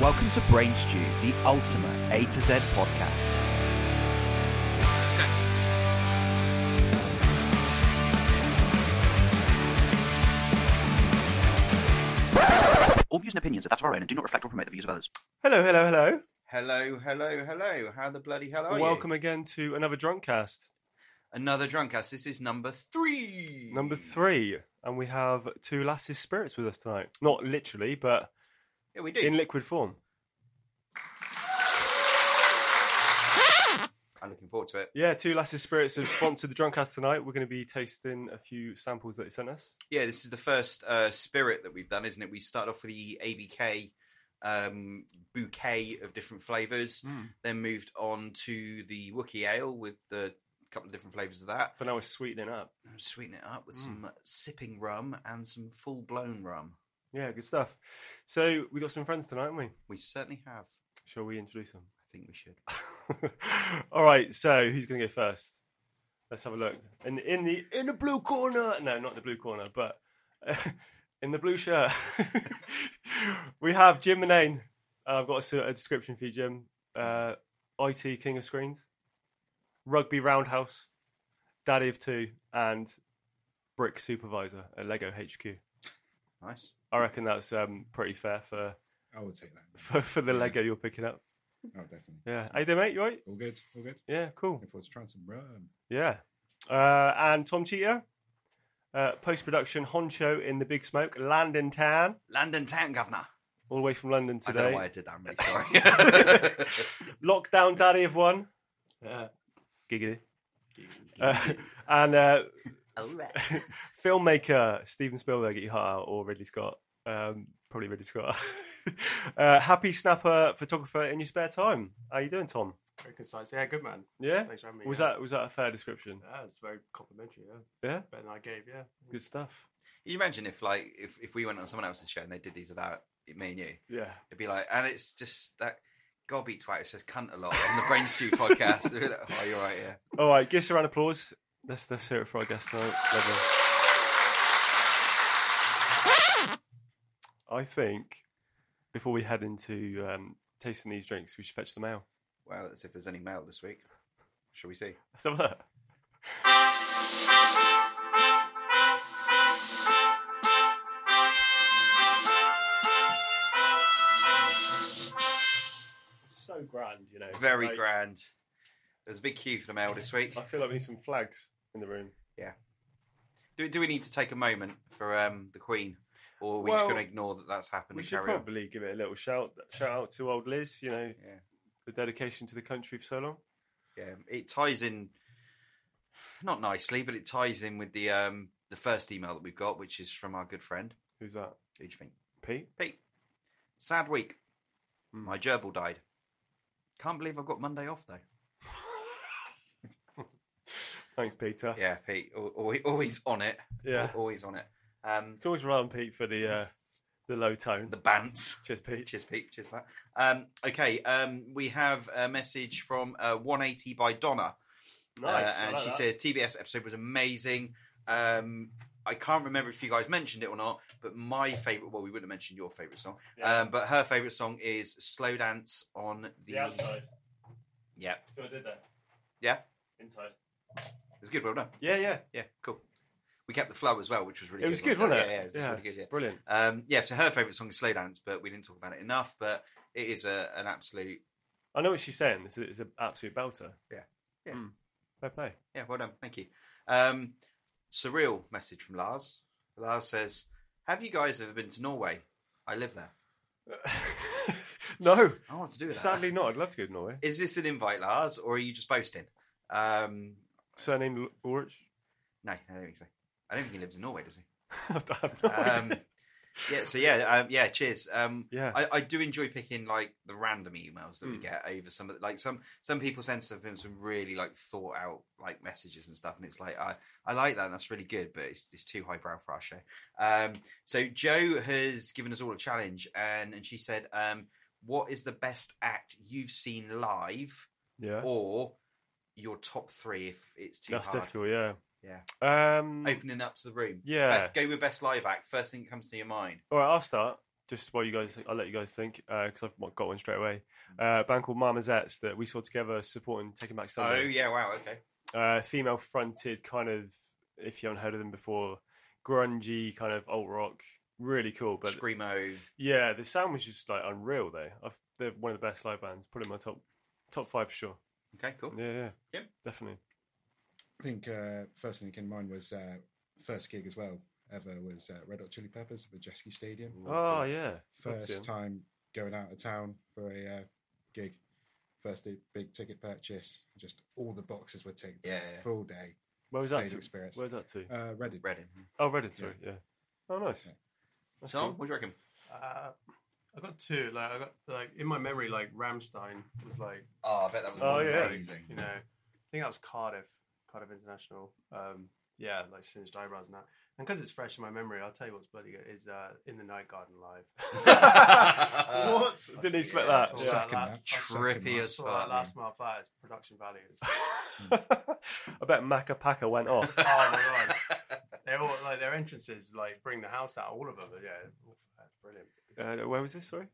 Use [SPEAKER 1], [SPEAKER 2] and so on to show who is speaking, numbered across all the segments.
[SPEAKER 1] Welcome to Brain Stew, the ultimate A to Z podcast. All views and opinions are that of our own and do not reflect or promote the views of others.
[SPEAKER 2] Hello, hello, hello.
[SPEAKER 3] Hello, hello, hello. How the bloody hell are
[SPEAKER 2] Welcome
[SPEAKER 3] you?
[SPEAKER 2] again to another drunk cast,
[SPEAKER 3] Another drunkcast. This is number three.
[SPEAKER 2] number three. And we have two lasses spirits with us tonight. Not literally, but
[SPEAKER 3] Yeah, we do.
[SPEAKER 2] in liquid form.
[SPEAKER 3] I'm looking forward to it.
[SPEAKER 2] Yeah, two lasses spirits have sponsored the drunk cast tonight. We're going to be tasting a few samples that they sent us.
[SPEAKER 3] Yeah, this is the first uh, spirit that we've done, isn't it? We started off with the ABK um, bouquet of different flavours, then moved on to the Wookie Ale with the couple of different flavours of that.
[SPEAKER 2] But now we're sweetening it up. Hmm.
[SPEAKER 3] And sweeten it up with some sipping rum and some full blown rum.
[SPEAKER 2] Yeah, good stuff. So we got some friends tonight, haven't we?
[SPEAKER 3] We certainly have.
[SPEAKER 2] Shall we introduce them?
[SPEAKER 3] I think we should.
[SPEAKER 2] All right, so who's going to go first? Let's have a look. And in the in the blue corner, no, not the blue corner, but uh, in the blue shirt, we have Jim Manane. Uh, I've got a s- a, description for you, Jim. Uh, IT King of Screens, Rugby Roundhouse, Daddy of Two, and Brick Supervisor at Lego HQ.
[SPEAKER 3] Nice.
[SPEAKER 2] I reckon that's um, pretty fair for,
[SPEAKER 4] I would take that.
[SPEAKER 2] for for the Lego you're picking up.
[SPEAKER 4] Oh, definitely.
[SPEAKER 2] Yeah, hey there, mate. You all right?
[SPEAKER 4] All good. All good.
[SPEAKER 2] Yeah, cool.
[SPEAKER 4] Looking forward to trying some rum.
[SPEAKER 2] Yeah. Uh, and Tom Cheater, uh, post production honcho in the big smoke, land in town,
[SPEAKER 3] London Town Governor.
[SPEAKER 2] all the way from London
[SPEAKER 3] I don't know why I
[SPEAKER 2] today.
[SPEAKER 3] did that. I'm really sorry.
[SPEAKER 2] Lockdown daddy of one. Giggity. Uh, and uh,
[SPEAKER 3] All right.
[SPEAKER 2] filmmaker Steven Spielberg at your heart out, or Ridley Scott. Um, probably Ridley Scott. uh, happy snapper photographer in your spare time. How you doing, Tom?
[SPEAKER 5] Very concise. Yeah, good man.
[SPEAKER 2] Yeah.
[SPEAKER 5] Thanks for having me.
[SPEAKER 2] Was
[SPEAKER 5] yeah.
[SPEAKER 2] that was that a fair description?
[SPEAKER 5] Yeah, it's very complimentary. Yeah,
[SPEAKER 2] Yeah.
[SPEAKER 5] better than I gave. Yeah.
[SPEAKER 2] Good stuff.
[SPEAKER 3] Can you imagine if like if, if we went on someone else's show and they did these about me and you?
[SPEAKER 2] Yeah.
[SPEAKER 3] It'd be like, and it's just that gobby twat who says cunt a lot on the Brain Stew podcast. They'd be like, oh, you're right, yeah.
[SPEAKER 2] All right, give us a round of applause. Let's let's hear it for our guest tonight. Lovely. I think before we head into um, tasting these drinks, we should fetch the mail.
[SPEAKER 3] Well, let's see if there's any mail this week. Shall we see?
[SPEAKER 2] Let's have a look. So grand, you know.
[SPEAKER 3] Very
[SPEAKER 2] like,
[SPEAKER 3] grand. There's a big queue for the mail this week.
[SPEAKER 2] I feel like we need some flags in the room.
[SPEAKER 3] Do, do we need to take a moment for um, the Queen, or are we just
[SPEAKER 2] Well,
[SPEAKER 3] going to ignore that that's happened
[SPEAKER 2] We
[SPEAKER 3] and
[SPEAKER 2] should
[SPEAKER 3] carry on?
[SPEAKER 2] probably give it a little shout shout out to old Liz. You know,
[SPEAKER 3] Yeah.
[SPEAKER 2] the dedication to the country for so long.
[SPEAKER 3] Yeah, it ties in, not nicely, but it ties in with the um, the first email that we've got, which is from our good friend.
[SPEAKER 2] Who's that?
[SPEAKER 3] Who do you think?
[SPEAKER 2] Pete.
[SPEAKER 3] Pete, sad week.
[SPEAKER 2] Hmm.
[SPEAKER 3] My gerbil died. Can't believe I've got Monday off though.
[SPEAKER 2] Thanks, Peter.
[SPEAKER 3] Yeah, Pete, al- al- always on it.
[SPEAKER 2] Yeah.
[SPEAKER 3] Al- always on it. Um,
[SPEAKER 2] You can always rely on Pete for the uh, the low tone.
[SPEAKER 3] the bants.
[SPEAKER 2] Cheers, Pete.
[SPEAKER 3] Cheers, Pete. Cheers for that. Um, okay, um, we have a message from uh, 180 by Donna,
[SPEAKER 2] Nice.
[SPEAKER 3] uh,
[SPEAKER 2] I
[SPEAKER 3] and
[SPEAKER 2] like
[SPEAKER 3] she
[SPEAKER 2] that.
[SPEAKER 3] says TBS episode was amazing. Um, I can't remember if you guys mentioned it or not, but my favorite. Well, we wouldn't have mentioned your favorite song,
[SPEAKER 2] Yeah.
[SPEAKER 3] um, but her favorite song is "Slow Dance" on the.
[SPEAKER 2] the outside.
[SPEAKER 3] Yeah,
[SPEAKER 2] So I did that.
[SPEAKER 3] Yeah.
[SPEAKER 2] Inside.
[SPEAKER 3] it's good. Well done.
[SPEAKER 2] Yeah, yeah.
[SPEAKER 3] Yeah, cool. We kept the flow as well, which was really
[SPEAKER 2] It
[SPEAKER 3] good.
[SPEAKER 2] was good, wasn't it?
[SPEAKER 3] Yeah, yeah, it was
[SPEAKER 2] Yeah.
[SPEAKER 3] really good, yeah.
[SPEAKER 2] Brilliant.
[SPEAKER 3] Um, yeah, so her favourite song is Slow Dance, but we didn't talk about it enough, but it is a, an absolute,
[SPEAKER 2] I know what she's saying. This is an absolute belter.
[SPEAKER 3] Yeah. Yeah.
[SPEAKER 2] Mm. Fair play.
[SPEAKER 3] yeah, well done, thank you. Um, surreal message from Lars. Lars says, have you guys ever been to Norway? I live there.
[SPEAKER 2] no.
[SPEAKER 3] I want to do that.
[SPEAKER 2] Sadly not. I'd love to go to Norway.
[SPEAKER 3] Is this an invite, Lars, or are you just boasting? Um,
[SPEAKER 2] Surname Ulrich.
[SPEAKER 3] no, I don't think so. I don't think he lives in Norway, does he?
[SPEAKER 2] I have no
[SPEAKER 3] Um,
[SPEAKER 2] idea.
[SPEAKER 3] yeah, so yeah, um, yeah, cheers. Um,
[SPEAKER 2] Yeah.
[SPEAKER 3] I, I do enjoy picking like the random emails that we
[SPEAKER 2] Mm.
[SPEAKER 3] get over some of like some some people send something some really like thought out like messages and stuff and it's like I I like that and that's really good but it's it's too highbrow for our show. Um, so Joe has given us all a challenge and and she said um, what is the best act you've seen live
[SPEAKER 2] yeah.
[SPEAKER 3] or your top three if it's too
[SPEAKER 2] That's
[SPEAKER 3] hard
[SPEAKER 2] difficult, yeah.
[SPEAKER 3] Yeah.
[SPEAKER 2] Um,
[SPEAKER 3] opening up to the room.
[SPEAKER 2] yeah.
[SPEAKER 3] Best, go with best live act. First thing that comes to your mind.
[SPEAKER 2] All right, I'll start. just while you guys, I'll let you guys think because I've got one straight away.
[SPEAKER 3] Mm.
[SPEAKER 2] Uh, a band called Marmosettes that we saw together supporting Taking Back
[SPEAKER 3] Oh
[SPEAKER 2] Sunday.
[SPEAKER 3] yeah, wow, okay.
[SPEAKER 2] Uh, female fronted, kind of, if you haven't heard of them before, grungy, kind of alt rock. Really cool. But
[SPEAKER 3] Screamo.
[SPEAKER 2] yeah, the sound was just like unreal though. I've, they're one of the best live bands, probably my top top five for sure.
[SPEAKER 3] Okay, cool.
[SPEAKER 2] Yeah, yeah,
[SPEAKER 3] Yep.
[SPEAKER 2] definitely.
[SPEAKER 4] I think uh, first thing that came to mind was uh, first gig as well ever was uh, Red Hot Chili Peppers at the Jetski Stadium.
[SPEAKER 2] Oh yeah, That's
[SPEAKER 4] First
[SPEAKER 2] it.
[SPEAKER 4] time going out of town for a uh, gig. First di- big ticket purchase. Just all the boxes were ticked.
[SPEAKER 3] Yeah, yeah.
[SPEAKER 4] Full day.
[SPEAKER 2] Where was that?
[SPEAKER 4] stage
[SPEAKER 2] To?
[SPEAKER 4] experience.
[SPEAKER 2] Where's that to?
[SPEAKER 4] Uh, Reading.
[SPEAKER 3] Reading.
[SPEAKER 2] Oh, Reddit. Sorry. Yeah. Oh, nice.
[SPEAKER 4] Yeah.
[SPEAKER 2] That's
[SPEAKER 3] Tom,
[SPEAKER 2] cool.
[SPEAKER 3] what do you reckon?
[SPEAKER 5] Uh, I got two. Like I got like in my memory, like Ramstein was like
[SPEAKER 3] Oh, I bet that was
[SPEAKER 2] Oh, yeah.
[SPEAKER 3] amazing.
[SPEAKER 5] you know, I think that was Cardiff, Cardiff International. Um, yeah, like singed eyebrows and that. And because it's fresh in my memory, I'll tell you what's bloody good is uh, in the Night Garden live.
[SPEAKER 2] What? Didn't expect
[SPEAKER 5] Yeah, I
[SPEAKER 2] that.
[SPEAKER 5] saw
[SPEAKER 2] Yeah.
[SPEAKER 5] that
[SPEAKER 4] Second
[SPEAKER 5] last-
[SPEAKER 4] that.
[SPEAKER 5] I saw-
[SPEAKER 3] Trippy
[SPEAKER 5] I
[SPEAKER 3] as
[SPEAKER 5] saw that
[SPEAKER 3] fuck.
[SPEAKER 5] Last mile fires, production values.
[SPEAKER 2] I bet Maca Paca went off.
[SPEAKER 5] Oh my god. They're all like their entrances like bring the house down, all of them. Yeah, that's brilliant.
[SPEAKER 2] Uh, where was this? Sorry.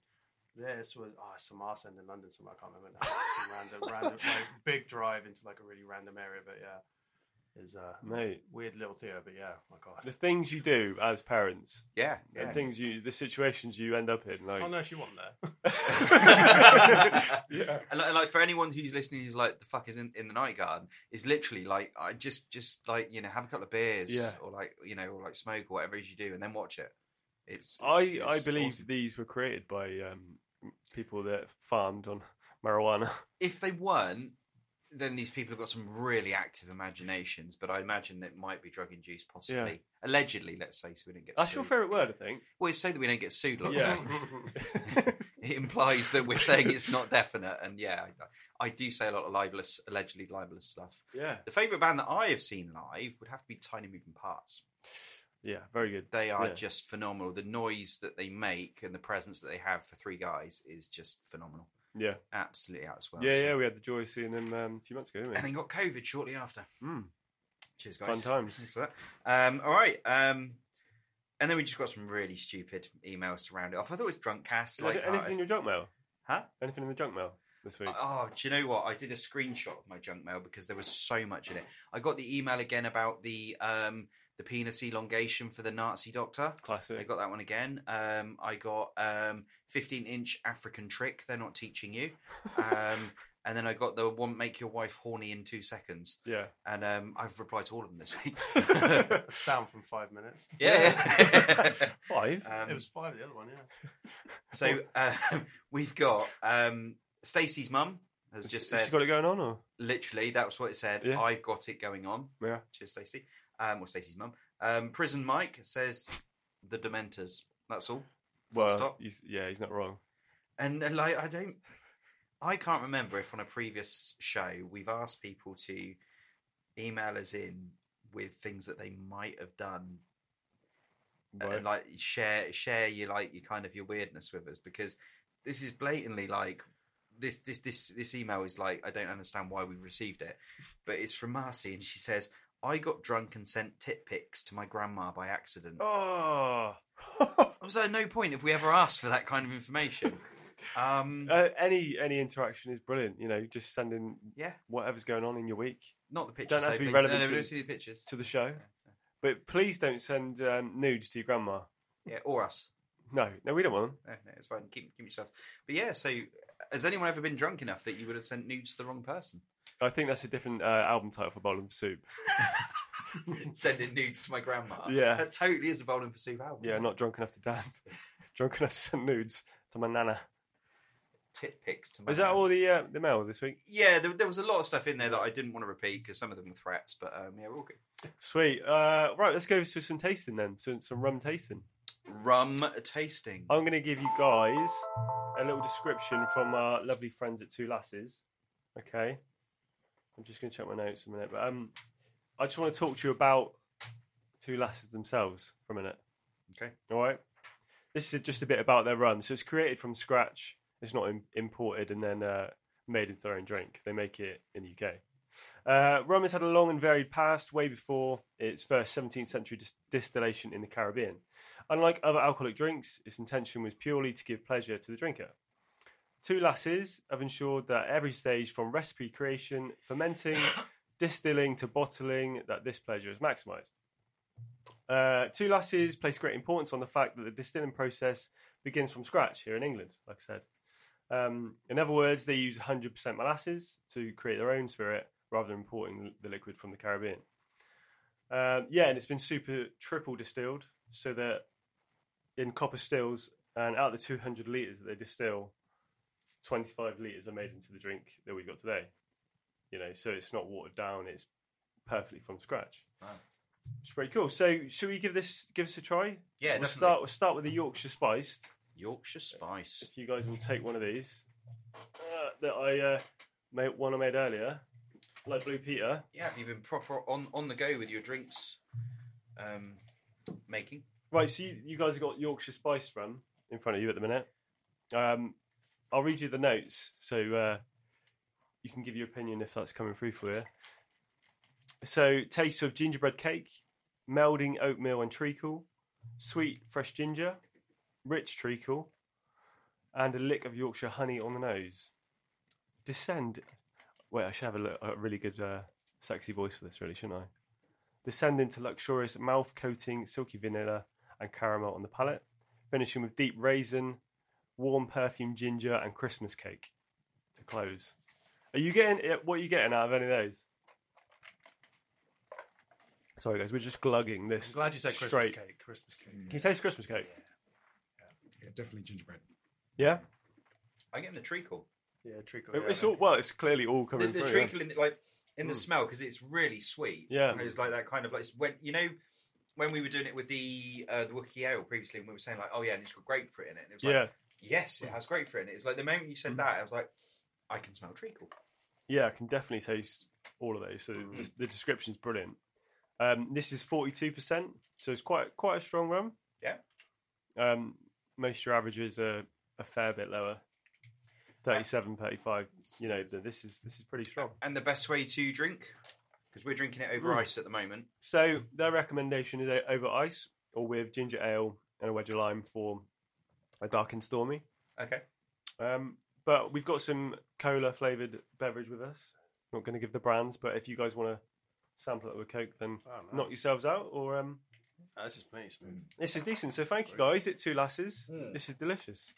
[SPEAKER 5] Yeah, this was oh, some arse end in London somewhere. I can't remember now. Some random, random, like big drive into like a really random area, but yeah, is uh,
[SPEAKER 2] Mate,
[SPEAKER 5] weird little theater. But yeah, oh my god.
[SPEAKER 2] the things you do as parents
[SPEAKER 3] Yeah, yeah.
[SPEAKER 2] and things you, the situations you end up in, like.
[SPEAKER 5] Oh no, she wasn't there.
[SPEAKER 2] yeah.
[SPEAKER 3] And like, and, like, for anyone who's listening, who's like, "The fuck is in, in the night garden?" Is literally like, I just, just like you know, have a couple of beers,
[SPEAKER 2] Yeah.
[SPEAKER 3] or like you know, or like smoke or whatever it is you do, and then watch it. It's, it's-
[SPEAKER 2] I I
[SPEAKER 3] it's
[SPEAKER 2] believe
[SPEAKER 3] awesome.
[SPEAKER 2] these were created by um, people that farmed on marijuana.
[SPEAKER 3] if they weren't, then these people have got some really active imaginations. But I imagine it might be drug induced, possibly, allegedly. Let's say, so we don't get.
[SPEAKER 2] That's
[SPEAKER 3] sued.
[SPEAKER 2] your favourite word, I think.
[SPEAKER 3] Well, it's so that we don't get sued. Like,
[SPEAKER 2] Yeah.
[SPEAKER 3] it implies that we're saying it's not definite, and yeah, I, I do say a lot of libelous, allegedly libelous stuff.
[SPEAKER 2] yeah.
[SPEAKER 3] The favorite band that I have seen live would have to be Tiny Moving Parts.
[SPEAKER 2] Yeah. Very good.
[SPEAKER 3] They are
[SPEAKER 2] Yeah.
[SPEAKER 3] just phenomenal. The noise that they make and the presence that they have for three guys is just phenomenal.
[SPEAKER 2] Yeah.
[SPEAKER 3] Absolutely out as well.
[SPEAKER 2] Yeah,
[SPEAKER 3] So-
[SPEAKER 2] yeah. We had the joy of seeing them um, a few months ago, didn't
[SPEAKER 3] And
[SPEAKER 2] we?
[SPEAKER 3] then got COVID shortly after.
[SPEAKER 2] Mm,
[SPEAKER 3] Cheers, guys.
[SPEAKER 2] fun times.
[SPEAKER 3] Thanks for that. Um, all right. Um, and then we just got some really stupid emails to round it off. I thought it was drunk cast.
[SPEAKER 2] Is there
[SPEAKER 3] Like, uh,
[SPEAKER 2] anything in your junk mail?
[SPEAKER 3] huh?
[SPEAKER 2] Anything in the junk mail this week?
[SPEAKER 3] Oh, do you know what? I did a screenshot of my junk mail because there was so much in it. I got the email again about the um, the penis elongation for the Nazi doctor. I
[SPEAKER 2] Classic.
[SPEAKER 3] got that one again. Um, I got um, 15 inch African trick. They're not teaching you. Um, and then I got the one make your wife horny in two seconds.
[SPEAKER 2] yeah.
[SPEAKER 3] And um, I've replied to all of them this week.
[SPEAKER 5] It's down from five minutes.
[SPEAKER 3] yeah.
[SPEAKER 2] Five.
[SPEAKER 3] um,
[SPEAKER 5] It was five. The other one, yeah.
[SPEAKER 3] so uh, we've got um, Stacey's mum has
[SPEAKER 2] Has
[SPEAKER 3] just
[SPEAKER 2] she- has
[SPEAKER 3] said.
[SPEAKER 2] she got it going on, or
[SPEAKER 3] Literally, that's what it said.
[SPEAKER 2] Yeah.
[SPEAKER 3] I've got it going on.
[SPEAKER 2] Yeah.
[SPEAKER 3] Cheers, Stacey. Um, or Stacey's mum. Um, Prison Mike says the Dementors. That's all. Full
[SPEAKER 2] well,
[SPEAKER 3] stop.
[SPEAKER 2] he's, yeah, he's not wrong.
[SPEAKER 3] And uh, like, I don't, I can't remember if on a previous show we've asked people to email us in with things that they might have done
[SPEAKER 2] Right.
[SPEAKER 3] and Uh, like share share your like your kind of your weirdness with us because this is blatantly like this this this this email is like I don't understand why we've received it, but it's from Marcy and she says I got drunk and sent tit pics to my grandma by accident.
[SPEAKER 2] oh.
[SPEAKER 3] I was at no point have we ever asked for that kind of information. um,
[SPEAKER 2] Uh, any any interaction is brilliant. You know, just sending
[SPEAKER 3] yeah,
[SPEAKER 2] whatever's going on in your week
[SPEAKER 3] not the pictures.
[SPEAKER 2] have
[SPEAKER 3] though,
[SPEAKER 2] to be
[SPEAKER 3] please.
[SPEAKER 2] relevant
[SPEAKER 3] No, no,
[SPEAKER 2] to-
[SPEAKER 3] we don't see the pictures.
[SPEAKER 2] to the show. But please don't send um, nudes to your grandma.
[SPEAKER 3] Yeah, or us.
[SPEAKER 2] No, no, we don't want them.
[SPEAKER 3] No, no, it's fine. Keep keep yourselves. But yeah, so has anyone ever been drunk enough that you would have sent nudes to the wrong person?
[SPEAKER 2] I think that's a different uh, album title for Bowling for Soup.
[SPEAKER 3] Sending nudes to my grandma.
[SPEAKER 2] Yeah.
[SPEAKER 3] that totally is a bowling for soup album.
[SPEAKER 2] Yeah,
[SPEAKER 3] isn't it?
[SPEAKER 2] not drunk enough to dance. drunk enough to send nudes to my nana.
[SPEAKER 3] tit pics to my
[SPEAKER 2] Is that
[SPEAKER 3] hand.
[SPEAKER 2] all the uh, the mail this week?
[SPEAKER 3] yeah there, there was a lot of stuff in there that i didn't want to repeat because some of them were threats but um yeah we're all good
[SPEAKER 2] Sweet. Uh, right, let's go to some tasting then. Some, some rum tasting.
[SPEAKER 3] rum tasting
[SPEAKER 2] I'm going to give you guys a little description from our lovely friends at Two Lasses. Okay. I'm just going to check my notes a minute. But um, I just want to talk to you about Two Lasses themselves for a minute.
[SPEAKER 3] Okay.
[SPEAKER 2] All right. This is just a bit about their rum. So it's created from scratch, it's not im- imported and then uh, made into their own drink. They make it in the UK. Uh, rum has had a long and varied past, way before its first 17th century dis- distillation in the Caribbean. Unlike other alcoholic drinks, its intention was purely to give pleasure to the drinker. Two lasses have ensured that every stage from recipe creation, fermenting, distilling to bottling, that this pleasure is maximised. Uh, two lasses place great importance on the fact that the distilling process begins from scratch here in England, like I said. Um, in other words, they use 100% molasses to create their own spirit rather than importing the liquid from the Caribbean. Um, yeah, and it's been super triple distilled so that in copper stills and out of the 200 litres that they distill, 25 litres are made into the drink that we've got today. You know, so it's not watered down, it's perfectly from scratch.
[SPEAKER 3] Wow.
[SPEAKER 2] It's pretty cool. So, should we give this give us a try?
[SPEAKER 3] Yeah,
[SPEAKER 2] we'll
[SPEAKER 3] definitely.
[SPEAKER 2] start. We'll start with the Yorkshire spiced
[SPEAKER 3] Yorkshire spice.
[SPEAKER 2] if you guys will take one of these uh, that I uh, made one I made earlier, like Blue Peter.
[SPEAKER 3] Yeah, have you been proper on on the go with your drinks um, making?
[SPEAKER 2] Right, so you, you guys have got Yorkshire Spice Rum in front of you at the minute. Um, I'll read you the notes so uh, you can give your opinion if that's coming through for you. So, taste of gingerbread cake, melding oatmeal and treacle, sweet fresh ginger, rich treacle, and a lick of Yorkshire honey on the nose. Descend. Wait, I should have a, look, a really good, uh, sexy voice for this, really, shouldn't I? descend into luxurious mouth coating, silky vanilla, and caramel on the palate, finishing with deep raisin, warm perfume ginger, and Christmas cake to close. Are you getting eh, what are you getting out of any of those? Sorry, guys, we're just glugging
[SPEAKER 5] I'm
[SPEAKER 2] this.
[SPEAKER 5] glad you said Christmas
[SPEAKER 2] Straight. Mm,
[SPEAKER 5] cake. Christmas cake.
[SPEAKER 2] Can you taste Christmas cake?
[SPEAKER 4] Yeah, definitely gingerbread.
[SPEAKER 2] Yeah,
[SPEAKER 3] I'm getting the treacle.
[SPEAKER 5] Yeah, treacle.
[SPEAKER 2] It-
[SPEAKER 5] yeah.
[SPEAKER 2] it's all well. It's clearly all
[SPEAKER 3] The,
[SPEAKER 2] coming through.
[SPEAKER 3] the
[SPEAKER 2] yeah.
[SPEAKER 3] treacle in the, like in the
[SPEAKER 2] Mm.
[SPEAKER 3] smell because it's really sweet.
[SPEAKER 2] Yeah.
[SPEAKER 3] it's like that kind of like when you know when we were doing it with the uh, the Wookiee ale previously, and we were saying like, oh yeah, and it's got grapefruit in it. And it was like,
[SPEAKER 2] Yeah, Mm.
[SPEAKER 3] yes, it has grapefruit in it. It's like the moment you said that, I was like, I can smell treacle.
[SPEAKER 2] yeah, I can definitely taste all of those. So the, the description's brilliant. Um, this is forty-two percent, so it's quite quite a strong rum.
[SPEAKER 3] Yeah.
[SPEAKER 2] Um, most of your averages are a fair bit lower, 37, 35. You know, th- this is this is pretty strong.
[SPEAKER 3] And the best way to drink because we're drinking it over
[SPEAKER 2] Mm.
[SPEAKER 3] ice at the moment.
[SPEAKER 2] So their recommendation is o- over ice or with ginger ale and a wedge of lime for a dark and stormy.
[SPEAKER 3] Okay,
[SPEAKER 2] Um, but we've got some cola flavored beverage with us. Not going to give the brands, but if you guys want to sample it with Coke, then
[SPEAKER 5] Oh, no.
[SPEAKER 2] knock yourselves out. Or um,
[SPEAKER 5] Ah, That's just me, smooth.
[SPEAKER 2] this is decent. So thank you guys. It two lasses. This is delicious.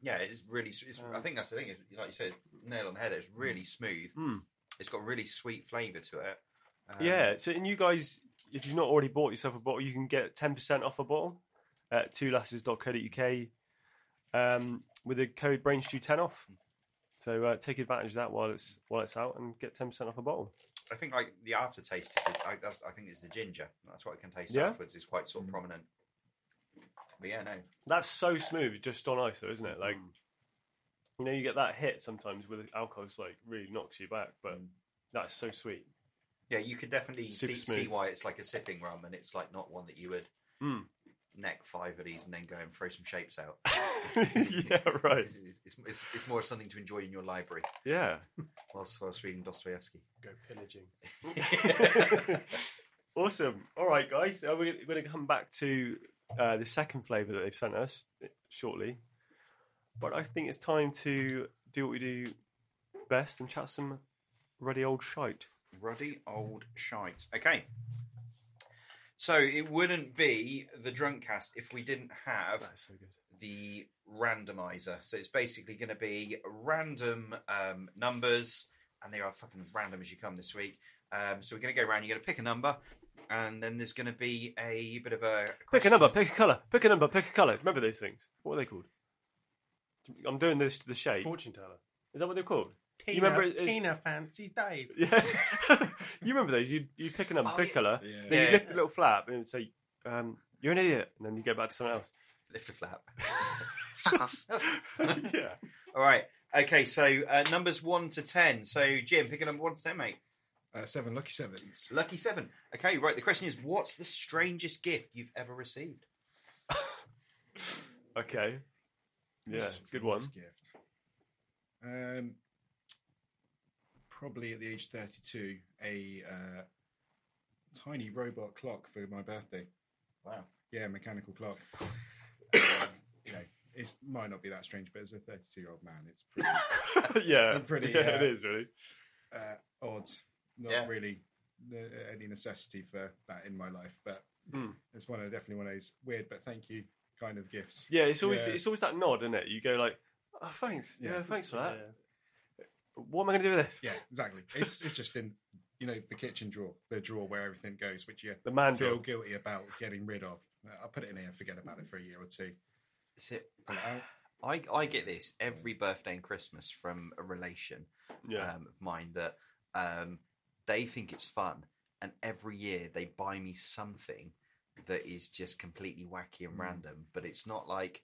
[SPEAKER 3] yeah, it's really. s- It's, I think that's the thing. Is like you said, nail on the head. It's really smooth.
[SPEAKER 2] Mm.
[SPEAKER 3] It's got really sweet flavour to it. Um,
[SPEAKER 2] yeah. So and you guys, if you've not already bought yourself a bottle, you can get ten percent off a bottle at twolasses.co.uk um, with the code BrainStew10 off. So uh, take advantage of that while it's while it's out and get ten percent off a bottle.
[SPEAKER 3] I think like the aftertaste. Is the, I, that's, I think it's the ginger. That's what I can taste
[SPEAKER 2] Yeah? Mm.
[SPEAKER 3] afterwards. It's quite sort of prominent. But yeah, no,
[SPEAKER 2] That's so smooth just on ice, though, isn't
[SPEAKER 5] Mm,
[SPEAKER 2] it? Like, you know, you get that hit sometimes with alcohol, it's like really knocks you back, but that's so sweet.
[SPEAKER 3] yeah, you could definitely
[SPEAKER 2] Super
[SPEAKER 3] see, see
[SPEAKER 2] smooth.
[SPEAKER 3] why it's like a sipping rum, and it's like not one that you would
[SPEAKER 2] Mm.
[SPEAKER 3] neck five of these and then go and throw some shapes out.
[SPEAKER 2] yeah, right.
[SPEAKER 3] It's, it's, it's, it's, it's more of something to enjoy in your library
[SPEAKER 2] Yeah.
[SPEAKER 3] whilst, whilst reading Dostoevsky.
[SPEAKER 5] Go pillaging.
[SPEAKER 2] Awesome. All right, guys. Uh, we're going to come back to uh, the second flavour that they've sent us shortly. But I think it's time to do what we do best and chat some ruddy old shite.
[SPEAKER 3] Ruddy old shite. Okay. So it wouldn't be the drunk cast if we didn't have
[SPEAKER 2] That's so good.
[SPEAKER 3] the randomizer. So it's basically going to be random um, numbers, and they are fucking random as you come this week. Um, so we're going to go around. You're going to pick a number, and then there's going to be a bit of a
[SPEAKER 2] Pick a
[SPEAKER 3] question.
[SPEAKER 2] number, pick a colour, pick a number, pick a colour. Remember those things? What are they called? I'm doing this to the shape. Is
[SPEAKER 5] Fortune teller.
[SPEAKER 2] that what they're called?
[SPEAKER 5] Tina,
[SPEAKER 2] remember it- it's-
[SPEAKER 5] Tina fancy Dave.
[SPEAKER 2] Yeah. you remember those? You you pick a number,
[SPEAKER 3] Oh,
[SPEAKER 2] pick
[SPEAKER 3] yeah.
[SPEAKER 2] a colour,
[SPEAKER 4] Yeah.
[SPEAKER 2] then
[SPEAKER 3] Yeah.
[SPEAKER 2] you lift the little flap and say, um, "You're an idiot," and then you go back to someone else.
[SPEAKER 3] Lift the flap.
[SPEAKER 2] yeah.
[SPEAKER 3] All right. Okay. So uh, numbers one to ten. So Jim, pick a number one to ten, mate.
[SPEAKER 4] Uh, seven lucky sevens.
[SPEAKER 3] Lucky seven. Okay. Right. The question is, what's the strangest gift you've ever received?
[SPEAKER 2] Okay. Yeah, good one.
[SPEAKER 4] Strangest Gift. Um, probably at the age of 32, a uh, tiny robot clock for my birthday.
[SPEAKER 3] Wow.
[SPEAKER 4] yeah, mechanical clock. Um, you know, it might not be that strange, but as a 32 year old man, it's pretty
[SPEAKER 2] yeah,
[SPEAKER 4] I'm pretty,
[SPEAKER 2] yeah, it
[SPEAKER 4] uh,
[SPEAKER 2] is really.
[SPEAKER 4] uh, odd. Not
[SPEAKER 3] Yeah.
[SPEAKER 4] really uh, any necessity for that in my life, but
[SPEAKER 2] Hmm.
[SPEAKER 4] it's one of definitely one of those weird but thank you kind of gifts.
[SPEAKER 2] Yeah, it's always
[SPEAKER 4] Yeah.
[SPEAKER 2] it's always that nod, isn't it? You go like, oh, thanks, yeah,
[SPEAKER 4] Yeah.
[SPEAKER 2] thanks for that. What am I going to do with this?
[SPEAKER 4] Yeah, exactly. It's it's just in you know the kitchen drawer, the drawer where everything goes, which you
[SPEAKER 2] The man
[SPEAKER 4] feel
[SPEAKER 2] feel.
[SPEAKER 4] guilty about getting rid of. Uh, I'll put it in here and forget about it for a year or two.
[SPEAKER 3] So
[SPEAKER 4] Pull it out.
[SPEAKER 3] I, I get this every birthday and Christmas from a relation
[SPEAKER 2] Yeah,
[SPEAKER 3] um, of mine that um, they think it's fun, and every year they buy me something that is just completely wacky and
[SPEAKER 4] Mm.
[SPEAKER 3] random, but it's not like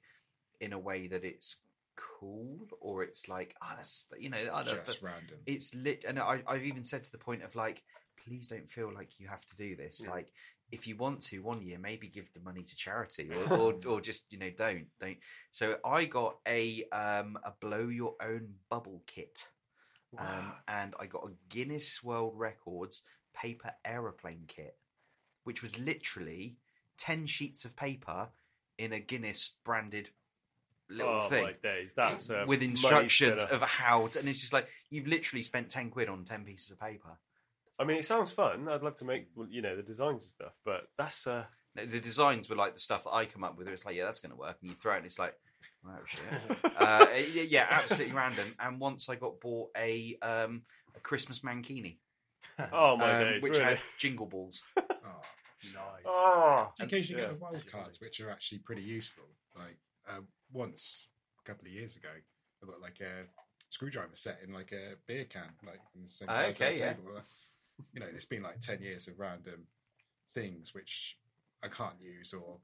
[SPEAKER 3] in a way that it's cool or it's like ah that's you know ah, that's,
[SPEAKER 4] Just
[SPEAKER 3] that's
[SPEAKER 4] random.
[SPEAKER 3] it's lit and I, i've even said to the point of like please don't feel like you have to do this
[SPEAKER 2] Yeah.
[SPEAKER 3] like if you want to one year maybe give the money to charity or, or, or just you know don't don't so i got a um a blow your own bubble kit um
[SPEAKER 2] Wow.
[SPEAKER 3] and i got a guinness world records paper aeroplane kit which was literally 10 sheets of paper in a guinness branded little
[SPEAKER 2] oh
[SPEAKER 3] thing
[SPEAKER 2] my days, that's a
[SPEAKER 3] with
[SPEAKER 2] money
[SPEAKER 3] instructions
[SPEAKER 2] spinner.
[SPEAKER 3] of how to, and it's just like you've literally spent 10 quid on 10 pieces of paper
[SPEAKER 2] I mean, it sounds fun. I'd love to make well, you know the designs and stuff, but that's uh,
[SPEAKER 3] the the designs were like the stuff that i come up with it's like yeah that's going to work and you throw it and it's like wow shit uh, y- yeah absolutely random and once i got bought a um a christmas mankini
[SPEAKER 2] oh my
[SPEAKER 3] um,
[SPEAKER 2] days,
[SPEAKER 3] which
[SPEAKER 2] really.
[SPEAKER 3] had jingle balls
[SPEAKER 4] Oh.
[SPEAKER 5] Nice.
[SPEAKER 2] Oh,
[SPEAKER 4] Do you occasionally
[SPEAKER 2] yeah.
[SPEAKER 4] get the wild cards, which are actually pretty useful. Like uh, once a couple of years ago, I got like a screwdriver set in like a beer can, like in the same
[SPEAKER 3] Oh,
[SPEAKER 4] size
[SPEAKER 3] okay,
[SPEAKER 4] as
[SPEAKER 3] yeah.
[SPEAKER 4] our table. You know, it's been like ten years of random things which I can't use or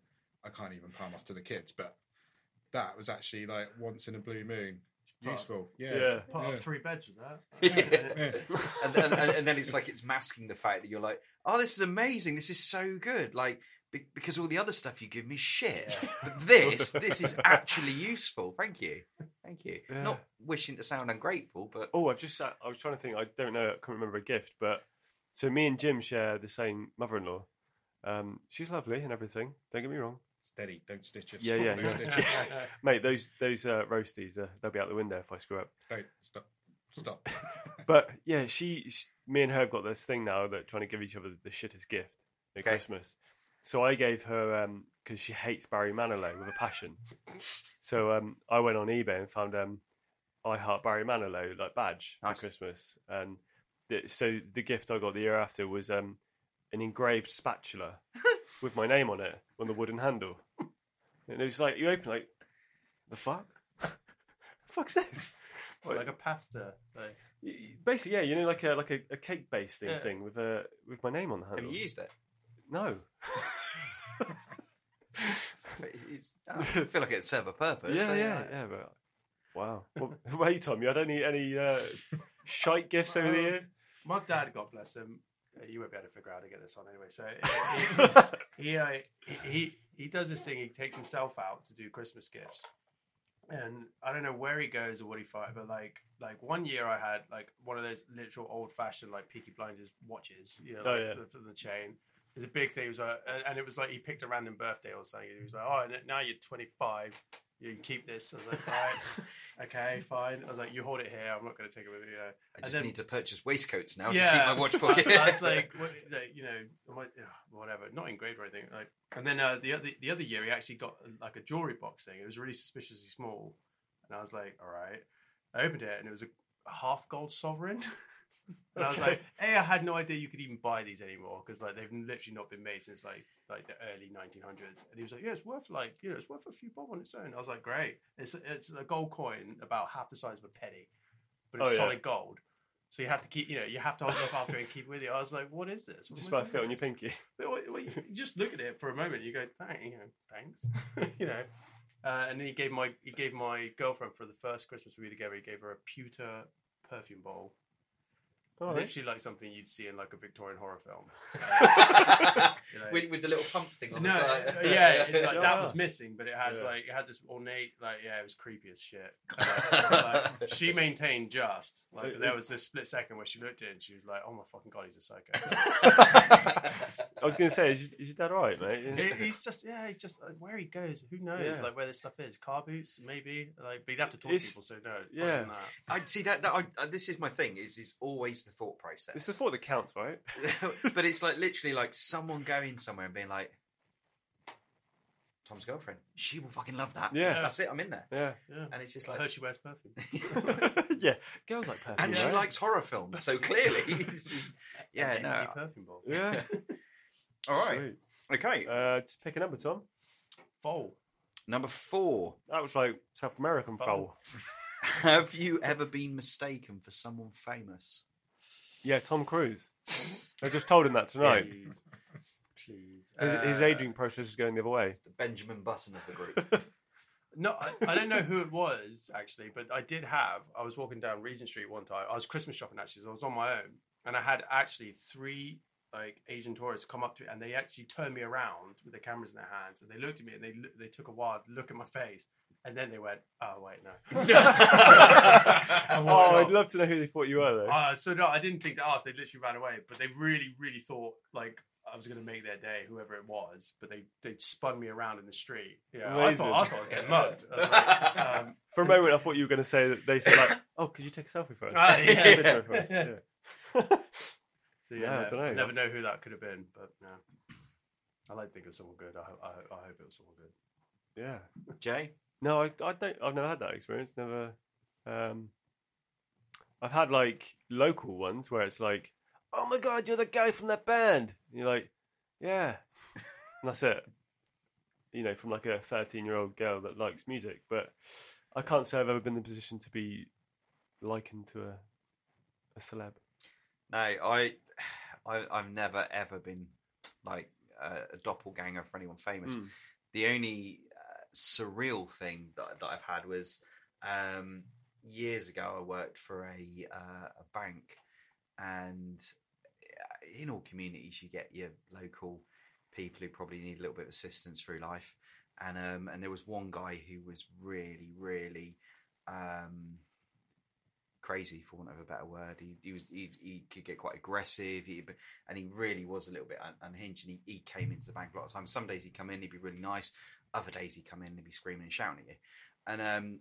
[SPEAKER 4] I can't even palm off to the kids. But that was actually like once in a blue moon,
[SPEAKER 5] Put up-
[SPEAKER 4] useful. Yeah,
[SPEAKER 2] yeah.
[SPEAKER 5] Put
[SPEAKER 4] Yeah.
[SPEAKER 5] up three beds with that.
[SPEAKER 4] Yeah.
[SPEAKER 3] and, and, and, and then it's like it's masking the fact that you're like, oh, this is amazing. This is so good. Like, be- because all the other stuff you give me is shit. But this, this is actually useful. Thank you. Thank you.
[SPEAKER 2] Yeah.
[SPEAKER 3] Not wishing to sound ungrateful, but
[SPEAKER 2] Oh, I've just I was trying to think. I don't know. I can't remember a gift, but so me and Jim share the same mother-in-law. Um, she's lovely and everything. Don't get me wrong,
[SPEAKER 4] steady, don't stitch us.
[SPEAKER 2] Yeah, yeah,
[SPEAKER 4] don't
[SPEAKER 2] yeah.
[SPEAKER 4] stitch us.
[SPEAKER 2] mate. Those those uh, roasties, uh, they'll be out the window if I screw up.
[SPEAKER 4] Don't stop, stop.
[SPEAKER 2] But yeah, she, sh me and her have got this thing now that trying to give each other the shittest gift at
[SPEAKER 3] Okay.
[SPEAKER 2] Christmas. So I gave her because she hates Barry Manilow with a passion. so um, I went on eBay and found um, I heart Barry Manilow like badge
[SPEAKER 3] Nice.
[SPEAKER 2] for Christmas, and th- so the gift I got the year after was um, an engraved spatula with my name on it on the wooden handle, and it was like you open like the fuck, the fuck's this?
[SPEAKER 5] Or like a pasta. Like,
[SPEAKER 2] Y- Basically, yeah, you know, like a like a, a cake basting
[SPEAKER 5] Yeah.
[SPEAKER 2] thing with a with my name on the
[SPEAKER 3] have
[SPEAKER 2] handle.
[SPEAKER 3] you used it?
[SPEAKER 2] No,
[SPEAKER 3] It's- it's- oh, I feel like it'd serve a purpose.
[SPEAKER 2] yeah,
[SPEAKER 3] So,
[SPEAKER 2] yeah, yeah, but wow. Well, wait, Tom, you had any any uh, shite gifts over the
[SPEAKER 5] Um,
[SPEAKER 2] years?
[SPEAKER 5] my dad, God bless him, uh, you won't be able to figure out how to get this on anyway. So uh, he, he, uh, he he does this thing. He takes himself out to do Christmas gifts, and I don't know where he goes or what he finds. But like like one year, I had like one of those literal old fashioned like Peaky Blinders watches. You know,
[SPEAKER 2] Oh,
[SPEAKER 5] like,
[SPEAKER 2] yeah.
[SPEAKER 5] the, the chain. It was a big thing. It was like, and- and it was like he picked a random birthday or something. He was like, "Oh, n- now you're 25. You can keep this." I was like, "Right, okay, fine." I was like, "You hold it here. I'm not going to take it with me." You know?
[SPEAKER 3] I
[SPEAKER 5] And
[SPEAKER 3] just
[SPEAKER 5] then-
[SPEAKER 3] need to purchase waistcoats now to
[SPEAKER 5] Yeah.
[SPEAKER 3] keep my watch pocket.
[SPEAKER 5] I was like, what, like, you know, I'm like, "Ugh, whatever, not engraved or anything. Like, and then uh, the other the other year, he actually got like a jewelry box thing. It was really suspiciously small, and I was like, all right. I opened it, and it was a, a half gold sovereign. And I was
[SPEAKER 2] Okay.
[SPEAKER 5] like, "Hey, I had no idea you could even buy these anymore because like they've literally not been made since like like the early 1900s." And he was like, "Yeah, it's worth like you know, it's worth a few bob on its own." I was like, "Great! It's it's a gold coin about half the size of a penny, but it's
[SPEAKER 2] Oh, yeah.
[SPEAKER 5] solid gold, so you have to keep you know you have to hold it up after and keep it with you." I was like, "What is this?" What
[SPEAKER 2] just
[SPEAKER 5] am I
[SPEAKER 2] by
[SPEAKER 5] doing
[SPEAKER 2] fit on your
[SPEAKER 5] with this?"
[SPEAKER 2] pinky.
[SPEAKER 5] But what- what you- just look at it for a moment. You go, "Thank you know, thanks," you know. Uh, and then he gave my he gave my girlfriend for the first Christmas we were together. He gave her a pewter perfume bowl
[SPEAKER 2] All right.
[SPEAKER 5] Literally like something you'd see in like a Victorian horror film. You know?
[SPEAKER 3] with, with the little pump thing on
[SPEAKER 5] no,
[SPEAKER 3] the side.
[SPEAKER 5] uh, yeah, it's like, that
[SPEAKER 2] Yeah.
[SPEAKER 5] was missing, but it has
[SPEAKER 2] Yeah.
[SPEAKER 5] like it has this ornate, like yeah, it was creepy as shit. Uh, like, she maintained just like
[SPEAKER 2] It-
[SPEAKER 5] there
[SPEAKER 2] it-
[SPEAKER 5] was this split second where she looked at it and she was like, "Oh my fucking god, he's a psycho."
[SPEAKER 2] I was going to say, is, your- is your dad all right,
[SPEAKER 5] He-
[SPEAKER 2] mate?
[SPEAKER 5] he's just yeah, he's just like, where he goes, who knows?
[SPEAKER 2] Yeah.
[SPEAKER 5] Like where this stuff is, car boots maybe. Like, but you'd have to talk
[SPEAKER 2] It's-
[SPEAKER 5] to people, so no. other
[SPEAKER 2] yeah.
[SPEAKER 5] than that.
[SPEAKER 3] I see that. that I, uh, this is my thing. Is is always the thought process.
[SPEAKER 2] It's the thought that counts, right?
[SPEAKER 3] but it's like literally like someone going somewhere and being like, Tom's girlfriend. She will fucking love that.
[SPEAKER 2] Yeah.
[SPEAKER 3] that's it. I'm in there,
[SPEAKER 2] Yeah.
[SPEAKER 5] yeah.
[SPEAKER 3] and it's just
[SPEAKER 5] I
[SPEAKER 3] like,
[SPEAKER 5] heard she wears perfume.
[SPEAKER 2] yeah. Girls like perfume.
[SPEAKER 3] and she
[SPEAKER 2] right?
[SPEAKER 3] likes horror films. So clearly, this is yeah.
[SPEAKER 5] An empty
[SPEAKER 3] No.
[SPEAKER 5] E perfume bowl.
[SPEAKER 2] Yeah.
[SPEAKER 3] All right.
[SPEAKER 2] Sweet.
[SPEAKER 3] Okay.
[SPEAKER 2] Uh, just pick a number, Tom.
[SPEAKER 5] Foal.
[SPEAKER 3] Number four.
[SPEAKER 2] That was like South American
[SPEAKER 5] Fun.
[SPEAKER 2] foul.
[SPEAKER 3] Have you ever been mistaken for someone famous?
[SPEAKER 2] Yeah, Tom Cruise. I just told him that tonight.
[SPEAKER 5] Please. Please.
[SPEAKER 2] His, his
[SPEAKER 5] Uh,
[SPEAKER 2] aging process is going the other way.
[SPEAKER 3] The Benjamin Button of the group.
[SPEAKER 5] No, I, I don't know who it was actually, but I did have. I was walking down Regent Street one time. I was Christmas shopping actually, so I was on my own, and I had actually three like Asian tourists come up to me, and they actually turned me around with their cameras in their hands, and they looked at me, and they loo- they took a wild look at my face, and then they went, "Oh wait, no." Oh,
[SPEAKER 2] Oh,
[SPEAKER 5] And walked
[SPEAKER 2] I'd
[SPEAKER 5] off.
[SPEAKER 2] love to know who they thought you were, though.
[SPEAKER 5] Uh, so no, I didn't think to ask. They literally ran away, but they really, really thought like I was going to make their day, whoever it was. But they they spun me around in the street. Yeah, I thought, I
[SPEAKER 2] Amazing.
[SPEAKER 5] thought I was getting mugged. I was like, um,
[SPEAKER 2] For a moment, I thought you were going to say that they said, like, oh, could you take a selfie for us?
[SPEAKER 5] Ah,
[SPEAKER 2] Take a
[SPEAKER 5] yeah.
[SPEAKER 2] picture for us, yeah.
[SPEAKER 5] so yeah,
[SPEAKER 2] Yeah, I
[SPEAKER 5] no, I
[SPEAKER 2] dunno.
[SPEAKER 5] never know who that could have been, but no. I like to think it was someone good. I, ho- I, ho- I hope it was someone good.
[SPEAKER 2] Yeah.
[SPEAKER 3] Jay.
[SPEAKER 2] No, I, I don't. I've never had that experience. Never. Um, I've had like local ones where it's like, "Oh my god, you're the guy from that band." And you're like, "Yeah," and that's it. You know, from like a 13 year old girl that likes music, but I can't say I've ever been in a position to be likened to a a celeb.
[SPEAKER 3] No, I, I I've never ever been like a, a doppelganger for anyone famous.
[SPEAKER 2] Mm.
[SPEAKER 3] The only uh, surreal thing that, that I've had was um, years ago. I worked for a uh, a bank, and uh, in all communities, you get your local people who probably need a little bit of assistance through life. And um, and there was one guy who was really, really um, crazy, for want of a better word. He, he was he, he could get quite aggressive, he, but- and he really was a little bit un- unhinged. And he, he came into the bank a lot of times. Some days he'd come in, he'd be really nice. Other days he'd come in, he'd be screaming and shouting at you. And um,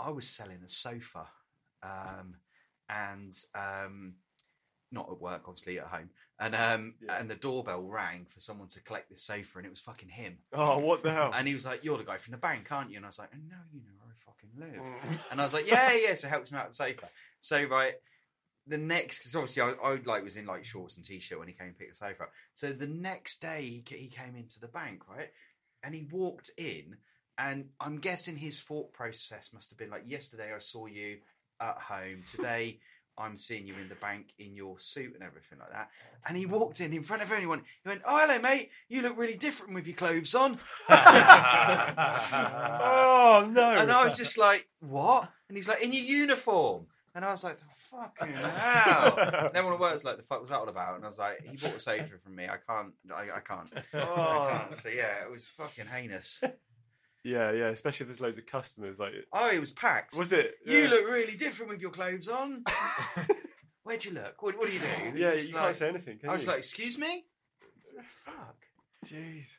[SPEAKER 3] I was selling a sofa, um, and um, not at work, obviously at home. And um,
[SPEAKER 2] Yeah.
[SPEAKER 3] and the doorbell rang for someone to collect this sofa, and it was fucking him.
[SPEAKER 2] Oh, what the hell?
[SPEAKER 3] And he was like, "You're the guy from the bank, aren't you?" And I was like, "No, you know where I fucking live."
[SPEAKER 2] Mm.
[SPEAKER 3] And I was like, yeah, yeah. So helps him out the sofa. So right, the next because obviously I, I like was in like shorts and t-shirt when he came and picked the sofa. up. So the next day he, ca- he came into the bank right, and he walked in, and I'm guessing his thought process must have been like, yesterday I saw you at home, today. I'm seeing you in the bank in your suit and everything like that. And he walked in in front of everyone. He went, "Oh, hello, mate. You look really different with your clothes on."
[SPEAKER 2] oh no!
[SPEAKER 3] And I was just like, what? And he's like, in your uniform. And I was like, fucking hell. And everyone at work was like, the fuck was that all about? And I was like, he bought a sofa from me. I can't, I, I can't. I
[SPEAKER 2] Oh.
[SPEAKER 3] can't. So yeah, it was fucking heinous.
[SPEAKER 2] yeah, yeah. Especially if there's loads of customers. Like,
[SPEAKER 3] Oh, it was packed.
[SPEAKER 2] was it?
[SPEAKER 3] You
[SPEAKER 2] Yeah.
[SPEAKER 3] look really different with your clothes on. Where'd you look? What, what do you do? And
[SPEAKER 2] Yeah,
[SPEAKER 3] it's
[SPEAKER 2] you
[SPEAKER 3] like-
[SPEAKER 2] can't say anything. Can
[SPEAKER 3] I was
[SPEAKER 2] you?
[SPEAKER 3] like, excuse me? What the fuck?
[SPEAKER 2] Jeez.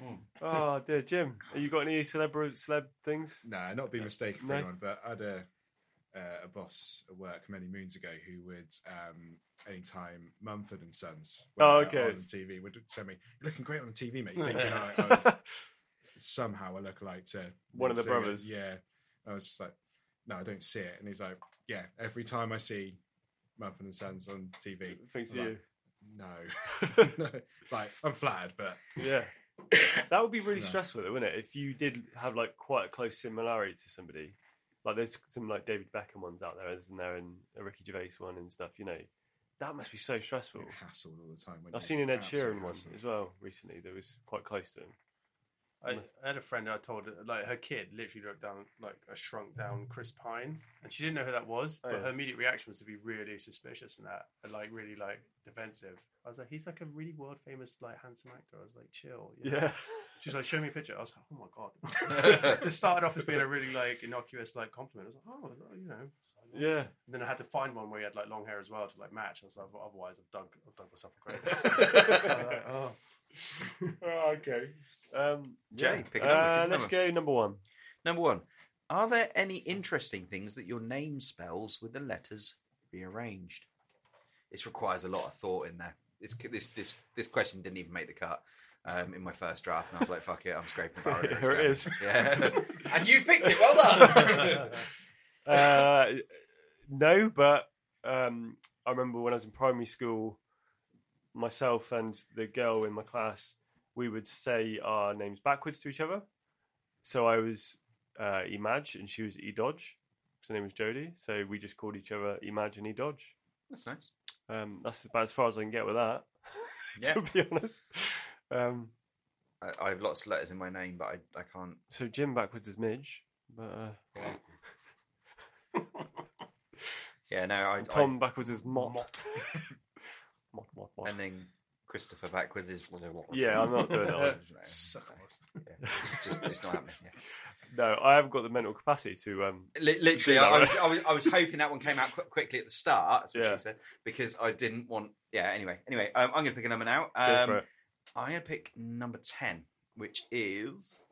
[SPEAKER 3] Hmm.
[SPEAKER 2] Oh dear, Jim. Have you got any celebra celeb things?
[SPEAKER 4] Nah, not be mistaken for
[SPEAKER 2] No.
[SPEAKER 4] anyone, but I had a, uh, a boss at work many moons ago who would, um, anytime Mumford and Sons were
[SPEAKER 2] Oh, okay.
[SPEAKER 4] on TV, would send me, You're looking great on the TV, mate. Thinking I, I was somehow a lookalike to
[SPEAKER 2] One of the
[SPEAKER 4] Ned Singer.
[SPEAKER 2] brothers.
[SPEAKER 4] Yeah. I was just like, no, I don't see it. And he's like, yeah, every time I see Mumford and Sons on TV,
[SPEAKER 2] Thanks to
[SPEAKER 4] Like-
[SPEAKER 2] you.
[SPEAKER 4] no. no. Like, I'm flattered, but
[SPEAKER 2] Yeah. That would be really
[SPEAKER 4] No.
[SPEAKER 2] stressful, though, wouldn't it? If you did have like quite a close similarity to somebody, like there's some like David Beckham ones out there, isn't there, and a Ricky Gervais one and stuff. You know, that must be so stressful.
[SPEAKER 4] you're hassled all the time. wouldn't
[SPEAKER 2] I've
[SPEAKER 4] you?
[SPEAKER 2] seen an Ed
[SPEAKER 4] Absolute
[SPEAKER 2] Sheeran one
[SPEAKER 4] hassle.
[SPEAKER 2] as well recently. That was quite close to him.
[SPEAKER 5] I, I had a friend I told like her kid literally looked down like a shrunk down Chris Pine, and she didn't know who that was.
[SPEAKER 2] Oh,
[SPEAKER 5] but
[SPEAKER 2] yeah.
[SPEAKER 5] her immediate reaction was to be really suspicious and that, and like really like defensive. I was like, he's like a really world famous like handsome actor. I was like, chill. you know?
[SPEAKER 2] Yeah.
[SPEAKER 5] She's like, show me a picture. I was like, oh my god. it started off as being a really like innocuous like compliment. I was like, oh, you know.
[SPEAKER 2] Yeah.
[SPEAKER 5] And then I had to find one where he had like long hair as well to like match. I was like, well, otherwise I've dug, I've dug myself a grave. I was like, oh.
[SPEAKER 2] Oh, okay. Um,
[SPEAKER 3] Jay,
[SPEAKER 2] yeah.
[SPEAKER 3] pick a number,
[SPEAKER 2] Uh,
[SPEAKER 3] give us a
[SPEAKER 2] let's go number one.
[SPEAKER 3] Number one, are there any interesting things that your name spells with the letters rearranged? This requires a lot of thought in there. This this this this question didn't even make the cut um, in my first draft, and I was like, "Fuck it, I'm scraping the barrel."
[SPEAKER 2] Here it is.
[SPEAKER 3] Yeah, and you picked it. Well
[SPEAKER 2] Oh,
[SPEAKER 3] done.
[SPEAKER 2] Uh, no, but um, I remember when I was in primary school, myself and the girl in my class, we would say our names backwards to each other. So I was uh, Imaj and she was E Dodge. Her name was Jodie. So we just called each other Imaj and E Dodge.
[SPEAKER 3] That's nice.
[SPEAKER 2] Um, that's about as far as I can get with that,
[SPEAKER 3] Yeah,
[SPEAKER 2] to be honest. Um,
[SPEAKER 3] I, I have lots of letters in my name, but I, I can't.
[SPEAKER 2] so Jim backwards is Midge, but uh,
[SPEAKER 3] Yeah, no.
[SPEAKER 2] uh,
[SPEAKER 3] I,
[SPEAKER 2] Tom backwards is Mott. Mott,
[SPEAKER 5] Mott.
[SPEAKER 2] Mott, Mott.
[SPEAKER 3] I, and then Christopher backwards is.
[SPEAKER 2] Yeah, I'm not doing that one.
[SPEAKER 3] Yeah, It's just it's not happening. Yeah.
[SPEAKER 2] No, I haven't got the mental capacity to. Um,
[SPEAKER 3] Li- literally,
[SPEAKER 2] Do
[SPEAKER 3] I,
[SPEAKER 2] that,
[SPEAKER 3] I, was,
[SPEAKER 2] right?
[SPEAKER 3] I, was, I was hoping that one came out qu- quickly at the start. That's what
[SPEAKER 2] Yeah.
[SPEAKER 3] she said because I didn't want. Yeah. Anyway, anyway, um, I'm going to pick a number now.
[SPEAKER 2] go for
[SPEAKER 3] Um,
[SPEAKER 2] it.
[SPEAKER 3] I'm going to pick number ten, which is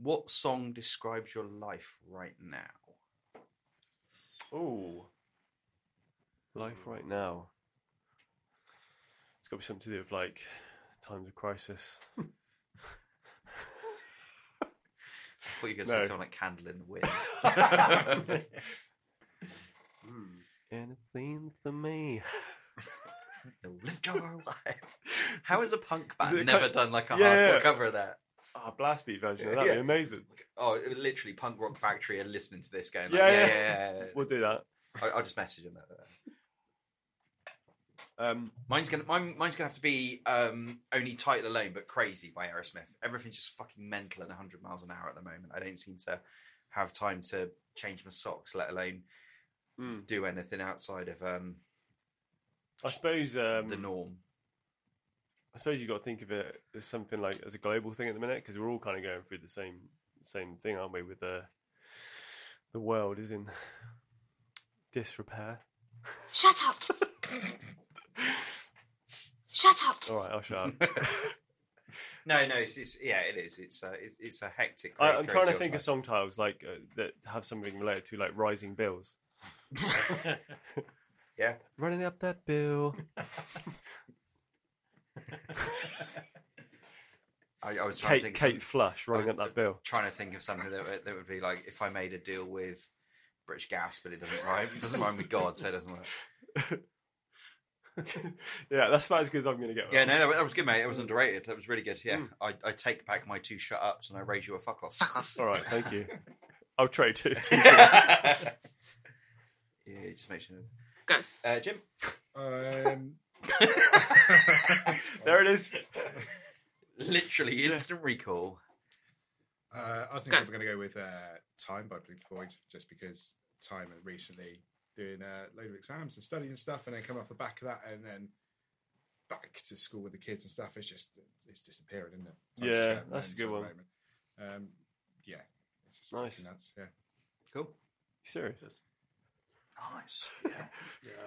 [SPEAKER 3] what song describes your life right now?
[SPEAKER 2] Oh, life
[SPEAKER 3] hmm.
[SPEAKER 2] right now. It's got to be something to do with like times of crisis.
[SPEAKER 3] I thought you were going to say
[SPEAKER 2] No.
[SPEAKER 3] something like "Candle in the Wind."
[SPEAKER 5] Hmm.
[SPEAKER 2] And it seems to me,
[SPEAKER 3] Live your life. How has a punk band
[SPEAKER 2] it
[SPEAKER 3] never
[SPEAKER 2] kind-
[SPEAKER 3] done like a
[SPEAKER 2] Yeah,
[SPEAKER 3] hardcore
[SPEAKER 2] yeah.
[SPEAKER 3] cover of that?
[SPEAKER 2] ah, blast beat version. of That'd
[SPEAKER 3] Yeah.
[SPEAKER 2] be amazing.
[SPEAKER 3] Oh, it was literally, Punk Rock Factory are listening to this going, like,
[SPEAKER 2] Yeah,
[SPEAKER 3] yeah, yeah,
[SPEAKER 2] yeah.
[SPEAKER 3] yeah. yeah,
[SPEAKER 2] We'll do that.
[SPEAKER 3] I, I'll just message them. That.
[SPEAKER 2] Um,
[SPEAKER 3] Mine's gonna mine, mine's gonna have to be um, only title alone, but crazy by Aerosmith. Everything's just fucking mental and 100 miles an hour at the moment. I don't seem to have time to change my socks, let alone
[SPEAKER 2] mm.
[SPEAKER 3] do anything outside of um,
[SPEAKER 2] I suppose. Um,
[SPEAKER 3] the norm.
[SPEAKER 2] I suppose you've got to think of it as something like as a global thing at the minute because we're all kind of going through the same same thing, aren't we? With the the world is in disrepair.
[SPEAKER 6] Shut up! Shut up!
[SPEAKER 2] All right, I'll shut up.
[SPEAKER 3] No, no, it's, it's yeah, it is. It's uh, it's, it's a hectic.
[SPEAKER 2] I,
[SPEAKER 3] cra-
[SPEAKER 2] I'm trying to
[SPEAKER 3] crazy
[SPEAKER 2] think of
[SPEAKER 3] outside.
[SPEAKER 2] song titles like uh, that have something related to like rising bills.
[SPEAKER 3] Yeah.
[SPEAKER 2] running up that bill.
[SPEAKER 3] I, I was trying to
[SPEAKER 2] Kate
[SPEAKER 3] think.
[SPEAKER 2] Kate
[SPEAKER 3] Of some,
[SPEAKER 2] Flush running up that bill.
[SPEAKER 3] trying to think of something that would- that would be like if I made a deal with British Gas, but it doesn't rhyme. It doesn't rhyme with God, so it doesn't work.
[SPEAKER 2] yeah, that's about as good as I'm going to get. with
[SPEAKER 3] Yeah,
[SPEAKER 2] that
[SPEAKER 3] no, that, wa- that was good, mate. That was underrated. That was really good. Yeah, I, I take back my two shut ups and I raise you a fuck off. Mm. Fuck off.
[SPEAKER 2] one. All right, thank you. I'll trade two. two-
[SPEAKER 3] yeah, just make sure.
[SPEAKER 6] Go.
[SPEAKER 3] uh, Jim.
[SPEAKER 4] Um,
[SPEAKER 2] there it is.
[SPEAKER 3] Literally instant recall.
[SPEAKER 4] Uh, I think
[SPEAKER 6] Go.
[SPEAKER 4] I'm going to go with uh, Time by Pink Floyd, just because Time and recently doing a load of exams and studying and stuff, and then coming off the back of that, and then back to school with the kids and stuff. It's just it's disappearing, isn't it? Time's just
[SPEAKER 2] Yeah,
[SPEAKER 4] going
[SPEAKER 2] that's a
[SPEAKER 4] mental
[SPEAKER 2] good
[SPEAKER 4] at
[SPEAKER 2] one.
[SPEAKER 4] the moment. Um, yeah, it's just
[SPEAKER 2] Nice.
[SPEAKER 4] nice. Nuts. Yeah,
[SPEAKER 3] Cool.
[SPEAKER 2] Serious.
[SPEAKER 3] Nice.
[SPEAKER 5] Yeah,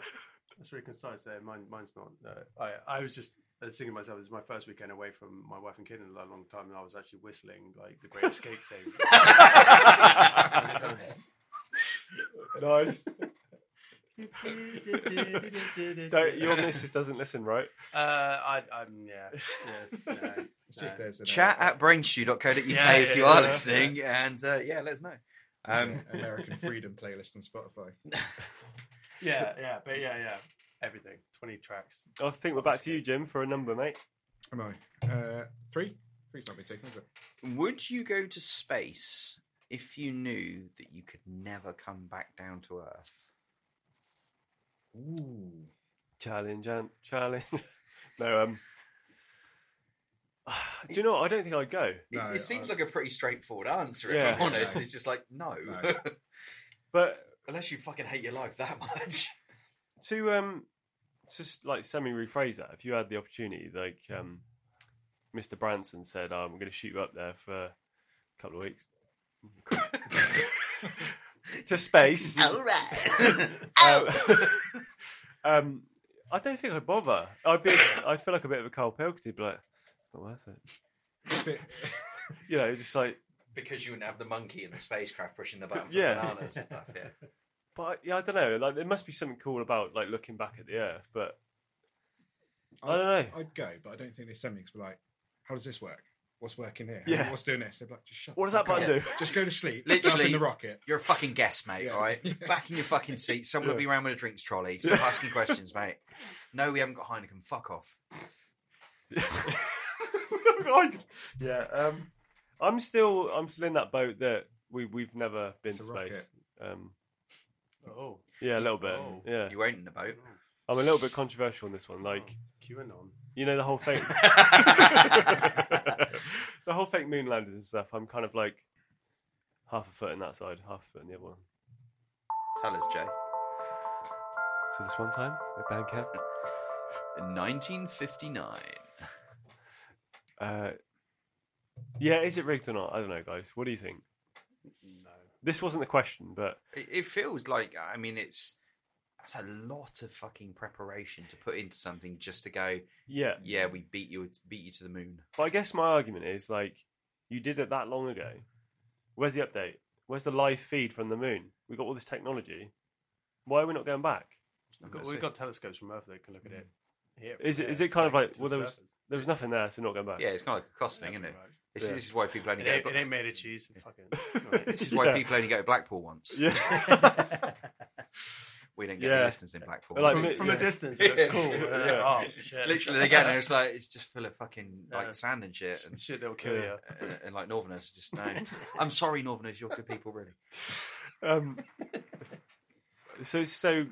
[SPEAKER 5] that's really concise. There, mine, mine's not. Uh, I, I was just I was thinking to myself. This is my first weekend away from my wife and kid in a lo- long time, and I was actually whistling like the Great Escape thing.
[SPEAKER 2] Nice. Don't, your missus doesn't listen, right?
[SPEAKER 5] Uh, I, I'm yeah. yeah no,
[SPEAKER 4] See if
[SPEAKER 5] no.
[SPEAKER 4] there's an,
[SPEAKER 3] Chat
[SPEAKER 4] uh,
[SPEAKER 3] at brainshoe.co.uk
[SPEAKER 5] Yeah,
[SPEAKER 3] if you
[SPEAKER 5] yeah,
[SPEAKER 3] are
[SPEAKER 5] yeah.
[SPEAKER 3] listening, and uh, yeah, let us know. Um,
[SPEAKER 4] an American Freedom playlist on Spotify.
[SPEAKER 5] yeah, yeah, but yeah, yeah. Everything. Twenty tracks.
[SPEAKER 2] I think we're back to you, Jim, for a number, mate.
[SPEAKER 4] Am I uh, three? Three's not been taken, is it?
[SPEAKER 3] Would you go to space if you knew that you could never come back down to Earth?
[SPEAKER 4] Ooh,
[SPEAKER 2] Challenge, Ant. Challenge. no, um, Do you know? What? I don't think I'd go.
[SPEAKER 3] It,
[SPEAKER 4] No,
[SPEAKER 3] it seems
[SPEAKER 4] I-
[SPEAKER 3] like a pretty straightforward answer, if
[SPEAKER 2] Yeah.
[SPEAKER 3] I'm honest.
[SPEAKER 4] No.
[SPEAKER 3] It's just like, no.
[SPEAKER 4] No.
[SPEAKER 2] But
[SPEAKER 3] Unless you fucking hate your life that much.
[SPEAKER 2] to um, just like semi rephrase that, if you had the opportunity, like um, Mr. Branson said, "Oh, "I'm going to shoot you up there for a couple of weeks to space."
[SPEAKER 3] All right.
[SPEAKER 2] Um, um, I don't think I'd bother. I'd be, I'd feel like a bit of a Carl Pilkington, but like, it's not worth it. You know, just like,
[SPEAKER 3] because you wouldn't have the monkey in the spacecraft pushing the button for
[SPEAKER 2] Yeah.
[SPEAKER 3] bananas and stuff. Yeah.
[SPEAKER 2] but yeah, I don't know. Like, there must be something cool about like looking back at the Earth, but
[SPEAKER 4] Oh,
[SPEAKER 2] I don't know.
[SPEAKER 4] I'd go, but I don't think they send me because like, how does this work? What's working here?
[SPEAKER 2] Yeah.
[SPEAKER 4] What's doing this? They're like, just shut.
[SPEAKER 2] What
[SPEAKER 4] the
[SPEAKER 2] does that
[SPEAKER 4] fuck
[SPEAKER 2] button
[SPEAKER 4] up.
[SPEAKER 2] do?
[SPEAKER 4] Just go to sleep.
[SPEAKER 3] Literally-
[SPEAKER 4] Jump in the rocket.
[SPEAKER 3] You're a fucking guest, mate.
[SPEAKER 4] Yeah.
[SPEAKER 3] All right, back in your fucking seat. Someone will
[SPEAKER 2] Yeah.
[SPEAKER 3] be around with a drinks trolley. Stop
[SPEAKER 2] Yeah.
[SPEAKER 3] asking questions, mate. No, we haven't got Heineken. Fuck off.
[SPEAKER 2] yeah, um, I'm still I'm still in that boat that we we've never been
[SPEAKER 4] It's
[SPEAKER 2] to
[SPEAKER 4] a rocket.
[SPEAKER 2] space. Um,
[SPEAKER 5] Oh,
[SPEAKER 2] yeah, a little bit.
[SPEAKER 5] Oh.
[SPEAKER 2] Yeah,
[SPEAKER 3] You ain't in the boat.
[SPEAKER 2] I'm a little bit controversial on this one. Like
[SPEAKER 5] Oh. QAnon.
[SPEAKER 2] you know the whole thing, the whole fake moon landings and stuff. I'm kind of like half a foot in that side, half a foot in the other one.
[SPEAKER 3] Tell us, Jay.
[SPEAKER 2] So this one time at Bandcamp,
[SPEAKER 3] In 1959.
[SPEAKER 2] uh, yeah, is it rigged or not? I don't know, guys. What do you think?
[SPEAKER 5] No.
[SPEAKER 2] This wasn't the question, but
[SPEAKER 3] It, it feels like I mean it's that's a lot of fucking preparation to put into something just to go.
[SPEAKER 2] yeah.
[SPEAKER 3] Yeah, we beat you. Beat you to the moon.
[SPEAKER 2] But I guess my argument is like, you did it that long ago. Where's the update? Where's the live feed from the moon? We got all this technology. Why are we not going back?
[SPEAKER 5] We've
[SPEAKER 3] I'm
[SPEAKER 5] got,
[SPEAKER 3] gonna
[SPEAKER 5] we've
[SPEAKER 3] say-
[SPEAKER 5] got telescopes from Earth that can look at it. Here,
[SPEAKER 2] Is it-
[SPEAKER 5] there,
[SPEAKER 2] is it kind of like-
[SPEAKER 5] to
[SPEAKER 2] well,
[SPEAKER 5] the
[SPEAKER 2] there was-
[SPEAKER 5] surface.
[SPEAKER 2] There was nothing there, so not going back.
[SPEAKER 3] Yeah, it's kind of like a cost thing, isn't it?
[SPEAKER 5] Right.
[SPEAKER 3] This,
[SPEAKER 2] Yeah.
[SPEAKER 3] this is why people only
[SPEAKER 5] It
[SPEAKER 3] go.
[SPEAKER 5] ain't,
[SPEAKER 3] to
[SPEAKER 5] it
[SPEAKER 3] Bla-
[SPEAKER 5] ain't made of cheese. Fucking.
[SPEAKER 3] This is why
[SPEAKER 2] Yeah.
[SPEAKER 3] people only go to Blackpool once.
[SPEAKER 2] Yeah.
[SPEAKER 3] We don't get
[SPEAKER 2] Yeah.
[SPEAKER 3] any listeners in Blackpool.
[SPEAKER 2] But like-
[SPEAKER 5] from,
[SPEAKER 2] mi-
[SPEAKER 5] from
[SPEAKER 2] yeah.
[SPEAKER 5] a distance, it looks cool.
[SPEAKER 3] Yeah.
[SPEAKER 5] Uh,
[SPEAKER 2] Yeah.
[SPEAKER 5] oh, shit.
[SPEAKER 3] Literally, they get there. It's like it's just full of fucking
[SPEAKER 5] Yeah.
[SPEAKER 3] like sand and shit, and,
[SPEAKER 5] shit that will kill
[SPEAKER 2] Yeah.
[SPEAKER 5] you.
[SPEAKER 3] and, and like Northerners are just no. I'm sorry, Northerners, you're good people, really.
[SPEAKER 2] Um, so, so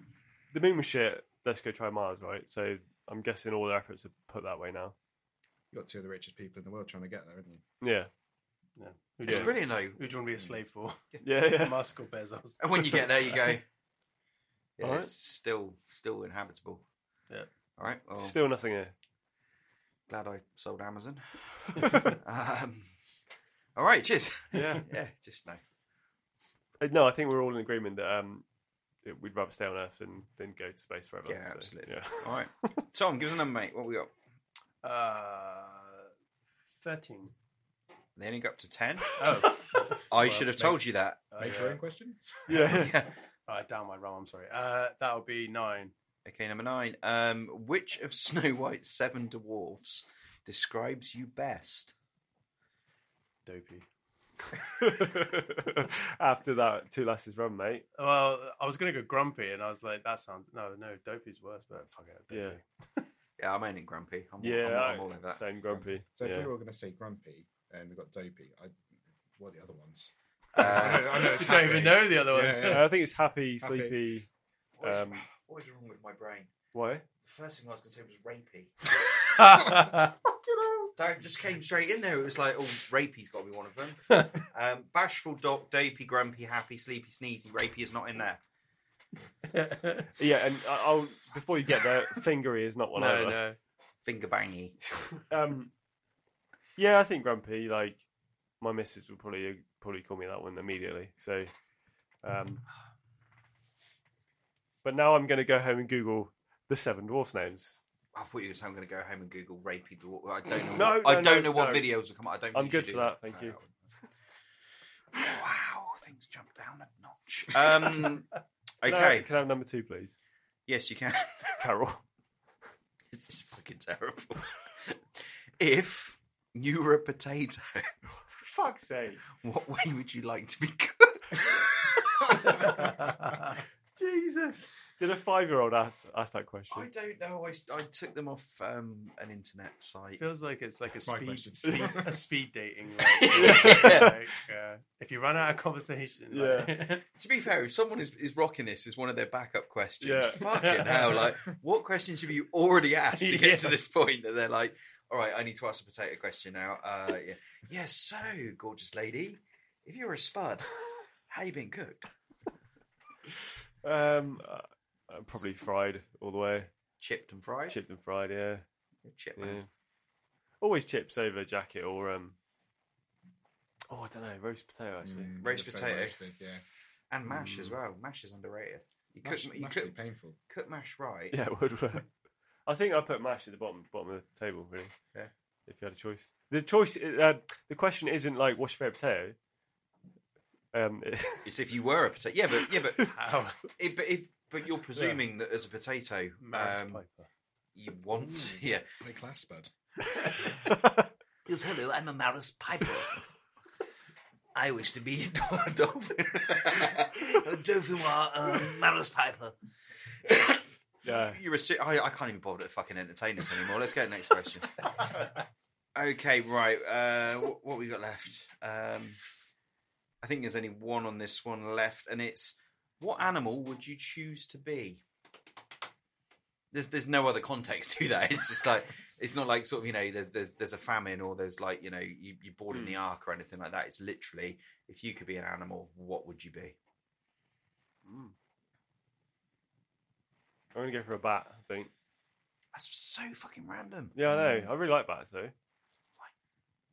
[SPEAKER 2] the moon was shit. Let's go try Mars, right? So I'm guessing all their efforts are put that way now.
[SPEAKER 4] You got two of the richest people in the world trying to get there, haven't you?
[SPEAKER 2] Yeah,
[SPEAKER 5] Who do
[SPEAKER 3] It's
[SPEAKER 5] you-
[SPEAKER 3] brilliant though.
[SPEAKER 5] Who do you want to be a slave for?
[SPEAKER 2] yeah, yeah.
[SPEAKER 5] Musk or Bezos?
[SPEAKER 3] And when you get there, you go. Yeah,
[SPEAKER 2] Alright.
[SPEAKER 3] it's still still inhabitable.
[SPEAKER 5] Yeah.
[SPEAKER 3] All right. Well,
[SPEAKER 2] Still nothing here.
[SPEAKER 3] glad I sold Amazon. um, all right. Cheers.
[SPEAKER 2] Yeah.
[SPEAKER 3] Yeah. Just no.
[SPEAKER 2] Uh, No, I think we're all in agreement that um, it- we'd rather stay on Earth than, than go to space forever.
[SPEAKER 3] Yeah,
[SPEAKER 2] so,
[SPEAKER 3] absolutely.
[SPEAKER 2] Yeah.
[SPEAKER 3] All right. Tom, give us a number, mate. What we got?
[SPEAKER 5] Uh, 13.
[SPEAKER 3] They only got up to ten.
[SPEAKER 5] Oh,
[SPEAKER 3] I
[SPEAKER 5] Well,
[SPEAKER 3] should have
[SPEAKER 5] mate.
[SPEAKER 3] told you that.
[SPEAKER 2] Oh,
[SPEAKER 5] uh,
[SPEAKER 4] Make your own question.
[SPEAKER 2] yeah.
[SPEAKER 3] Yeah.
[SPEAKER 5] uh, down my rum, I'm sorry. Uh, that would be 9.
[SPEAKER 3] Okay, number nine. Um, which of Snow White's seven dwarfs describes you best?
[SPEAKER 5] Dopey.
[SPEAKER 2] After that, two lasses run, mate.
[SPEAKER 5] Well, I was going to go grumpy, and I was like, that sounds. No, no, dopey's worse, but fuck it. Dopey.
[SPEAKER 2] Yeah.
[SPEAKER 3] Yeah, I'm owning Grumpy. I'm,
[SPEAKER 2] Yeah,
[SPEAKER 3] I'm, I'm
[SPEAKER 2] I-
[SPEAKER 3] all over that. Um,
[SPEAKER 2] Same grumpy.
[SPEAKER 4] So if
[SPEAKER 2] yeah.
[SPEAKER 4] we were all going to say grumpy and we got dopey, I what are the other ones? I,
[SPEAKER 3] Uh,
[SPEAKER 4] know, I know it's
[SPEAKER 5] I don't
[SPEAKER 4] happy. Mm,
[SPEAKER 5] even know the other one.
[SPEAKER 4] Yeah, yeah.
[SPEAKER 2] Uh, I think it's happy,
[SPEAKER 4] Happy.
[SPEAKER 2] sleepy.
[SPEAKER 3] what, is,
[SPEAKER 2] Um,
[SPEAKER 3] what is wrong with my brain?
[SPEAKER 2] Why?
[SPEAKER 3] The first thing I was going to say was rapey.
[SPEAKER 5] yeah.
[SPEAKER 3] That just came straight in there. It was like, oh, rapey's got to be one of them. um, bashful, doc, dopey, grumpy, happy, sleepy, sneezy. Rapey is not in there.
[SPEAKER 2] Yeah, and I- I'll before you get there, fingery is not one
[SPEAKER 5] no,
[SPEAKER 2] either.
[SPEAKER 5] no.
[SPEAKER 3] Finger bangy.
[SPEAKER 2] Um, yeah, I think grumpy. Like my missus would probably probably call me that one immediately. So, um, but now I'm going to go home and Google the seven dwarfs names.
[SPEAKER 3] I thought you were saying I'm going to go home and Google rapey dwarf. I don't know.
[SPEAKER 2] No,
[SPEAKER 3] what,
[SPEAKER 2] no,
[SPEAKER 3] I don't
[SPEAKER 2] no,
[SPEAKER 3] know what
[SPEAKER 2] no.
[SPEAKER 3] videos will come out. I don't.
[SPEAKER 2] I'm
[SPEAKER 3] usually
[SPEAKER 2] good for
[SPEAKER 3] do
[SPEAKER 2] that, thank you.
[SPEAKER 3] Wow, things jumped down a notch. Um,
[SPEAKER 2] Can I-
[SPEAKER 3] okay.
[SPEAKER 2] can I have number two, please,
[SPEAKER 3] Yes, you can.
[SPEAKER 2] Carol?
[SPEAKER 3] this is fucking terrible. if you were a potato,
[SPEAKER 2] Fuck's sake!
[SPEAKER 3] what way would you like to be cooked?
[SPEAKER 2] Jesus! Did a five-year-old ask ask that
[SPEAKER 3] I
[SPEAKER 2] question?
[SPEAKER 3] don't know. I, s- I took them off um, an internet site.
[SPEAKER 5] Feels like it's like a
[SPEAKER 4] my
[SPEAKER 5] speed,
[SPEAKER 4] question.
[SPEAKER 5] speed a speed dating. Like,
[SPEAKER 3] Yeah.
[SPEAKER 5] like, uh, if you run out of conversation, like,
[SPEAKER 3] To be fair, if someone is, is rocking this as one of their backup questions,
[SPEAKER 2] Yeah.
[SPEAKER 3] fucking hell, like what questions have you already asked to get to
[SPEAKER 5] Yeah.
[SPEAKER 3] this point that they're like, All right, I need to ask a potato question now. Uh, yeah. yeah, so, gorgeous lady, if you're a spud, how you been cooked?
[SPEAKER 2] Um, uh, uh, probably fried all the way,
[SPEAKER 3] Chipped and fried?
[SPEAKER 2] chipped and fried. Yeah,
[SPEAKER 3] Chip,
[SPEAKER 2] yeah.
[SPEAKER 3] man.
[SPEAKER 2] Always chips over jacket or um. Oh, I don't know, roast potato actually.
[SPEAKER 4] Mm,
[SPEAKER 3] Roast
[SPEAKER 4] the same
[SPEAKER 3] potato.
[SPEAKER 4] roasted, yeah.
[SPEAKER 3] And mash as
[SPEAKER 2] Mm.
[SPEAKER 3] well. Mash is underrated. You cook,
[SPEAKER 4] Mash,
[SPEAKER 3] you
[SPEAKER 4] mash would
[SPEAKER 3] cook,
[SPEAKER 4] be painful.
[SPEAKER 3] cook mash right.
[SPEAKER 2] Yeah, it would work. I think I put mash at the bottom bottom of the table, really.
[SPEAKER 3] Yeah.
[SPEAKER 2] If you had a choice, the choice, uh, the question isn't like what's your favorite potato. Um,
[SPEAKER 3] It's if you were a potato. Yeah, but yeah, but
[SPEAKER 5] How?
[SPEAKER 3] if, but if but you're presuming that as a potato,
[SPEAKER 5] Maris
[SPEAKER 3] um,
[SPEAKER 5] Piper.
[SPEAKER 3] you want yeah.
[SPEAKER 4] High class, bud.
[SPEAKER 3] Yes, hello, I'm a Maris Piper. I wish to be a dolphin. a dolphin are a Maris Piper.
[SPEAKER 2] yeah.
[SPEAKER 3] You're a se- I, I can't even bother to fucking entertain us anymore. Let's go to the next question. okay, right. Uh, what, what we got left? Um, I think there's only one on this one left, and it's what animal would you choose to be? There's there's no other context to that. It's just like it's not like sort of you know there's there's there's a famine or there's like you know you you bored in
[SPEAKER 2] Hmm.
[SPEAKER 3] the ark or anything like that. It's literally if you could be an animal, what would you be?
[SPEAKER 2] Mm. I'm gonna go for a bat. I think.
[SPEAKER 3] That's so fucking random.
[SPEAKER 2] Yeah, I know. I really like bats though.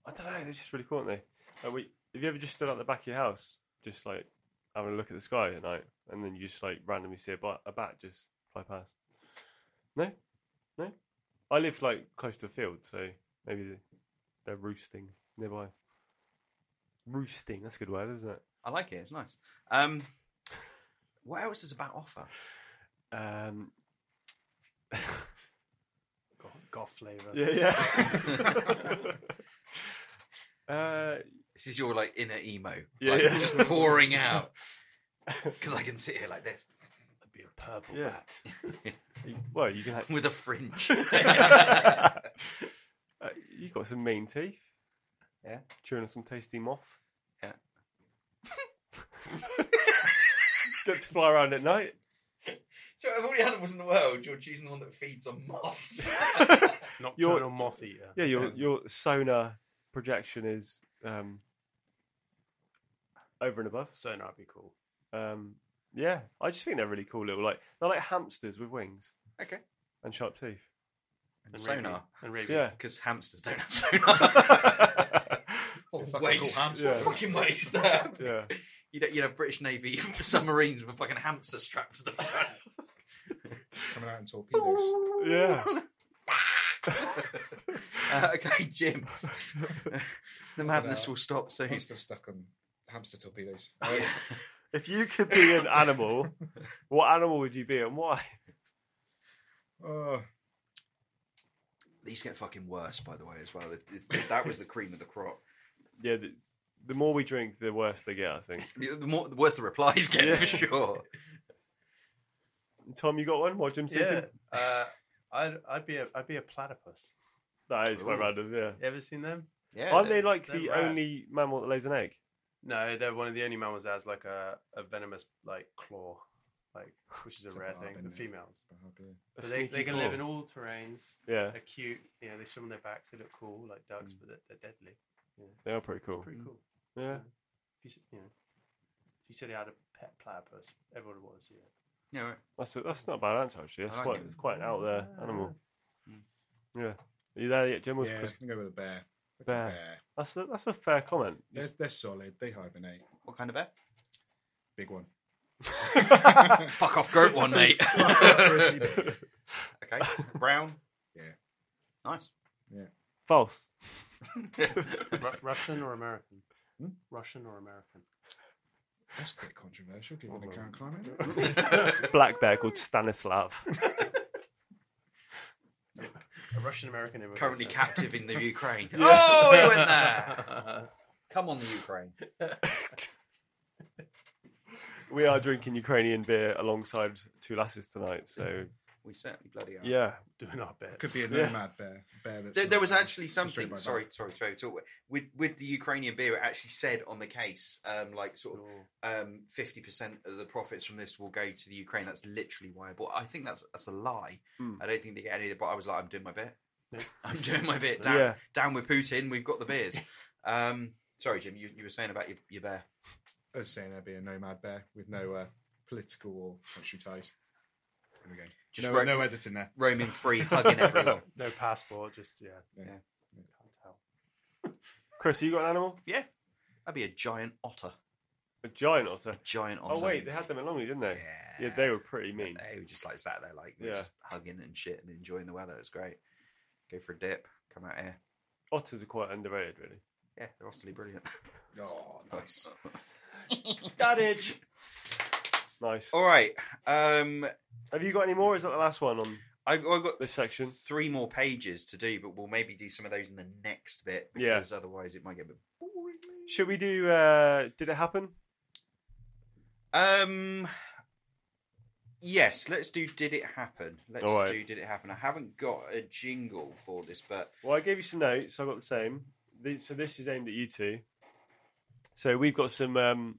[SPEAKER 2] I don't know. They're just really cool, aren't they? Like, we, have you ever just stood out the back of your house, just like having a look at the sky at night, and then you just like randomly see a bat, a bat just fly past? No, no. I live like close to a field, so maybe they're roosting nearby. Roosting. That's a good word, isn't it?
[SPEAKER 3] I like it. It's nice. Um, what else does a bat offer?
[SPEAKER 2] Um,
[SPEAKER 5] Go- Goth flavour.
[SPEAKER 2] yeah, yeah. uh,
[SPEAKER 3] This is your like inner emo,
[SPEAKER 2] Yeah,
[SPEAKER 3] like,
[SPEAKER 2] yeah.
[SPEAKER 3] just pouring out. Because I can sit here like this
[SPEAKER 5] It'd be a purple
[SPEAKER 2] Yeah.
[SPEAKER 5] bat.
[SPEAKER 2] well, you can. Have,
[SPEAKER 3] with a fringe.
[SPEAKER 2] uh, you got some mean teeth.
[SPEAKER 3] Yeah.
[SPEAKER 2] Chewing on some tasty moth.
[SPEAKER 3] Yeah.
[SPEAKER 2] Get to fly around at night.
[SPEAKER 3] so of all the animals in the world, you're choosing the one that feeds on moths.
[SPEAKER 5] Nocturnal moth eater.
[SPEAKER 2] Yeah, your your sonar projection is um, over and above.
[SPEAKER 5] So that'd be cool.
[SPEAKER 2] Um, yeah, I just think they're really cool little like they're like hamsters with wings
[SPEAKER 3] okay.
[SPEAKER 2] and sharp teeth.
[SPEAKER 5] And
[SPEAKER 3] Sonar.
[SPEAKER 5] rabies. And rabies.
[SPEAKER 2] Yeah.
[SPEAKER 3] Because hamsters don't have sonar.
[SPEAKER 4] What a fucking cool
[SPEAKER 3] waste.
[SPEAKER 4] hamster.
[SPEAKER 2] Oh, Yeah.
[SPEAKER 3] Fucking waste. that.
[SPEAKER 2] yeah.
[SPEAKER 3] You'd, you'd have British Navy submarines with a fucking hamster strapped to the front.
[SPEAKER 4] Coming out in torpedoes.
[SPEAKER 2] Yeah.
[SPEAKER 3] Uh, okay, Jim. the madness
[SPEAKER 4] about-
[SPEAKER 3] will stop soon.
[SPEAKER 4] I'm still stuck on hamster torpedoes. Oh,
[SPEAKER 3] Yeah.
[SPEAKER 2] If you could be an animal, what animal would you be and why?
[SPEAKER 4] Oh,
[SPEAKER 3] These get fucking worse, by the way, as well. It- it's- that was the cream of the crop.
[SPEAKER 2] Yeah, the, the more we drink, the worse they get. I think.
[SPEAKER 3] The, the more, the worse the replies get,
[SPEAKER 2] Yeah.
[SPEAKER 3] for sure.
[SPEAKER 2] Tom, you got one? What Jim's
[SPEAKER 5] Yeah.
[SPEAKER 2] thinking?
[SPEAKER 5] Uh, I'd, I'd be a I'd be a platypus.
[SPEAKER 2] That is quite
[SPEAKER 3] Ooh.
[SPEAKER 2] random. Yeah.
[SPEAKER 5] You ever seen them?
[SPEAKER 3] Yeah.
[SPEAKER 2] Aren't they like
[SPEAKER 5] they're
[SPEAKER 2] the
[SPEAKER 5] rare.
[SPEAKER 2] only mammal that lays an egg?
[SPEAKER 5] No, they're one of the only mammals that has like a, a venomous like claw, like which is
[SPEAKER 4] It's
[SPEAKER 5] a
[SPEAKER 4] a
[SPEAKER 5] rare
[SPEAKER 4] barb,
[SPEAKER 5] thing.
[SPEAKER 4] isn't
[SPEAKER 5] The
[SPEAKER 4] it?
[SPEAKER 5] females,
[SPEAKER 4] God, yeah.
[SPEAKER 2] A
[SPEAKER 5] but they, they
[SPEAKER 2] sneaky
[SPEAKER 5] can live
[SPEAKER 2] claw.
[SPEAKER 5] in all terrains.
[SPEAKER 2] Yeah,
[SPEAKER 5] They're cute. You know, they swim on their backs. They look cool, like ducks, but they're, they're deadly.
[SPEAKER 2] they are pretty cool.
[SPEAKER 5] Pretty cool.
[SPEAKER 2] Yeah.
[SPEAKER 5] If you, s- you know, if you said I had a pet platypus, everyone would want to see it.
[SPEAKER 3] Yeah, right.
[SPEAKER 2] That's a, that's not a bad answer actually. That's
[SPEAKER 3] I like
[SPEAKER 2] quite
[SPEAKER 3] it.
[SPEAKER 2] it's quite an out there animal.
[SPEAKER 3] Mm.
[SPEAKER 5] Hmm.
[SPEAKER 2] Yeah. Are you there yet, Jim? Was
[SPEAKER 4] Yeah, I can go with a bear. Like a
[SPEAKER 2] Bear.
[SPEAKER 4] bear.
[SPEAKER 2] That's a, that's a fair comment.
[SPEAKER 4] They're, they're solid. They hibernate.
[SPEAKER 3] What kind of bear?
[SPEAKER 4] Big one.
[SPEAKER 3] Fuck off, goat one, mate.
[SPEAKER 4] Grizzly bear.
[SPEAKER 3] okay. Brown.
[SPEAKER 4] Yeah.
[SPEAKER 3] Nice.
[SPEAKER 2] False.
[SPEAKER 5] Ru- Russian or American?
[SPEAKER 4] Hmm?
[SPEAKER 5] Russian or American?
[SPEAKER 4] That's a bit controversial given the
[SPEAKER 5] Although-
[SPEAKER 4] current climate.
[SPEAKER 2] Black bear called Stanislav.
[SPEAKER 5] A Russian American immigrant.
[SPEAKER 3] Currently
[SPEAKER 5] uh,
[SPEAKER 3] captive in the Ukraine. Oh, he went there. Come on, the Ukraine.
[SPEAKER 2] we are drinking Ukrainian beer alongside two lasses tonight. So
[SPEAKER 3] We certainly bloody are.
[SPEAKER 2] yeah,
[SPEAKER 5] Doing our bit.
[SPEAKER 4] Could be a
[SPEAKER 2] Yeah.
[SPEAKER 4] nomad bear. bear that's
[SPEAKER 3] There, there
[SPEAKER 4] not
[SPEAKER 3] was
[SPEAKER 4] a-
[SPEAKER 3] actually
[SPEAKER 4] Straight
[SPEAKER 3] something.
[SPEAKER 4] by
[SPEAKER 3] Sorry,
[SPEAKER 4] back.
[SPEAKER 3] sorry, sorry. Talk with with the Ukrainian beer. It actually said on the case, um, like sort of
[SPEAKER 5] Or-
[SPEAKER 3] um, 50% of the profits from this will go to the Ukraine. That's literally why I bought. I think that's that's a lie.
[SPEAKER 2] Mm.
[SPEAKER 3] I don't think they get any of it, but I was like, I'm doing my bit. I'm doing my bit. Down,
[SPEAKER 2] Yeah.
[SPEAKER 3] down with Putin. We've got the beers. Um, sorry, Jim. You, you were saying about your, your bear.
[SPEAKER 4] I was saying there'd be a nomad bear with no uh, political or country ties. There we go.
[SPEAKER 3] Just
[SPEAKER 4] no,
[SPEAKER 3] ro-
[SPEAKER 4] no editing there.
[SPEAKER 3] roaming free, hugging everyone.
[SPEAKER 5] No passport, just yeah.
[SPEAKER 4] Yeah.
[SPEAKER 5] Can't tell.
[SPEAKER 2] Chris, you got an animal?
[SPEAKER 3] That'd be a giant otter.
[SPEAKER 2] A giant otter.
[SPEAKER 3] Giant otter.
[SPEAKER 2] Oh wait, they had them at Longley, didn't
[SPEAKER 3] Yeah.
[SPEAKER 2] they? Yeah, they were pretty mean.
[SPEAKER 3] They were just like sat there, like they were
[SPEAKER 2] Yeah.
[SPEAKER 3] just hugging and shit and enjoying the weather. It's great. Go for a dip. Come out here.
[SPEAKER 2] Otters are quite underrated, really.
[SPEAKER 3] Yeah, they're utterly brilliant.
[SPEAKER 4] Oh, nice.
[SPEAKER 2] Dadage. Nice.
[SPEAKER 3] All right. Um,
[SPEAKER 2] Have you got any more? Is that the last one Um, on?
[SPEAKER 3] I've, I've got
[SPEAKER 2] This section.
[SPEAKER 3] three more pages to do, but we'll maybe do some of those in the next bit
[SPEAKER 2] Yeah.
[SPEAKER 3] because otherwise it might get a bit boring.
[SPEAKER 2] Should we do? uh Did it happen?
[SPEAKER 3] Um. Yes, let's do. Did it happen? Let's
[SPEAKER 2] All right.
[SPEAKER 3] do. Did it happen? I haven't got a jingle for this, but
[SPEAKER 2] Well, I gave you some notes. I got the same. The- So this is aimed at you two. So we've got some um,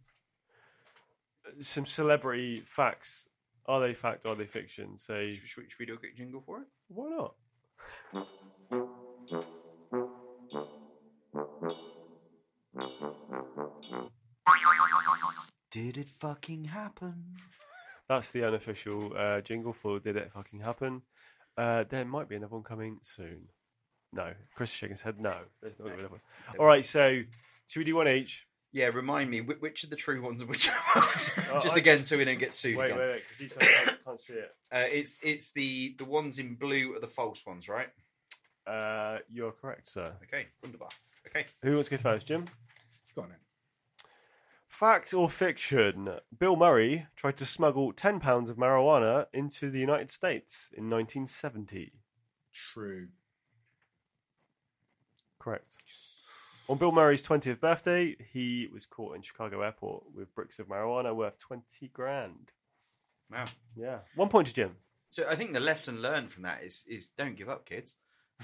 [SPEAKER 2] some celebrity facts. Are they fact? Are they fiction? So
[SPEAKER 3] should, should we- should we do a quick jingle for it?
[SPEAKER 2] why not?
[SPEAKER 3] Did it fucking happen?
[SPEAKER 2] That's the unofficial uh, jingle for "Did It Fucking Happen." Uh, there might be another one coming soon. No, Chris is shaking his head. No, there's not gonna be another one. All right, so should we do one each?
[SPEAKER 3] Yeah, remind me whi- which are the true ones and which are ones?
[SPEAKER 2] Oh,
[SPEAKER 3] Just
[SPEAKER 2] I-
[SPEAKER 3] again, so we don't get
[SPEAKER 2] Wait,
[SPEAKER 3] sued.
[SPEAKER 2] wait,
[SPEAKER 3] again.
[SPEAKER 2] wait, because these guys can't, can't see it.
[SPEAKER 3] Uh, it's it's the the ones in blue are the false ones, right?
[SPEAKER 2] Uh, you're correct, sir.
[SPEAKER 3] Okay, wunderbar. Okay,
[SPEAKER 2] Who wants to go first, Jim?
[SPEAKER 4] Go on then.
[SPEAKER 2] Fact or fiction? Bill Murray tried to smuggle 10 pounds of marijuana into the United States in 1970.
[SPEAKER 4] True.
[SPEAKER 2] Correct. On Bill Murray's 20th birthday, he was caught in Chicago airport with bricks of marijuana worth 20 grand.
[SPEAKER 3] wow.
[SPEAKER 2] Yeah. One point to Jim.
[SPEAKER 3] So I think the lesson learned from that is is don't give up, kids,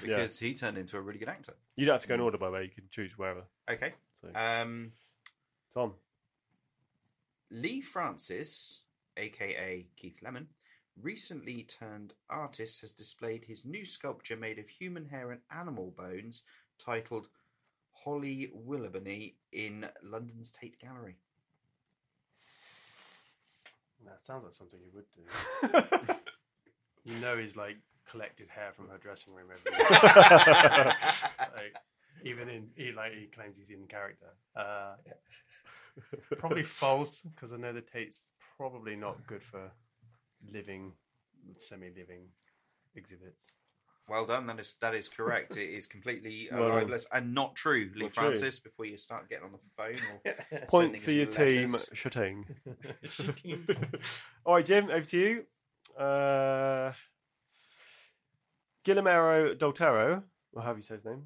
[SPEAKER 3] because he turned into a really good actor.
[SPEAKER 2] You don't have to go in order, by the way. You can choose wherever.
[SPEAKER 3] Okay,
[SPEAKER 2] So,
[SPEAKER 3] um,
[SPEAKER 2] Tom.
[SPEAKER 3] Lee Francis, aka Keith Lemon, recently turned artist, has displayed his new sculpture made of human hair and animal bones, titled Holly Willoughby, in London's Tate Gallery.
[SPEAKER 5] That sounds like something he would do. You know, he's like collected hair from her dressing room every day. like, even in he like he claims he's in character. Uh, probably false because I know the Tate's probably not good for living, semi-living exhibits.
[SPEAKER 3] Well done. That is that is correct. It is completely uh,
[SPEAKER 2] Well done.
[SPEAKER 3] libelous and not true, Lee
[SPEAKER 2] Not true.
[SPEAKER 3] Francis. Before you start getting on the phone, or
[SPEAKER 2] Point
[SPEAKER 3] sending
[SPEAKER 2] for
[SPEAKER 3] us
[SPEAKER 2] your team,
[SPEAKER 3] letters.
[SPEAKER 2] Shooting. All right, Jim, over to you. Uh, Guillermo del Toro, or however you say his name,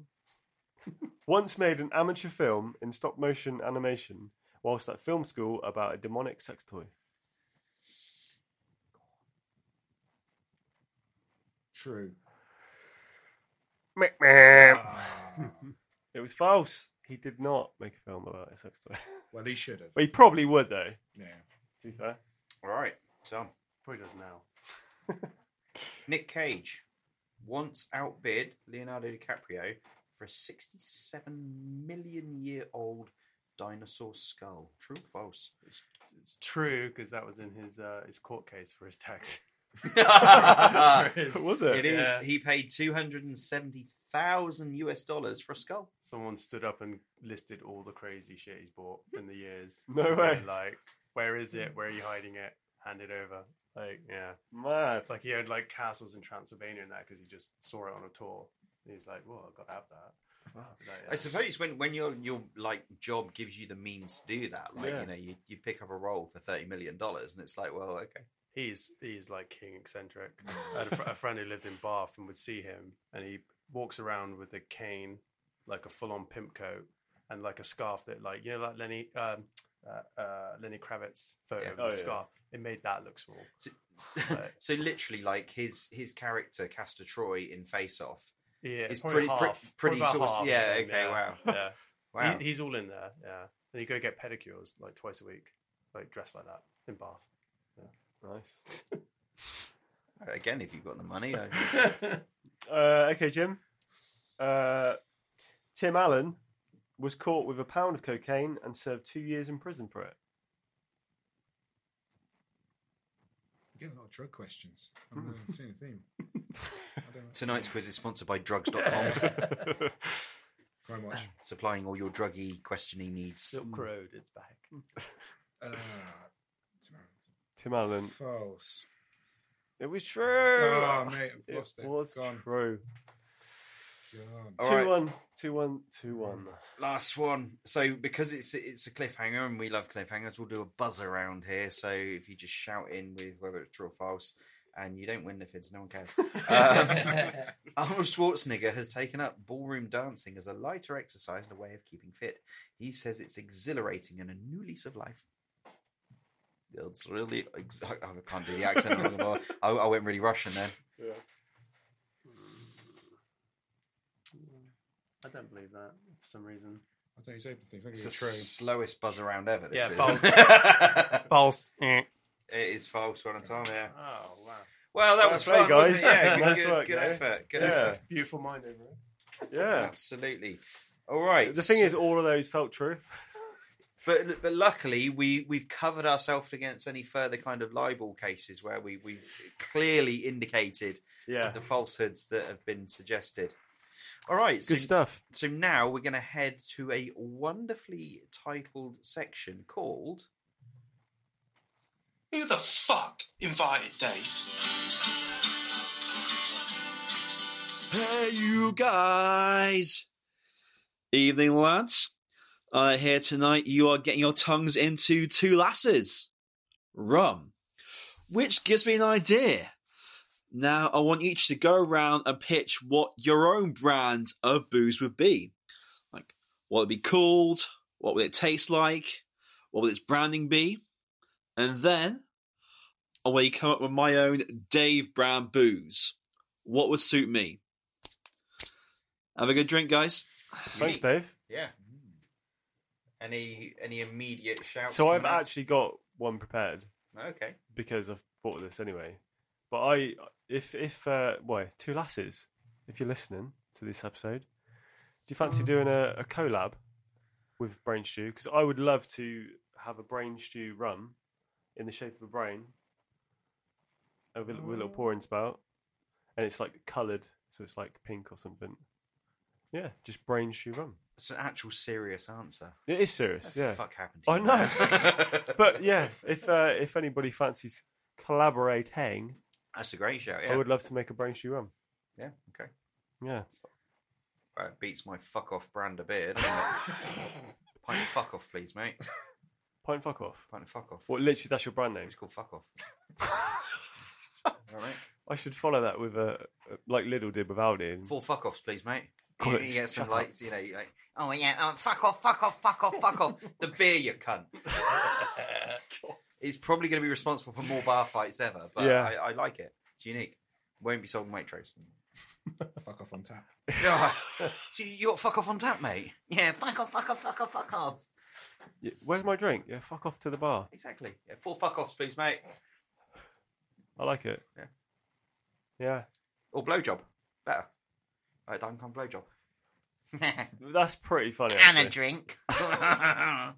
[SPEAKER 2] once made an amateur film in stop motion animation whilst at film school about a demonic sex toy.
[SPEAKER 4] True. Ah.
[SPEAKER 2] It was false. He did not make a film about a sex toy.
[SPEAKER 4] well, he should have.
[SPEAKER 2] but he probably would, though,
[SPEAKER 4] Yeah.
[SPEAKER 2] to be fair.
[SPEAKER 3] all right, done.
[SPEAKER 5] Probably does now.
[SPEAKER 3] Nick Cage once outbid Leonardo DiCaprio for a 67 million year old dinosaur skull. True or false?
[SPEAKER 5] It's, it's true because that was in his uh, his court case for his tax. For his-
[SPEAKER 2] was it?
[SPEAKER 3] It is.
[SPEAKER 5] Yeah.
[SPEAKER 3] He paid 270,000 US dollars for a skull.
[SPEAKER 5] someone stood up and listed all the crazy shit he's bought in the years.
[SPEAKER 2] No
[SPEAKER 5] And
[SPEAKER 2] way. Mm.
[SPEAKER 5] they're Like, where is it? Where are you hiding it? Hand it over. Like, yeah.
[SPEAKER 2] Mad.
[SPEAKER 5] It's like he owned like castles in Transylvania and that because he just saw it on a tour. And he's like, well, I've got to have that. Like,
[SPEAKER 3] I
[SPEAKER 5] yeah.
[SPEAKER 3] suppose when, when your your like job gives you the means to do that, like
[SPEAKER 2] Yeah.
[SPEAKER 3] you know, you, you pick up a role for thirty million dollars, and it's like, well, okay,
[SPEAKER 5] he's he's like king eccentric. I had a, fr- a friend who lived in Bath and would see him, and he walks around with a cane, like a full-on pimp coat, and like a scarf that, like you know, like Lenny um, uh, uh, Lenny Kravitz photo
[SPEAKER 3] Yeah.
[SPEAKER 5] of
[SPEAKER 2] Oh,
[SPEAKER 5] the
[SPEAKER 2] yeah.
[SPEAKER 5] scarf. It made that look small. Right.
[SPEAKER 3] so literally, like his his character Castor Troy in Face Off,
[SPEAKER 5] Yeah,
[SPEAKER 3] It's
[SPEAKER 5] probably
[SPEAKER 3] pretty- pre-
[SPEAKER 5] half,
[SPEAKER 3] pretty
[SPEAKER 5] probably about
[SPEAKER 3] sauce-
[SPEAKER 5] half, I
[SPEAKER 3] yeah,
[SPEAKER 5] think,
[SPEAKER 3] okay, wow.
[SPEAKER 5] yeah.
[SPEAKER 3] wow,
[SPEAKER 5] He, he's all in there. Yeah, and you go get pedicures like twice a week, like dressed like that in Bath.
[SPEAKER 2] Nice.
[SPEAKER 3] again, if you've got the money, I,
[SPEAKER 2] Uh, okay, Jim. uh, Tim Allen was caught with a pound of cocaine and served two years in prison for it.
[SPEAKER 4] Getting a lot of drug questions. I'm not seeing a theme. I don't know.
[SPEAKER 3] Tonight's quiz is sponsored by drugs.com,
[SPEAKER 4] Crime Watch.
[SPEAKER 3] supplying all your druggy questioning needs.
[SPEAKER 5] Silk Road is back.
[SPEAKER 4] Uh,
[SPEAKER 2] Tim Allen.
[SPEAKER 4] false.
[SPEAKER 2] It was true.
[SPEAKER 4] Oh, mate, I've
[SPEAKER 2] it
[SPEAKER 4] lost it.
[SPEAKER 2] was oh.
[SPEAKER 4] Gone.
[SPEAKER 2] true.
[SPEAKER 4] Gone.
[SPEAKER 3] All
[SPEAKER 2] Two
[SPEAKER 3] right.
[SPEAKER 2] one, two one, two
[SPEAKER 5] Mm.
[SPEAKER 2] one.
[SPEAKER 3] Last one. So because it's it's a cliffhanger and we love cliffhangers, we'll do a buzz around here. So if you just shout in with whether it's true or false, and you don't win the fizz, no one cares. um, Arnold Schwarzenegger has taken up ballroom dancing as a lighter exercise and a way of keeping fit. He says it's exhilarating and a new lease of life. It's really. Ex- I I can't do the accent anymore. I, I went really Russian then.
[SPEAKER 2] Yeah.
[SPEAKER 5] I don't believe that for some reason.
[SPEAKER 4] I don't use open things. I'm
[SPEAKER 3] It's
[SPEAKER 4] going
[SPEAKER 3] the
[SPEAKER 4] to true.
[SPEAKER 3] slowest buzz around ever. This
[SPEAKER 5] Yeah,
[SPEAKER 3] is.
[SPEAKER 5] False.
[SPEAKER 3] it is false one at a time. Yeah.
[SPEAKER 5] Oh wow!
[SPEAKER 3] Well, that
[SPEAKER 2] Fair
[SPEAKER 3] was
[SPEAKER 2] play,
[SPEAKER 3] fun, guys.
[SPEAKER 2] guys.
[SPEAKER 3] Yeah, good,
[SPEAKER 2] Nice
[SPEAKER 3] good,
[SPEAKER 2] work,
[SPEAKER 3] good
[SPEAKER 2] guys.
[SPEAKER 3] effort. Good
[SPEAKER 2] Yeah.
[SPEAKER 3] effort.
[SPEAKER 5] Beautiful mind over it.
[SPEAKER 2] Yeah.
[SPEAKER 3] Absolutely. All right.
[SPEAKER 2] The thing is, all of those felt true.
[SPEAKER 3] but but luckily we we've covered ourselves against any further kind of libel cases where we we've clearly indicated
[SPEAKER 2] Yeah.
[SPEAKER 3] the falsehoods that have been suggested. All right. So,
[SPEAKER 2] Good stuff.
[SPEAKER 3] so now we're going to head to a wonderfully titled section called.
[SPEAKER 7] Who the fuck invited Dave?
[SPEAKER 8] Hey, you guys. Evening, lads. Uh, here tonight, you are getting your tongues into two lasses. Rum. Which gives me an idea. Now, I want each to go around and pitch what your own brand of booze would be. Like, what it'd be called, what would it taste like, what would its branding be, and then I want you to come up with my own Dave Brown booze. What would suit me? Have a good drink, guys.
[SPEAKER 2] Thanks, Dave.
[SPEAKER 3] Yeah. Hmm. Any any immediate shouts?
[SPEAKER 2] So I've
[SPEAKER 3] coming up?
[SPEAKER 2] actually got one prepared
[SPEAKER 3] okay.
[SPEAKER 2] because I've thought of this anyway. But I, if if uh, why two lasses, if you're listening to this episode, do you fancy doing a, a collab with Brain Stew? Because I would love to have a Brain Stew rum in the shape of a brain, a with, with a little pouring spout, and it's like coloured, so it's like pink or something. Yeah, just Brain Stew rum.
[SPEAKER 3] It's an actual serious answer.
[SPEAKER 2] It is serious.
[SPEAKER 3] What
[SPEAKER 2] Yeah.
[SPEAKER 3] the fuck happened to
[SPEAKER 2] I
[SPEAKER 3] you?
[SPEAKER 2] know. but yeah, if uh, if anybody fancies collaborating,
[SPEAKER 3] That's a great shout. Yeah.
[SPEAKER 2] I would love to make a brain shoe run.
[SPEAKER 3] Yeah. Okay.
[SPEAKER 2] Yeah,
[SPEAKER 3] Well, it beats my fuck off brand a beer. doesn't it? Pint of fuck off, please, mate.
[SPEAKER 2] pint fuck off.
[SPEAKER 3] Pint of fuck off.
[SPEAKER 2] Well, literally, that's your brand name.
[SPEAKER 3] It's called fuck off. All right.
[SPEAKER 2] I should follow that with a like Lidl did with Aldi. And,
[SPEAKER 3] Four fuck offs, please, mate. You,
[SPEAKER 2] Quick,
[SPEAKER 3] you get some
[SPEAKER 2] shut up.
[SPEAKER 3] lights, you know, like, oh yeah, oh, fuck off, fuck off, fuck off, fuck off. The beer, you cunt. It's probably going to be responsible for more bar fights ever, but
[SPEAKER 2] Yeah.
[SPEAKER 3] I, I like it. It's unique. Won't be sold in Waitrose.
[SPEAKER 4] Fuck off on tap.
[SPEAKER 3] Oh, you- you got fuck off on tap, mate. Yeah, fuck off, fuck off, fuck off, fuck off.
[SPEAKER 2] Yeah, where's my drink? Yeah, fuck off to the bar.
[SPEAKER 3] Exactly. Yeah, four fuck offs, please, mate.
[SPEAKER 2] I like it.
[SPEAKER 3] Yeah.
[SPEAKER 2] Yeah,
[SPEAKER 3] Or blowjob. Better. I don't come blowjob.
[SPEAKER 2] that's pretty funny. actually.
[SPEAKER 3] drink. I,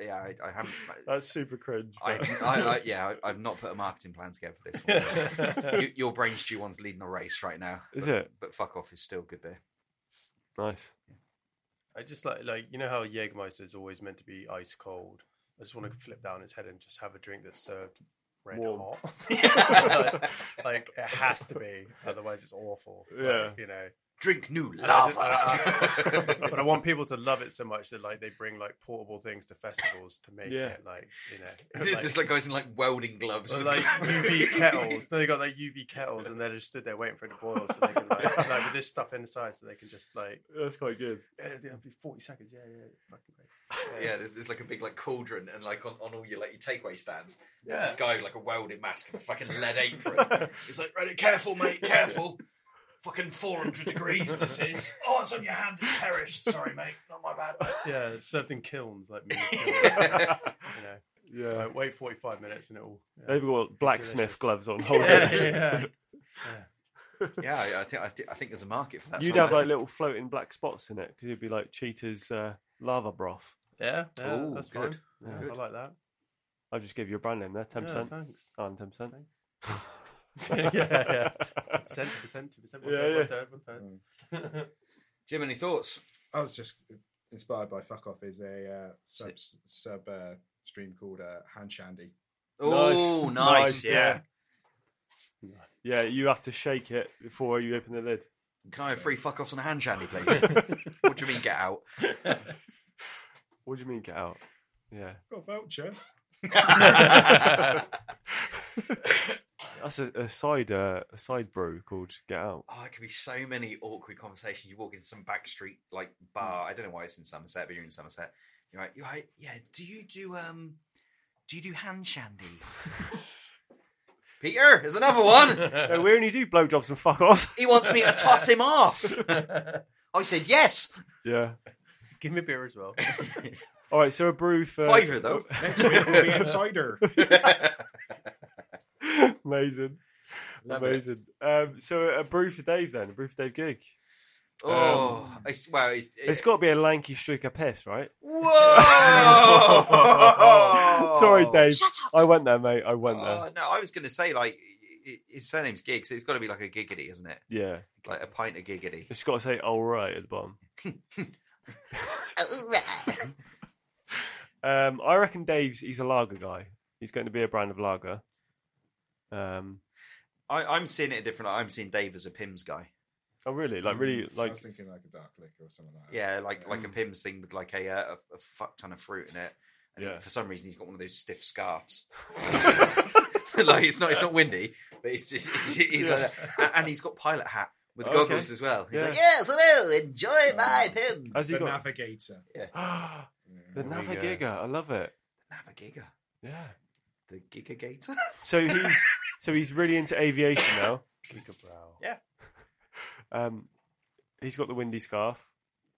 [SPEAKER 3] yeah, I, I haven't.
[SPEAKER 2] That's super cringe.
[SPEAKER 3] I,
[SPEAKER 2] but-
[SPEAKER 3] I, I, yeah, I, I've not put a marketing plan together for this one. so- you, your brain stew one's leading the race right now.
[SPEAKER 2] Is
[SPEAKER 3] but,
[SPEAKER 2] it
[SPEAKER 3] But fuck off is still good beer.
[SPEAKER 2] nice?
[SPEAKER 5] I just like like you know how Jägermeister is always meant to be ice cold. I just want to flip down its head and just have a drink that's served red
[SPEAKER 2] Warm.
[SPEAKER 5] hot. like, like, it has to be, otherwise it's awful. Like,
[SPEAKER 2] Yeah.
[SPEAKER 5] you know.
[SPEAKER 3] Drink new
[SPEAKER 5] And I just-
[SPEAKER 3] lava.
[SPEAKER 5] I- I- but I want people to love it so much that like they bring like portable things to festivals to make
[SPEAKER 2] Yeah.
[SPEAKER 5] it like you know.
[SPEAKER 3] There's like guys in like welding gloves
[SPEAKER 5] Or
[SPEAKER 3] with
[SPEAKER 5] like UV kettles. Then they got like UV kettles, and they're just stood there waiting for it to boil, so they can like, like with this stuff inside, so they can just like
[SPEAKER 2] That's quite good.
[SPEAKER 5] yeah, it'll be forty seconds. Yeah, yeah, fucking great.
[SPEAKER 3] Yeah, there's, there's like a big like cauldron and like on, on all your like your takeaway stands. There's
[SPEAKER 5] Yeah.
[SPEAKER 3] this guy with like a welded mask and a fucking lead apron. He's like, right, careful, mate, careful. Fucking 400 degrees this is. Oh, it's on your hand, it's perished. Sorry, mate, not my bad.
[SPEAKER 5] Yeah, it's served in kilns, like mini kilns, you know.
[SPEAKER 2] Yeah,
[SPEAKER 5] Like, wait forty five minutes and it'll. Yeah.
[SPEAKER 2] they've got blacksmith
[SPEAKER 5] Delicious.
[SPEAKER 2] gloves on. Hold
[SPEAKER 5] yeah,
[SPEAKER 2] on.
[SPEAKER 5] yeah, yeah.
[SPEAKER 3] yeah, I, I think I, thi- I think there's a market for that.
[SPEAKER 2] You'd
[SPEAKER 3] somewhere.
[SPEAKER 2] have like little floating black spots in it because you'd be like cheetah's uh, lava broth.
[SPEAKER 5] Yeah, yeah
[SPEAKER 3] Ooh,
[SPEAKER 5] that's
[SPEAKER 3] good.
[SPEAKER 5] fine. Yeah,
[SPEAKER 3] Good.
[SPEAKER 5] I like that.
[SPEAKER 2] I'll just give you a brand name there, ten
[SPEAKER 5] Yeah,
[SPEAKER 2] percent.
[SPEAKER 5] thanks.
[SPEAKER 2] Oh, ten percent.
[SPEAKER 5] yeah, yeah. Percent, percent, percent. One
[SPEAKER 2] Yeah,
[SPEAKER 5] third,
[SPEAKER 2] yeah.
[SPEAKER 5] one third, one third.
[SPEAKER 3] Jim, any thoughts?
[SPEAKER 4] I was just inspired by Fuck Off is a uh, sub sub uh, stream called uh, Hand Shandy.
[SPEAKER 3] Oh,
[SPEAKER 2] Nice,
[SPEAKER 3] nice. yeah.
[SPEAKER 2] yeah. Yeah, you have to shake it before you open the lid.
[SPEAKER 3] Can I have free fuck offs and a hand shandy, please? what do you mean, get out?
[SPEAKER 2] What do you mean get out? Yeah,
[SPEAKER 4] Got a voucher.
[SPEAKER 2] that's a, a side uh, a side brew called Get Out.
[SPEAKER 3] Oh, it could be so many awkward conversations. You walk into some back street like
[SPEAKER 2] Mm.
[SPEAKER 3] bar. I don't know why it's in Somerset, but you're in Somerset. You're like, you're like, yeah. Do you do um, do you do hand shandy? Peter, there's another one.
[SPEAKER 2] No, we only do blowjobs and fuck offs.
[SPEAKER 3] He wants me to toss him off. I said yes.
[SPEAKER 2] yeah.
[SPEAKER 5] Give me a beer as well.
[SPEAKER 2] All right, so a brew for
[SPEAKER 3] Fiver though.
[SPEAKER 4] Next week will be Insider.
[SPEAKER 2] Amazing.
[SPEAKER 3] Love it.
[SPEAKER 2] Amazing. Um, so a brew for Dave then, a brew for Dave gig.
[SPEAKER 3] Oh, it's, well, it's,
[SPEAKER 2] It's got to be a lanky streak of piss, right?
[SPEAKER 3] Whoa!
[SPEAKER 2] Sorry, Dave.
[SPEAKER 6] Shut up.
[SPEAKER 2] I went there, mate. I went
[SPEAKER 3] Oh,
[SPEAKER 2] there.
[SPEAKER 3] no, I was going to say like i- i- his surname's Gig, so it's got to be like a giggity, isn't it?
[SPEAKER 2] Yeah,
[SPEAKER 3] Like a pint of giggity.
[SPEAKER 2] it's got to say all right at the bottom. Um, I reckon Dave's he's a lager guy. He's going to be a brand of lager. Um,
[SPEAKER 3] I, I'm seeing it different. I'm seeing Dave as a Pims guy.
[SPEAKER 2] oh really? Like really?
[SPEAKER 3] Mm,
[SPEAKER 4] So I
[SPEAKER 2] Like
[SPEAKER 4] was thinking like a dark liquor or something like that.
[SPEAKER 3] Yeah, like
[SPEAKER 2] Mm.
[SPEAKER 3] like a Pims thing with like a uh, a, a fuck ton of fruit in it. And he-
[SPEAKER 2] Yeah.
[SPEAKER 3] for some reason, he's got one of those stiff scarves. like it's not it's not windy, but it's just it's, he's like that. And, and he's got pilot hat with
[SPEAKER 2] Okay.
[SPEAKER 3] goggles as well. He's
[SPEAKER 2] Yeah. Oh.
[SPEAKER 3] like, yes, hello, enjoy my Pims.
[SPEAKER 2] Has
[SPEAKER 4] As
[SPEAKER 2] he
[SPEAKER 4] the
[SPEAKER 2] got-
[SPEAKER 4] navigator.
[SPEAKER 2] the
[SPEAKER 4] Yeah.
[SPEAKER 5] we
[SPEAKER 2] navigator. I love it.
[SPEAKER 3] Navigator,
[SPEAKER 2] Yeah.
[SPEAKER 3] the Gigagator.
[SPEAKER 2] So he's so he's really into aviation now. Um, he's got the windy scarf.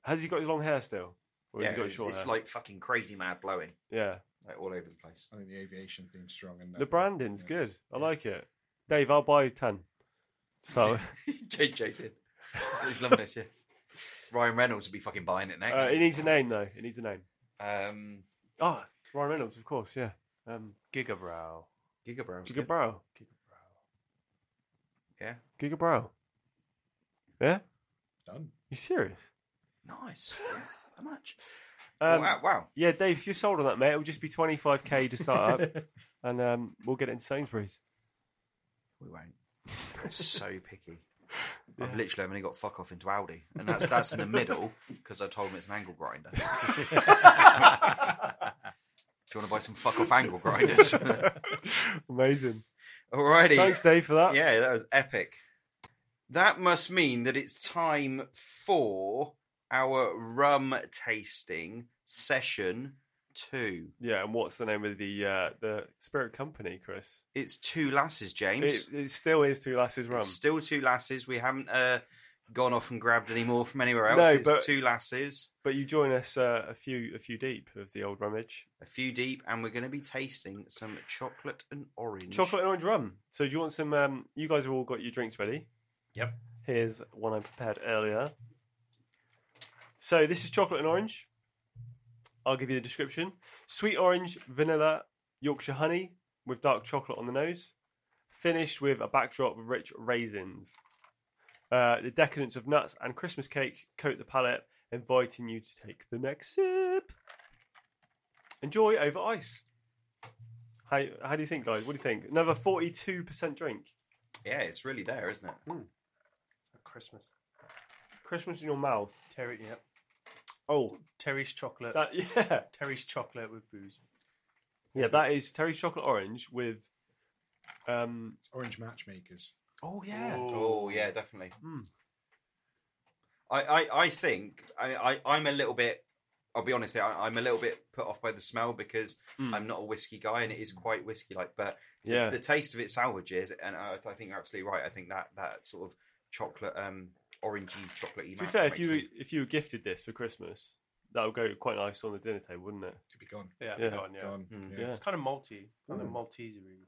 [SPEAKER 2] Has he got his long hair still? Or has
[SPEAKER 3] Yeah,
[SPEAKER 2] he got
[SPEAKER 3] it's,
[SPEAKER 2] short
[SPEAKER 3] it's
[SPEAKER 2] hair?
[SPEAKER 3] like fucking crazy mad blowing,
[SPEAKER 2] yeah.
[SPEAKER 3] like all over the place.
[SPEAKER 4] I think the aviation theme's strong. And uh,
[SPEAKER 2] The branding's good. I like it. Dave, I'll buy ten. So
[SPEAKER 3] JJ's in. He's- He's loving this, yeah. Ryan Reynolds will be fucking buying it next.
[SPEAKER 2] uh, it needs a name though. It needs a name.
[SPEAKER 3] um,
[SPEAKER 2] Oh, Ryan Reynolds, of course. Yeah. Um,
[SPEAKER 5] Gigabrow.
[SPEAKER 3] Gigabrow.
[SPEAKER 2] Giga Brow.
[SPEAKER 3] Yeah.
[SPEAKER 2] Giga Brow. Yeah.
[SPEAKER 4] Done.
[SPEAKER 2] You serious?
[SPEAKER 3] Nice. How much?
[SPEAKER 2] Um,
[SPEAKER 3] wow, wow.
[SPEAKER 2] Yeah, Dave, if you're sold on that, mate, it'll just be 25k to start up, and um, we'll get it into Sainsbury's.
[SPEAKER 3] We won't. It's so picky. I've literally only got fuck off into Aldi, and that's that's in the middle because I told him it's an angle grinder. Do you want to buy some fuck off angle grinders?
[SPEAKER 2] Amazing.
[SPEAKER 3] Alrighty.
[SPEAKER 2] Thanks, Dave, for that.
[SPEAKER 3] Yeah, that was epic. That must mean that it's time for our rum tasting session two.
[SPEAKER 2] Yeah, and what's the name of the uh, the spirit company, Chris?
[SPEAKER 3] It's two lasses, James.
[SPEAKER 2] It, it still is Two Lasses Rum.
[SPEAKER 3] It's still two lasses. We haven't uh, gone off and grabbed any more from anywhere else.
[SPEAKER 2] No,
[SPEAKER 3] it's
[SPEAKER 2] but-
[SPEAKER 3] two lasses,
[SPEAKER 2] But you join us uh, a few a few deep of the old rummage.
[SPEAKER 3] a few deep, and we're going to be tasting some chocolate and orange.
[SPEAKER 2] Chocolate and orange rum. So do you want some? Um, you guys have all got your drinks ready.
[SPEAKER 3] Yep.
[SPEAKER 2] Here's one I prepared earlier. So this is chocolate and orange. I'll give you the description: sweet orange, vanilla, Yorkshire honey with dark chocolate on the nose, finished with a backdrop of rich raisins. Uh, the decadence of nuts and Christmas cake coat the palate, inviting you to take the next sip. Enjoy over ice. How, how do you think, guys? What do you think? Another forty-two percent drink.
[SPEAKER 3] Yeah, it's really there, isn't it?
[SPEAKER 5] Christmas.
[SPEAKER 2] Christmas in your mouth.
[SPEAKER 5] Terry, yep.
[SPEAKER 2] Oh,
[SPEAKER 5] Terry's chocolate.
[SPEAKER 2] that yeah,
[SPEAKER 5] Terry's chocolate with booze.
[SPEAKER 2] yeah. That is Terry's chocolate orange with, um.
[SPEAKER 4] It's Orange matchmakers.
[SPEAKER 2] Oh yeah.
[SPEAKER 3] Oh yeah, definitely.
[SPEAKER 2] Mm.
[SPEAKER 3] I, I, I think I, I I'm a little bit. I'll be honest here. I, I'm a little bit put off by the smell because
[SPEAKER 2] Mm.
[SPEAKER 3] I'm not a whiskey guy, and it is quite whiskey like. But the-
[SPEAKER 2] Yeah.
[SPEAKER 3] the, taste of it salvages, and I, I think you're absolutely right. I think that that sort of chocolate, um, orangey, chocolatey.
[SPEAKER 2] To be
[SPEAKER 3] match
[SPEAKER 2] fair, if
[SPEAKER 3] makes
[SPEAKER 2] you
[SPEAKER 3] it-
[SPEAKER 2] if you were gifted this for Christmas, that would go quite nice on the dinner table, wouldn't it?
[SPEAKER 4] Could be gone.
[SPEAKER 5] Yeah,
[SPEAKER 2] Yeah. Hmm.
[SPEAKER 5] yeah. Gone, yeah.
[SPEAKER 4] Gone.
[SPEAKER 3] Mm.
[SPEAKER 2] Yeah.
[SPEAKER 5] It's kind of malty, kind of Maltesery.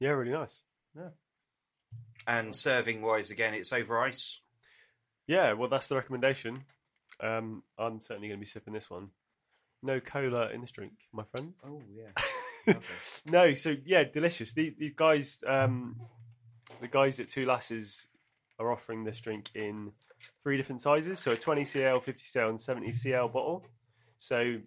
[SPEAKER 2] Yeah, really nice.
[SPEAKER 3] And serving wise, again, it's over ice.
[SPEAKER 2] Yeah, well, that's the recommendation. Um, I'm certainly going to be sipping this one. No cola in this drink, my friends.
[SPEAKER 3] Oh yeah.
[SPEAKER 2] no, so yeah, delicious. The, the guys, um, the guys at Two Lasses are offering this drink in three different sizes, so a 20 cl, 50 cl, and 70 cl bottle. So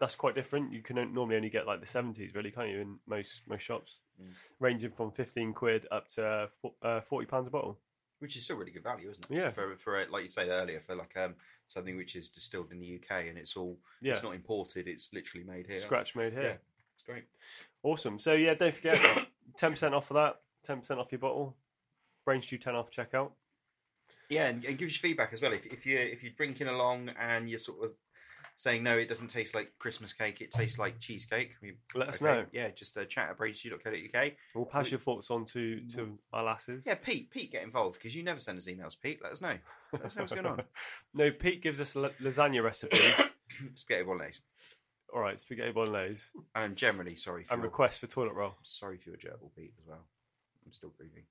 [SPEAKER 2] that's quite different. You can on- normally only get like the 70s, really, can't you? In most most shops,
[SPEAKER 3] Mm.
[SPEAKER 2] ranging from 15 quid up to fo- uh, 40 pounds a bottle.
[SPEAKER 3] Which is still really good value, isn't it?
[SPEAKER 2] Yeah.
[SPEAKER 3] For for uh, like you said earlier, for like um something which is distilled in the UK and it's all
[SPEAKER 2] Yeah,
[SPEAKER 3] it's not imported, it's literally made here.
[SPEAKER 2] scratch made here.
[SPEAKER 3] Yeah. It's great.
[SPEAKER 2] Awesome. So yeah, don't forget ten percent off of that. Ten percent off your bottle. Brain stew ten off checkout.
[SPEAKER 3] Yeah, and, and give us your feedback as well. If if you if you're drinking along and you're sort of saying no, it doesn't taste like Christmas cake, it tastes like cheesecake. We,
[SPEAKER 2] Let us
[SPEAKER 3] okay,
[SPEAKER 2] know.
[SPEAKER 3] Yeah, just uh, chat at brainstew.co.uk.
[SPEAKER 2] We'll pass your thoughts on to to our lasses.
[SPEAKER 3] Mm. Yeah, Pete, Pete, get involved because you never send us emails. Pete, let us know. Let us know what's going on.
[SPEAKER 2] no, Pete gives us la- lasagna recipes.
[SPEAKER 3] Spaghetti bolognese.
[SPEAKER 2] All right, spaghetti bolognese
[SPEAKER 3] And I'm generally sorry for
[SPEAKER 2] and
[SPEAKER 3] your,
[SPEAKER 2] requests for toilet roll.
[SPEAKER 3] sorry for your gerbil, Pete, as well. I'm still grieving.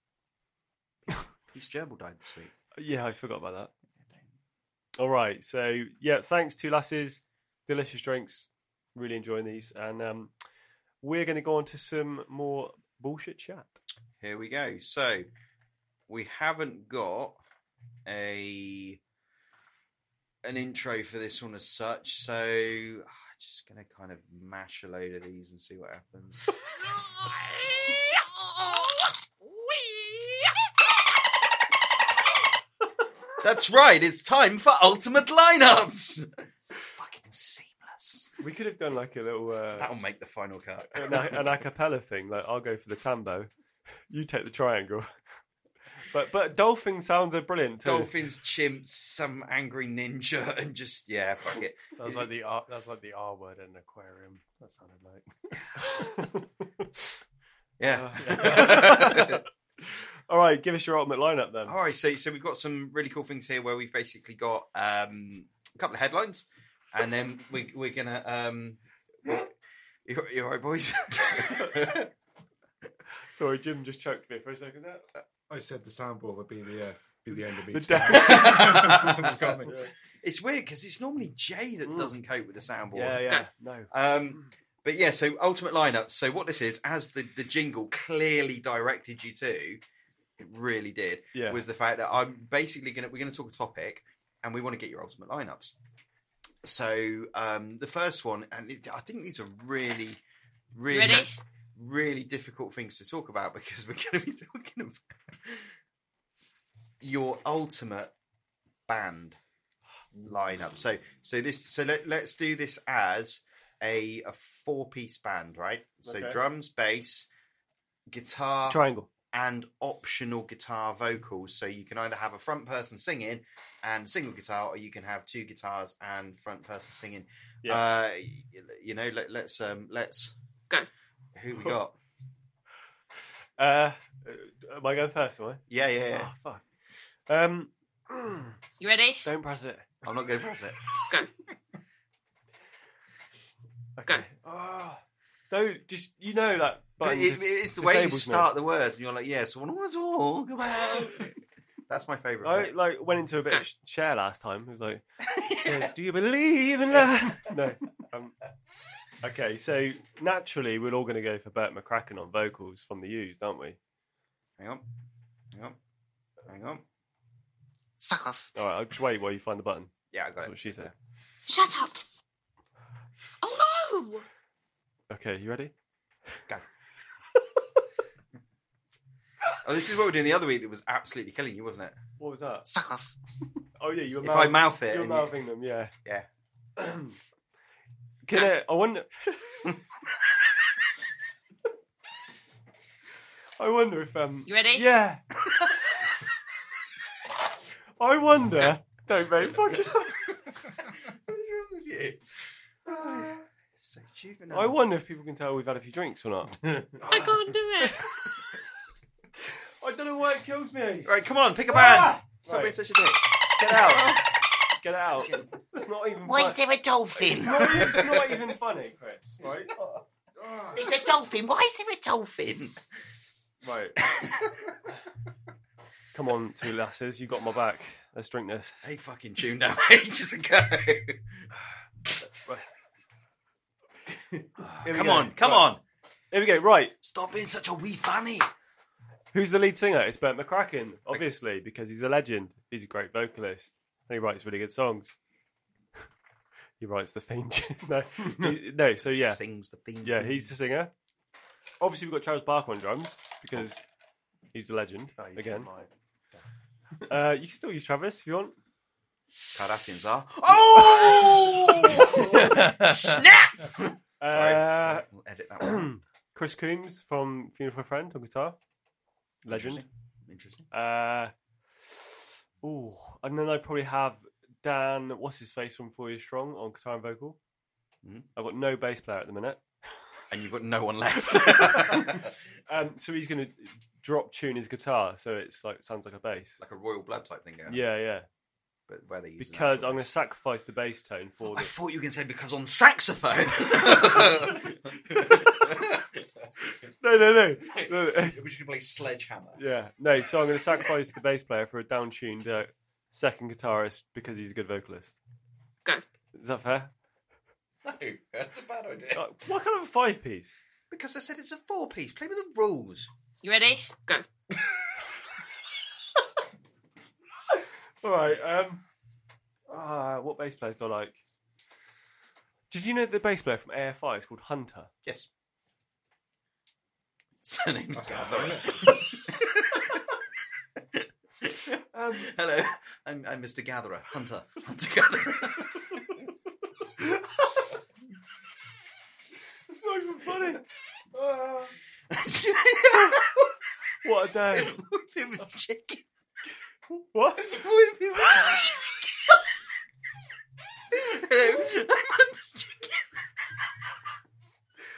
[SPEAKER 3] Pete's- Pete's gerbil died this week.
[SPEAKER 2] Yeah, I forgot about that. All right, so yeah, thanks to lasses, delicious drinks. Really enjoying these, and um, we're going to go on to some more bullshit chat.
[SPEAKER 3] Here we go. So we haven't got a an intro for this one as such. So I'm just gonna kind of mash a load of these and see what happens. That's right. It's time for ultimate lineups. Fucking seamless.
[SPEAKER 2] We could have done like a little. Uh,
[SPEAKER 3] That'll make the final cut.
[SPEAKER 2] an, a- an a cappella thing. Like I'll go for the tambo, you take the triangle. But but dolphin sounds are brilliant too.
[SPEAKER 3] Dolphins, chimps, some angry ninja, and just yeah, fuck it.
[SPEAKER 5] That was like the R, that was like the R word in an aquarium. That sounded like.
[SPEAKER 3] Yeah.
[SPEAKER 2] All right, give us your ultimate lineup then.
[SPEAKER 3] All right, so so we've got some really cool things here where we've basically got um, a couple of headlines, and then we, we're gonna. Um, we're- you you all right, boys?
[SPEAKER 2] Sorry, Jim just choked me for a second there.
[SPEAKER 4] I said the soundboard would be the uh, be the end of me.
[SPEAKER 2] The
[SPEAKER 4] tonight.
[SPEAKER 3] death.
[SPEAKER 4] It's coming.
[SPEAKER 3] it's weird because it's normally Jay that
[SPEAKER 2] Mm.
[SPEAKER 3] doesn't cope with the soundboard.
[SPEAKER 2] Yeah, yeah, Mm. no.
[SPEAKER 3] Um, but yeah, so ultimate lineup. So what this is, as the, the jingle clearly directed you to, it really did.
[SPEAKER 2] Yeah.
[SPEAKER 3] Was the fact that I'm basically gonna we're gonna talk a topic, and we want to get your ultimate lineups. So um, the first one, and it, I think these are really, really,
[SPEAKER 6] Ready?
[SPEAKER 3] really difficult things to talk about because we're going to be talking about your ultimate band lineup. So so this so let, let's do this as a, a four piece band, right? So
[SPEAKER 2] Okay.
[SPEAKER 3] drums, bass, guitar,
[SPEAKER 2] Triangle.
[SPEAKER 3] and optional guitar vocals. So you can either have a front person singing and single guitar, or you can have two guitars and front person singing.
[SPEAKER 2] Yeah.
[SPEAKER 3] Uh, y- you know, let, let's um, let's
[SPEAKER 6] Go.
[SPEAKER 3] Who we got?
[SPEAKER 2] Uh, uh, am I going first? Am I?
[SPEAKER 3] Yeah, yeah, yeah.
[SPEAKER 2] Oh fuck. Um,
[SPEAKER 6] You ready?
[SPEAKER 2] don't press it.
[SPEAKER 3] I'm not going to press it.
[SPEAKER 2] Okay. Ah. don't just you know that.
[SPEAKER 3] But
[SPEAKER 2] button
[SPEAKER 3] it,
[SPEAKER 2] just
[SPEAKER 3] it's the way you
[SPEAKER 2] disables me.
[SPEAKER 3] start the words, and you're like, "Yes, yeah, so what talk about?" That's my favorite.
[SPEAKER 2] I like went into a bit of sh- share last time. It was like, yes, "Do you believe in love?" no. Um, okay, so naturally we're all going to go for Bert McCracken on vocals from the U's, aren't we?
[SPEAKER 3] Hang on, hang on, hang on.
[SPEAKER 7] Fuck off.
[SPEAKER 2] All right, I'll just wait while you find the button.
[SPEAKER 3] Yeah, I got
[SPEAKER 2] That's
[SPEAKER 3] it.
[SPEAKER 2] what she said.
[SPEAKER 6] Shut up. Oh no!
[SPEAKER 2] Okay, you ready?
[SPEAKER 3] Oh, this is what we were doing the other week. That was absolutely killing you, wasn't it?
[SPEAKER 2] What was that?
[SPEAKER 7] Fuck off.
[SPEAKER 2] Oh yeah, you were.
[SPEAKER 3] If I mouth it,
[SPEAKER 2] you were
[SPEAKER 3] and you-
[SPEAKER 2] mouthing them, yeah.
[SPEAKER 3] Yeah.
[SPEAKER 2] Can I? I wonder. I wonder if um.
[SPEAKER 6] You ready?
[SPEAKER 2] Yeah. I wonder. Don't mate. Fucking.
[SPEAKER 3] so juvenile.
[SPEAKER 2] I wonder if people can tell we've had a few drinks or not.
[SPEAKER 6] I can't do it.
[SPEAKER 2] I don't know why it kills me.
[SPEAKER 3] Right, come on, pick a band. Ah! Stop
[SPEAKER 2] Right.
[SPEAKER 3] being such a dick.
[SPEAKER 2] Get out. Get out. It's not even.
[SPEAKER 7] Why is
[SPEAKER 2] funny.
[SPEAKER 7] there a dolphin?
[SPEAKER 2] It's not even funny, Chris. Right.
[SPEAKER 4] Ah,
[SPEAKER 7] There's a dolphin. Why is there a dolphin?
[SPEAKER 2] Right. Come on, two lasses, you got my back. Let's drink this.
[SPEAKER 3] They fucking tuned out ages ago.
[SPEAKER 2] Here we
[SPEAKER 3] come
[SPEAKER 2] go.
[SPEAKER 3] on, come
[SPEAKER 2] Right.
[SPEAKER 3] on.
[SPEAKER 2] Here we go. Right,
[SPEAKER 3] Stop being such a wee fanny.
[SPEAKER 2] who's the lead singer? It's Bert McCracken, obviously, because he's a legend. He's a great vocalist, and he writes really good songs. he writes the theme. tune. no, he- no. So yeah,
[SPEAKER 3] Sings the theme.
[SPEAKER 2] yeah, he's the singer. Obviously, we've got Travis Barker on drums because he's a legend
[SPEAKER 5] Oh, you took
[SPEAKER 2] again.
[SPEAKER 5] mine.
[SPEAKER 2] Uh, you can still use Travis if you want.
[SPEAKER 3] Cardassians are. Oh! Snap!
[SPEAKER 2] Uh,
[SPEAKER 3] Sorry, sorry, We'll edit that one.
[SPEAKER 2] Chris Coombs from Funeral for a Friend on guitar, legend.
[SPEAKER 3] Interesting. Interesting.
[SPEAKER 2] Uh, ooh, and then I probably have Dan. What's his face from Four Years Strong on guitar and vocal.
[SPEAKER 3] Mhm.
[SPEAKER 2] I've got no bass player at the minute,
[SPEAKER 3] And you've got no one left.
[SPEAKER 2] um, so he's going to drop tune his guitar, so it's like sounds like a bass.
[SPEAKER 3] like a royal blood type thing going on.
[SPEAKER 2] yeah, yeah.
[SPEAKER 3] But where they use an
[SPEAKER 2] Because
[SPEAKER 3] actual
[SPEAKER 2] I'm going to
[SPEAKER 3] bass.
[SPEAKER 2] sacrifice the bass tone for
[SPEAKER 3] I
[SPEAKER 2] this.
[SPEAKER 3] thought you were going to say because on saxophone.
[SPEAKER 2] no, no, no, no. no.
[SPEAKER 3] We're just going to play sledgehammer.
[SPEAKER 2] Yeah, no. So I'm going to sacrifice the bass player for a down-tuned uh, second guitarist because he's a good vocalist.
[SPEAKER 6] Go.
[SPEAKER 2] Is that fair?
[SPEAKER 3] No, that's a bad idea.
[SPEAKER 2] Uh, why can't I have a five-piece?
[SPEAKER 3] Because I said it's a four piece. Play with the rules.
[SPEAKER 6] You ready? Go.
[SPEAKER 2] All right. Um, uh, what bass players do I like? Did you know the bass player from AFI is called Hunter?
[SPEAKER 3] Yes. Surname's
[SPEAKER 4] That's
[SPEAKER 3] Gather.
[SPEAKER 2] Um,
[SPEAKER 3] Hello, I'm, I'm Mr. Gatherer, Hunter, Hunter Gatherer.
[SPEAKER 2] it's not even funny. Ah. What a day.
[SPEAKER 3] what if it was chicken?
[SPEAKER 2] What?
[SPEAKER 3] What if it was chicken? Hello, I'm Hunter Chicken.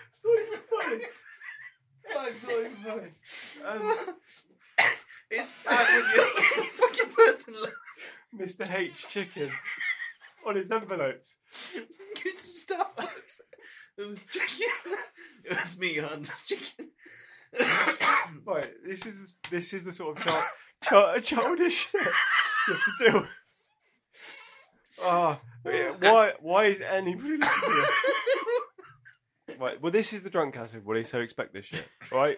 [SPEAKER 2] It's not even funny. Oh, it's not even funny. Um,
[SPEAKER 3] It's bad when you're the only fucking person left.
[SPEAKER 2] Mr. H Chicken on his envelopes.
[SPEAKER 3] goes to Starbucks. It was chicken. It was me, Hunter's chicken.
[SPEAKER 2] Right, this is this is the sort of child, child, childish shit you have to do. Ah, yeah, why why is anybody listening to this? Right, well this is the drunk cast everybody, so expect this shit, right?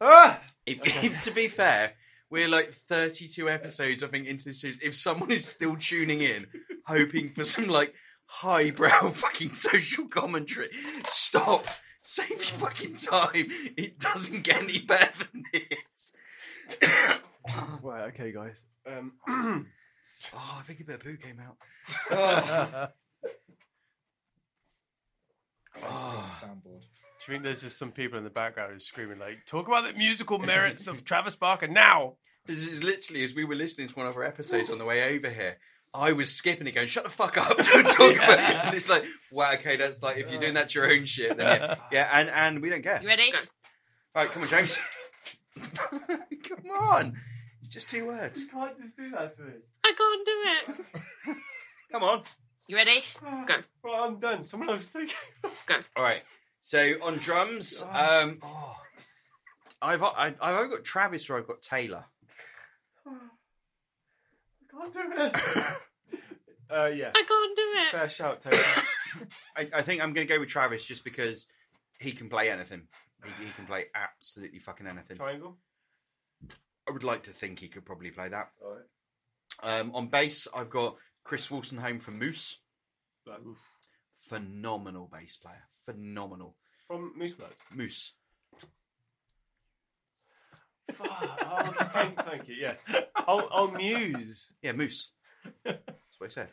[SPEAKER 2] Ah,
[SPEAKER 3] If, to be fair, we're like 32 episodes, I think, into this series. If someone is still tuning in, hoping for some like highbrow fucking social commentary, stop. Save your fucking time. It doesn't get any better than this. oh,
[SPEAKER 2] right, okay, guys. Um,
[SPEAKER 3] I think a bit of poo came out. Oh.
[SPEAKER 4] Oh.
[SPEAKER 3] Oh.
[SPEAKER 4] Soundboard.
[SPEAKER 5] Do you think there's just some people in the background who's screaming like, "Talk about the musical merits of Travis Barker now"?
[SPEAKER 3] This is literally as we were listening to one of our episodes on the way over here. I was skipping it, going, "Shut the fuck up!" Don't talk about it. And it's like, wow, okay, that's like if you're doing that to your own shit, then yeah, yeah, and and we don't care.
[SPEAKER 6] You ready? Go.
[SPEAKER 3] All right, come on, James. come on, it's just two words.
[SPEAKER 2] you can't just do that to me.
[SPEAKER 6] I can't do it.
[SPEAKER 3] Come on.
[SPEAKER 6] You ready? Go.
[SPEAKER 2] Right, I'm done. Someone else take it.
[SPEAKER 3] All right. So on drums, um, oh, I've I, I've either got Travis or I've got Taylor.
[SPEAKER 2] I can't do it. Uh, yeah,
[SPEAKER 6] I can't do it.
[SPEAKER 2] fair shout, Taylor.
[SPEAKER 3] I, I think I'm going to go with Travis just because he can play anything. He, he can play absolutely fucking anything.
[SPEAKER 2] Triangle.
[SPEAKER 3] I would like to think he could probably play that.
[SPEAKER 2] All right.
[SPEAKER 3] Um, on bass, I've got Chris Wilson home from Moose.
[SPEAKER 2] Like, oof.
[SPEAKER 3] Phenomenal bass player. Phenomenal.
[SPEAKER 2] From Moose Blood.
[SPEAKER 3] Moose.
[SPEAKER 2] Fuck. Oh, thank, thank you. Yeah. I'll, I'll muse.
[SPEAKER 3] Yeah, Moose. That's what I said.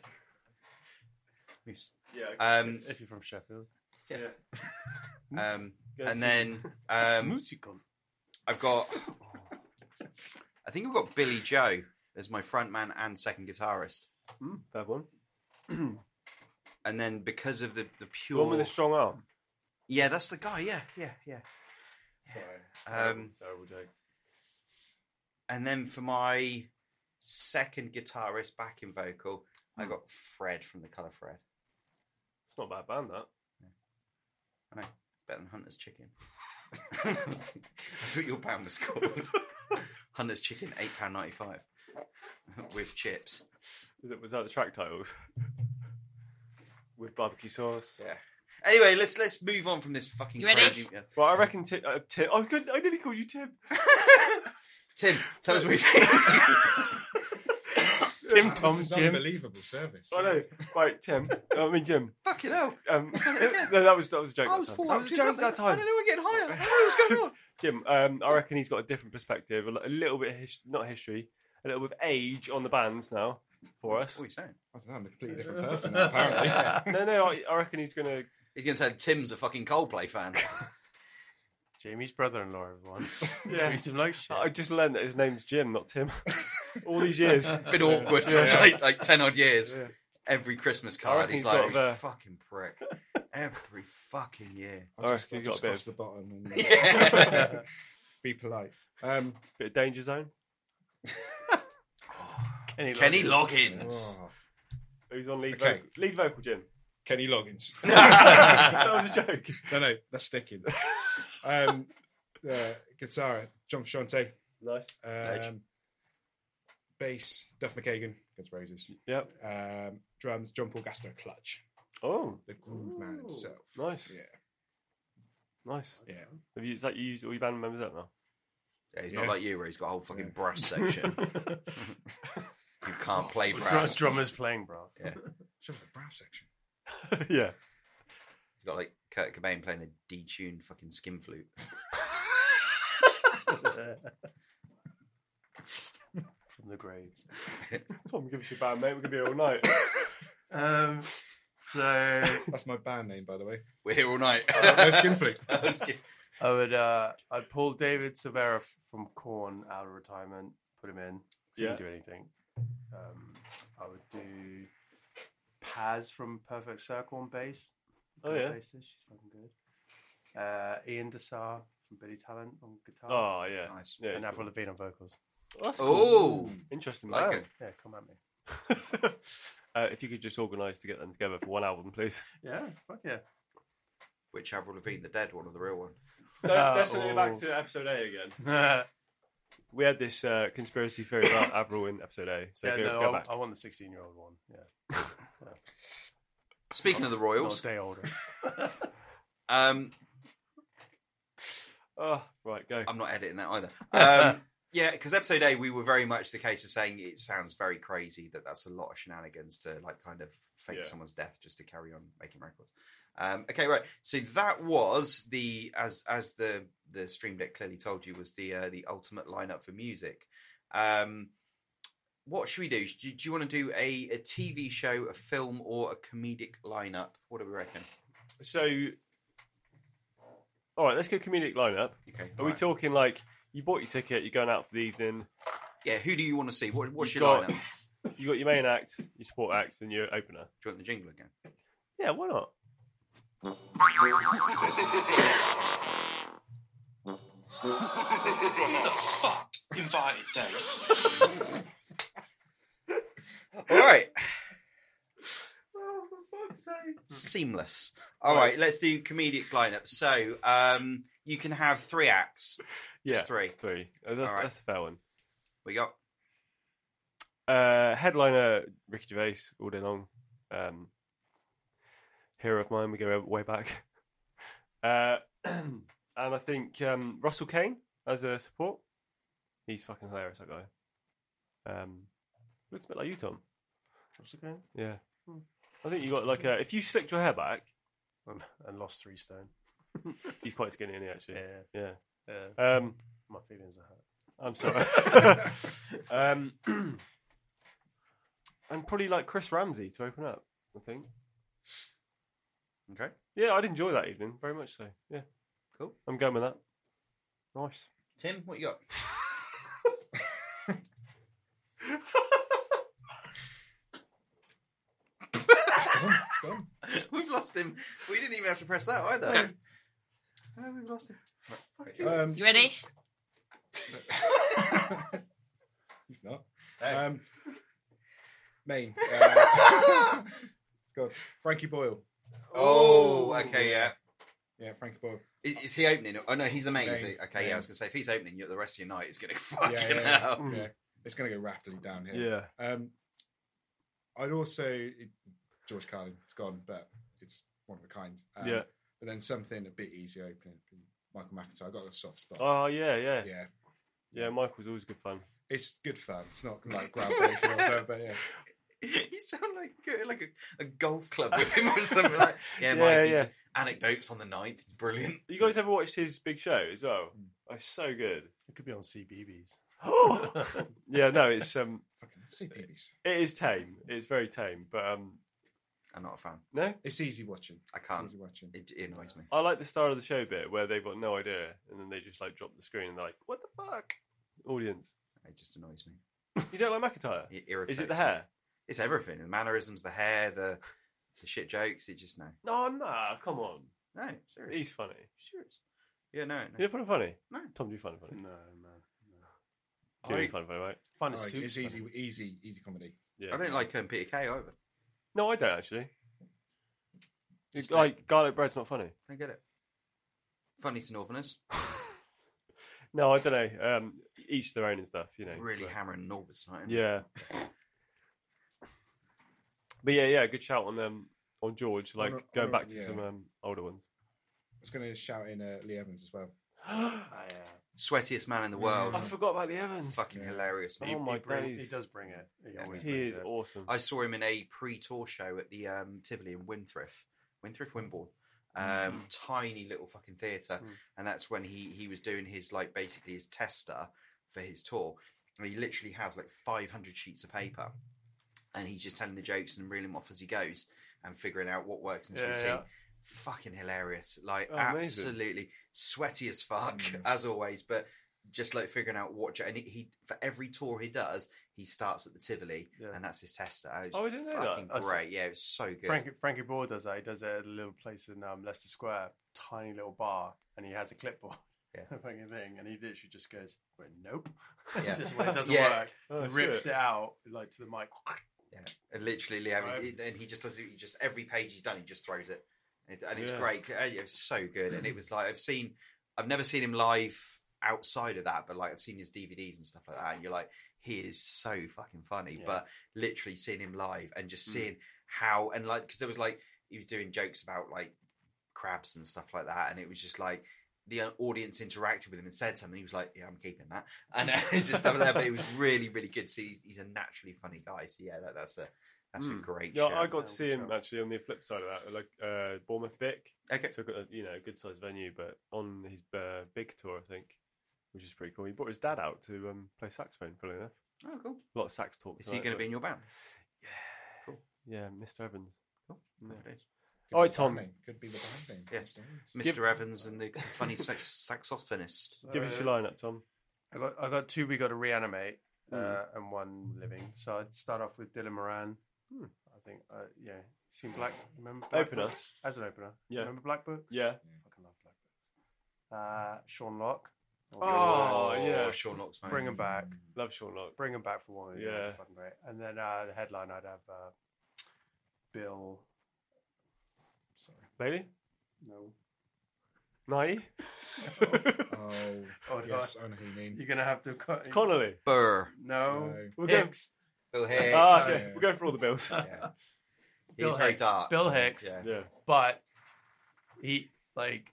[SPEAKER 3] Moose.
[SPEAKER 2] Yeah. okay.
[SPEAKER 3] Um,
[SPEAKER 5] If you're from Sheffield,
[SPEAKER 2] yeah.
[SPEAKER 3] um,
[SPEAKER 2] Go see-
[SPEAKER 3] and then um,
[SPEAKER 5] musical.
[SPEAKER 3] I've got. I think I've got Billy Joe as my front man and second guitarist.
[SPEAKER 2] Mm, that one.
[SPEAKER 3] And then because of the the
[SPEAKER 2] The
[SPEAKER 3] pure.
[SPEAKER 2] one with the strong arm.
[SPEAKER 3] yeah, that's the guy. Yeah, yeah, yeah.
[SPEAKER 2] Sorry.
[SPEAKER 3] Um,
[SPEAKER 2] terrible joke.
[SPEAKER 3] And then for my second guitarist backing vocal, I got Fred from the Color Fred.
[SPEAKER 2] It's not a bad band, that.
[SPEAKER 3] Better than Hunter's Chicken. That's what your band was called. Hunter's Chicken, £8.95 with chips.
[SPEAKER 2] Is that- Was that the track titles? With barbecue sauce.
[SPEAKER 3] Yeah. Anyway, let's let's move on from this fucking
[SPEAKER 6] You ready?
[SPEAKER 3] crazy. Yes.
[SPEAKER 2] Well, I reckon Ti- uh, Tim. I, could, I nearly called you Tim.
[SPEAKER 3] Tim, tell us what you think.
[SPEAKER 2] Tim,
[SPEAKER 4] This
[SPEAKER 2] Tom,
[SPEAKER 4] is
[SPEAKER 2] Jim.
[SPEAKER 4] unbelievable service.
[SPEAKER 2] I know. Right, Tim. I mean, Jim.
[SPEAKER 3] Fucking hell.
[SPEAKER 2] Um, no, that was that was a joke.
[SPEAKER 3] I
[SPEAKER 2] that
[SPEAKER 3] was
[SPEAKER 2] time.
[SPEAKER 3] four
[SPEAKER 2] That
[SPEAKER 3] up
[SPEAKER 2] was
[SPEAKER 3] to
[SPEAKER 2] a joke
[SPEAKER 3] something.
[SPEAKER 2] that
[SPEAKER 3] I
[SPEAKER 2] time.
[SPEAKER 3] don't know, we're getting higher. I don't know what's going on.
[SPEAKER 2] Jim, um, I reckon he's got a different perspective, a li- a little bit of his- not history, a little bit of age on the bands now for us.
[SPEAKER 3] What are you saying?
[SPEAKER 4] I don't know, I'm a completely different person now, apparently.
[SPEAKER 2] no, no, I, I reckon he's gonna.
[SPEAKER 3] He's going to say Tim's a fucking Coldplay fan.
[SPEAKER 5] Jamie's brother-in-law, everyone.
[SPEAKER 2] Yeah.
[SPEAKER 5] Treats him like shit.
[SPEAKER 2] I just learned that his name's Jim, not Tim. All these years.
[SPEAKER 3] Been awkward for
[SPEAKER 2] Yeah.
[SPEAKER 3] like, like 10 odd years.
[SPEAKER 2] Yeah.
[SPEAKER 3] Every Christmas
[SPEAKER 2] I reckon
[SPEAKER 3] card,
[SPEAKER 2] he's
[SPEAKER 3] he's
[SPEAKER 2] got
[SPEAKER 3] like,
[SPEAKER 2] a bit-
[SPEAKER 3] fucking prick. Every fucking year.
[SPEAKER 4] I'll
[SPEAKER 2] Alright,
[SPEAKER 4] just, I'll
[SPEAKER 2] you got
[SPEAKER 4] just
[SPEAKER 2] a bit
[SPEAKER 4] cross
[SPEAKER 2] of-
[SPEAKER 4] the bottom and uh,
[SPEAKER 3] Yeah.
[SPEAKER 4] be polite. Um,
[SPEAKER 2] Bit of danger zone.
[SPEAKER 5] Kenny,
[SPEAKER 3] Kenny
[SPEAKER 5] Loggins.
[SPEAKER 3] Loggins.
[SPEAKER 4] oh,
[SPEAKER 2] Who's on lead
[SPEAKER 4] Okay.
[SPEAKER 2] vocal? Lead vocal, Jim.
[SPEAKER 4] Kenny Loggins.
[SPEAKER 2] that was a joke.
[SPEAKER 4] no, no, that's sticking. Um, uh, guitar, John Frusciante.
[SPEAKER 2] Nice.
[SPEAKER 4] Um, bass, Duff McKagan. Gets roses.
[SPEAKER 2] Yep.
[SPEAKER 4] Um, drums, John Paul Gaster. Clutch.
[SPEAKER 2] Oh,
[SPEAKER 4] The groove man himself.
[SPEAKER 2] nice.
[SPEAKER 4] Yeah.
[SPEAKER 2] Nice.
[SPEAKER 4] Yeah.
[SPEAKER 2] Have you, is that you used all your band members up now?
[SPEAKER 3] Yeah, he's not
[SPEAKER 4] Yeah.
[SPEAKER 3] like you, where he's got a whole fucking
[SPEAKER 4] Yeah.
[SPEAKER 3] brass section. you can't play brass.
[SPEAKER 5] drummers playing brass.
[SPEAKER 3] Yeah.
[SPEAKER 4] Should have a brass section.
[SPEAKER 2] yeah.
[SPEAKER 3] He's got like Kurt Cobain playing a detuned fucking skin flute.
[SPEAKER 5] From the graves.
[SPEAKER 2] Tom, give us your band, mate. We're gonna be here all night.
[SPEAKER 5] Um, so
[SPEAKER 4] That's my band name, by the way.
[SPEAKER 3] We're here all night.
[SPEAKER 4] No skin flute.
[SPEAKER 3] Skin-
[SPEAKER 5] I would uh, I'd pull David Silvera f- from Corn out of retirement, put him in. He
[SPEAKER 2] Yeah.
[SPEAKER 5] didn't do anything. Um, I would do Paz from Perfect Circle on bass.
[SPEAKER 2] Oh,
[SPEAKER 5] Good
[SPEAKER 2] yeah.
[SPEAKER 5] bassist, she's fucking good. Uh, Ian Desar from Billy Talent on guitar,
[SPEAKER 2] Oh yeah.
[SPEAKER 3] Nice.
[SPEAKER 2] Yeah.
[SPEAKER 5] and
[SPEAKER 2] it's
[SPEAKER 5] Avril Lavigne on vocals.
[SPEAKER 2] cool. that's
[SPEAKER 3] Oh,
[SPEAKER 2] cool. interesting.
[SPEAKER 3] like
[SPEAKER 2] band.
[SPEAKER 3] it.
[SPEAKER 5] Yeah, come at me.
[SPEAKER 2] uh, if you could just organise to get them together for one album, please.
[SPEAKER 5] Yeah, fuck yeah.
[SPEAKER 3] Which Avril Lavigne, the dead one or the real one?
[SPEAKER 5] Uh, oh.
[SPEAKER 2] to episode A again. We had this uh, conspiracy theory about Avril in episode A, so
[SPEAKER 5] yeah,
[SPEAKER 2] go,
[SPEAKER 5] no,
[SPEAKER 2] go
[SPEAKER 5] I,
[SPEAKER 2] back.
[SPEAKER 5] I want the 16 year old one. Yeah.
[SPEAKER 3] Speaking of the
[SPEAKER 5] Not a
[SPEAKER 3] Royals,
[SPEAKER 5] day older.
[SPEAKER 3] um,
[SPEAKER 2] Oh, right, go.
[SPEAKER 3] I'm not editing that either. Um, yeah, because episode A, we were very much the case of saying it sounds very crazy that that's a lot of shenanigans to like kind of fake
[SPEAKER 2] Yeah.
[SPEAKER 3] someone's death just to carry on making records. Um, okay, right. So that was the as as the the stream deck clearly told you was the uh, the ultimate lineup for music. Um, what should we do? Do, do you want to do a, a TV show, a film, or a comedic lineup? What do we reckon?
[SPEAKER 2] So, all right, let's go comedic lineup.
[SPEAKER 3] Okay.
[SPEAKER 2] Are we
[SPEAKER 3] right.
[SPEAKER 2] talking like you bought your ticket, you're going out for the evening,
[SPEAKER 3] yeah. Who do you want to see? What, what's
[SPEAKER 2] You
[SPEAKER 3] your
[SPEAKER 2] got-
[SPEAKER 3] lineup? Do you
[SPEAKER 2] you got your main act, your support act, and your opener?
[SPEAKER 3] want the jingle again?
[SPEAKER 2] Yeah, why not?
[SPEAKER 9] the fuck invited Dave?
[SPEAKER 3] All right.
[SPEAKER 5] Oh, for fuck's sake.
[SPEAKER 3] seamless. All right, let's do comedic lineup. So um, you can have three acts.
[SPEAKER 2] Yeah,
[SPEAKER 3] Just three.
[SPEAKER 2] three. Oh, that's
[SPEAKER 3] All right.
[SPEAKER 2] that's a fair one.
[SPEAKER 3] We got
[SPEAKER 2] Uh, headliner Ricky Gervais all day long. Um, hero of mine. We go way back. Uh, and I think um, Russell Kane as a support. He's fucking hilarious. That guy. Um, looks a bit like you, Tom.
[SPEAKER 5] That's okay.
[SPEAKER 2] Yeah. I think you got like a. If you slicked your hair back,
[SPEAKER 5] Um, and lost three stone.
[SPEAKER 2] he's quite skinny, isn't he? Actually.
[SPEAKER 5] Yeah,
[SPEAKER 2] Yeah.
[SPEAKER 5] yeah.
[SPEAKER 2] Um,
[SPEAKER 5] My feelings are hurt.
[SPEAKER 2] I'm sorry. um, and probably like Chris Ramsey to open up. I think.
[SPEAKER 3] okay.
[SPEAKER 2] Yeah, I'd enjoy that evening very much. So yeah,
[SPEAKER 3] Cool.
[SPEAKER 2] I'm going with that. Nice.
[SPEAKER 3] Tim, what you got?
[SPEAKER 4] Done.
[SPEAKER 3] We've lost him. We didn't even have to press that either.
[SPEAKER 6] Go.
[SPEAKER 3] Oh, we've lost him. Right, right.
[SPEAKER 4] Um,
[SPEAKER 6] You ready?
[SPEAKER 4] He's not. Um, Maine. Uh, God, Frankie Boyle.
[SPEAKER 3] oh, okay, yeah.
[SPEAKER 4] Yeah, Frankie Boyle.
[SPEAKER 3] Is, is he opening? it? Oh no, he's the main. is he?
[SPEAKER 4] Main,
[SPEAKER 3] Okay, yeah. I
[SPEAKER 4] main.
[SPEAKER 3] was gonna say if he's opening, you the rest of your night is gonna fucking
[SPEAKER 4] yeah, yeah.
[SPEAKER 3] hell.
[SPEAKER 2] Mm.
[SPEAKER 4] Yeah, it's going to go rapidly down here.
[SPEAKER 2] Yeah.
[SPEAKER 4] Um, I'd also it, George Carlin. It's gone, but it's one of a kind. Um,
[SPEAKER 2] Yeah.
[SPEAKER 4] But then something a bit easier opening. Michael McIntyre. I got a soft spot.
[SPEAKER 2] Oh yeah, yeah, yeah.
[SPEAKER 4] Yeah.
[SPEAKER 2] Michael's always good fun.
[SPEAKER 4] It's good fun. It's not like groundbreaking or whatever, but yeah.
[SPEAKER 3] you sound like uh, like a, a golf club with him or something. Like, yeah,
[SPEAKER 2] Yeah,
[SPEAKER 3] Mike.
[SPEAKER 2] yeah.
[SPEAKER 3] Yeah. Anecdotes on the ninth. It's brilliant.
[SPEAKER 2] You guys ever watched his big show as well? Oh, it's so good.
[SPEAKER 5] It could be on CBBS.
[SPEAKER 2] yeah, no, it's um,
[SPEAKER 4] Fucking CPBs.
[SPEAKER 2] it is tame. It's very tame, but um,
[SPEAKER 3] I'm not a fan.
[SPEAKER 2] no,
[SPEAKER 4] It's easy watching.
[SPEAKER 3] I can't.
[SPEAKER 4] Easy watching.
[SPEAKER 3] It, it annoys me.
[SPEAKER 2] I like the start of the show bit where they've got no idea and then they just like drop the screen and they're like, "What the fuck, audience?
[SPEAKER 3] It just annoys me.
[SPEAKER 2] You don't like McIntyre?
[SPEAKER 3] It
[SPEAKER 2] Is
[SPEAKER 3] irritates
[SPEAKER 2] it the
[SPEAKER 3] me.
[SPEAKER 2] hair?
[SPEAKER 3] It's everything. The mannerisms, the hair, the the shit jokes. It just no,
[SPEAKER 2] No, I'm not. Come on,
[SPEAKER 3] no. Serious.
[SPEAKER 2] he's funny.
[SPEAKER 3] serious. Yeah, no. no.
[SPEAKER 2] You don't find him funny?
[SPEAKER 3] No.
[SPEAKER 2] Tom, do you find him funny?
[SPEAKER 5] No, Mm. man.
[SPEAKER 2] Do you
[SPEAKER 3] I-
[SPEAKER 2] find him funny, right?
[SPEAKER 5] Find a
[SPEAKER 4] Like,
[SPEAKER 5] suit.
[SPEAKER 4] it's easy, easy, easy comedy.
[SPEAKER 2] Yeah.
[SPEAKER 3] I don't like um, Peter Kay either.
[SPEAKER 2] No, I don't actually. It's
[SPEAKER 3] Just
[SPEAKER 2] like garlic bread's not funny.
[SPEAKER 3] I get it. Funny to Northerners.
[SPEAKER 2] No, I don't know. Um, each their own and stuff, you know.
[SPEAKER 3] Really
[SPEAKER 2] but-
[SPEAKER 3] hammering Northerners tonight. isn't it?
[SPEAKER 2] Yeah. but yeah, yeah, good shout on um on George. Like
[SPEAKER 4] On-
[SPEAKER 2] going
[SPEAKER 4] on-
[SPEAKER 2] back to
[SPEAKER 4] yeah.
[SPEAKER 2] some um, older ones.
[SPEAKER 4] I was going to shout in uh, Lee Evans as well.
[SPEAKER 5] I, uh,
[SPEAKER 3] Sweatiest man in the world.
[SPEAKER 2] I
[SPEAKER 5] Oh,
[SPEAKER 2] forgot about the Evans.
[SPEAKER 3] Fucking
[SPEAKER 4] Yeah.
[SPEAKER 3] hilarious.
[SPEAKER 2] Oh
[SPEAKER 3] Man.
[SPEAKER 2] my
[SPEAKER 5] he, bring, he
[SPEAKER 2] days.
[SPEAKER 5] does bring it. He always
[SPEAKER 2] He
[SPEAKER 5] brings
[SPEAKER 2] is
[SPEAKER 5] it.
[SPEAKER 2] awesome.
[SPEAKER 3] I saw him in a pre-tour show at the um, Tivoli in Winthrop, Winthrop, Wimborne. Um, Tiny little fucking theatre,
[SPEAKER 5] Mm.
[SPEAKER 3] and that's when he he was doing his like basically his tester for his tour. And he literally has like 500 sheets of paper, and he's just telling the jokes and reeling them off as he goes and figuring out what works in his
[SPEAKER 5] Yeah,
[SPEAKER 3] routine.
[SPEAKER 5] yeah.
[SPEAKER 3] Fucking hilarious, like
[SPEAKER 2] Oh, amazing. Hmm.
[SPEAKER 3] absolutely sweaty as fuck
[SPEAKER 4] Mm.
[SPEAKER 3] as always, but. Just like figuring out what, jo- and he, he for every tour he does, he starts at the Tivoli,
[SPEAKER 5] Yeah.
[SPEAKER 3] and that's his tester. And it's
[SPEAKER 2] Oh, I didn't know that.
[SPEAKER 3] fucking
[SPEAKER 5] I saw-
[SPEAKER 3] Great, yeah, it was so good.
[SPEAKER 5] Frankie, Frankie Boyle does that. He does it at a little place in um, Leicester Square, tiny little bar, and he has a clipboard.
[SPEAKER 3] Yeah.
[SPEAKER 5] a fucking thing, and he literally just goes, well, "Nope,"
[SPEAKER 3] Yeah.
[SPEAKER 5] just when it doesn't
[SPEAKER 3] Yeah.
[SPEAKER 5] work,
[SPEAKER 2] Oh,
[SPEAKER 5] he rips
[SPEAKER 2] shit.
[SPEAKER 5] it out like to the mic.
[SPEAKER 3] Yeah, and literally, Liam,
[SPEAKER 5] Right.
[SPEAKER 3] he- and he just does it. He just every page he's done, he just throws it, and, it- and it's
[SPEAKER 2] Yeah.
[SPEAKER 3] great. Uh, It was so good, and it was like I've seen, I've never seen him live outside of that, but like I've seen his DVDs and stuff like that, and you're like, he is so fucking funny.
[SPEAKER 5] Yeah.
[SPEAKER 3] But literally seeing him live and just
[SPEAKER 5] Mm.
[SPEAKER 3] seeing how and like because there was like he was doing jokes about like crabs and stuff like that, and it was just like. The uh, audience interacted with him and said something. He was like, "Yeah, I'm keeping that," and uh, it's just stuff like that. But it was really, really good. So he's, he's a naturally funny guy. So yeah, that, that's a that's a
[SPEAKER 2] Mm.
[SPEAKER 3] great
[SPEAKER 2] Yeah,
[SPEAKER 3] show.
[SPEAKER 2] I got to
[SPEAKER 5] Yeah,
[SPEAKER 2] see
[SPEAKER 5] good
[SPEAKER 2] him
[SPEAKER 5] shout.
[SPEAKER 2] actually on the flip side of that, like uh, Bournemouth Vic.
[SPEAKER 3] Okay.
[SPEAKER 2] So got a, you know a good sized venue, but on his uh, big tour, I think, which is pretty cool. He brought his dad out to um, play saxophone. Funnily enough,
[SPEAKER 3] Oh, cool.
[SPEAKER 2] a lot of sax talk.
[SPEAKER 3] Is he going to be in your band?
[SPEAKER 2] Yeah, Mr. Evans.
[SPEAKER 3] Cool.
[SPEAKER 2] Yeah.
[SPEAKER 3] There it is.
[SPEAKER 4] Could
[SPEAKER 2] All
[SPEAKER 4] be
[SPEAKER 2] right,
[SPEAKER 4] the
[SPEAKER 2] Tom.
[SPEAKER 4] band name. Could be the band name.
[SPEAKER 3] Yeah.
[SPEAKER 4] Yes,
[SPEAKER 3] Mr. Evans and the funny sax- saxophonist.
[SPEAKER 2] Give us your lineup, Tom.
[SPEAKER 5] I got, I got two. We got to reanimate uh,
[SPEAKER 2] Mm.
[SPEAKER 5] and one living. So I'd start off with Dylan Moran.
[SPEAKER 2] Hmm.
[SPEAKER 5] I think, uh, yeah, seen Black. Remember Black
[SPEAKER 2] Open
[SPEAKER 5] Books?
[SPEAKER 2] us.
[SPEAKER 5] as an opener.
[SPEAKER 2] Yeah.
[SPEAKER 5] remember Black Books?
[SPEAKER 2] Yeah.
[SPEAKER 5] fucking love Black Books. Uh, Sean Locke.
[SPEAKER 2] Oh, yeah.
[SPEAKER 3] Sean Locke's phone.
[SPEAKER 5] bring him back.
[SPEAKER 2] Love Sean Locke.
[SPEAKER 5] Bring him back for one. Yeah,
[SPEAKER 2] Yeah.
[SPEAKER 5] fucking great. And then uh, the headline, I'd have uh, Bill. Sorry,
[SPEAKER 2] Bailey?
[SPEAKER 5] no.
[SPEAKER 2] Nye?
[SPEAKER 4] Oh,
[SPEAKER 5] Oh, no.
[SPEAKER 4] yes, I know who you mean.
[SPEAKER 5] You're gonna have to cut.
[SPEAKER 2] Connolly.
[SPEAKER 3] Burr.
[SPEAKER 5] No,
[SPEAKER 4] No.
[SPEAKER 2] We're going,
[SPEAKER 5] Hicks.
[SPEAKER 3] Bill Hicks.
[SPEAKER 2] ah, okay.
[SPEAKER 4] Yeah.
[SPEAKER 2] We're going for all the bills.
[SPEAKER 3] Yeah.
[SPEAKER 5] Bill
[SPEAKER 3] He's very
[SPEAKER 5] Hicks.
[SPEAKER 3] dark.
[SPEAKER 5] Bill Hicks.
[SPEAKER 3] Yeah.
[SPEAKER 2] Yeah.
[SPEAKER 5] but he like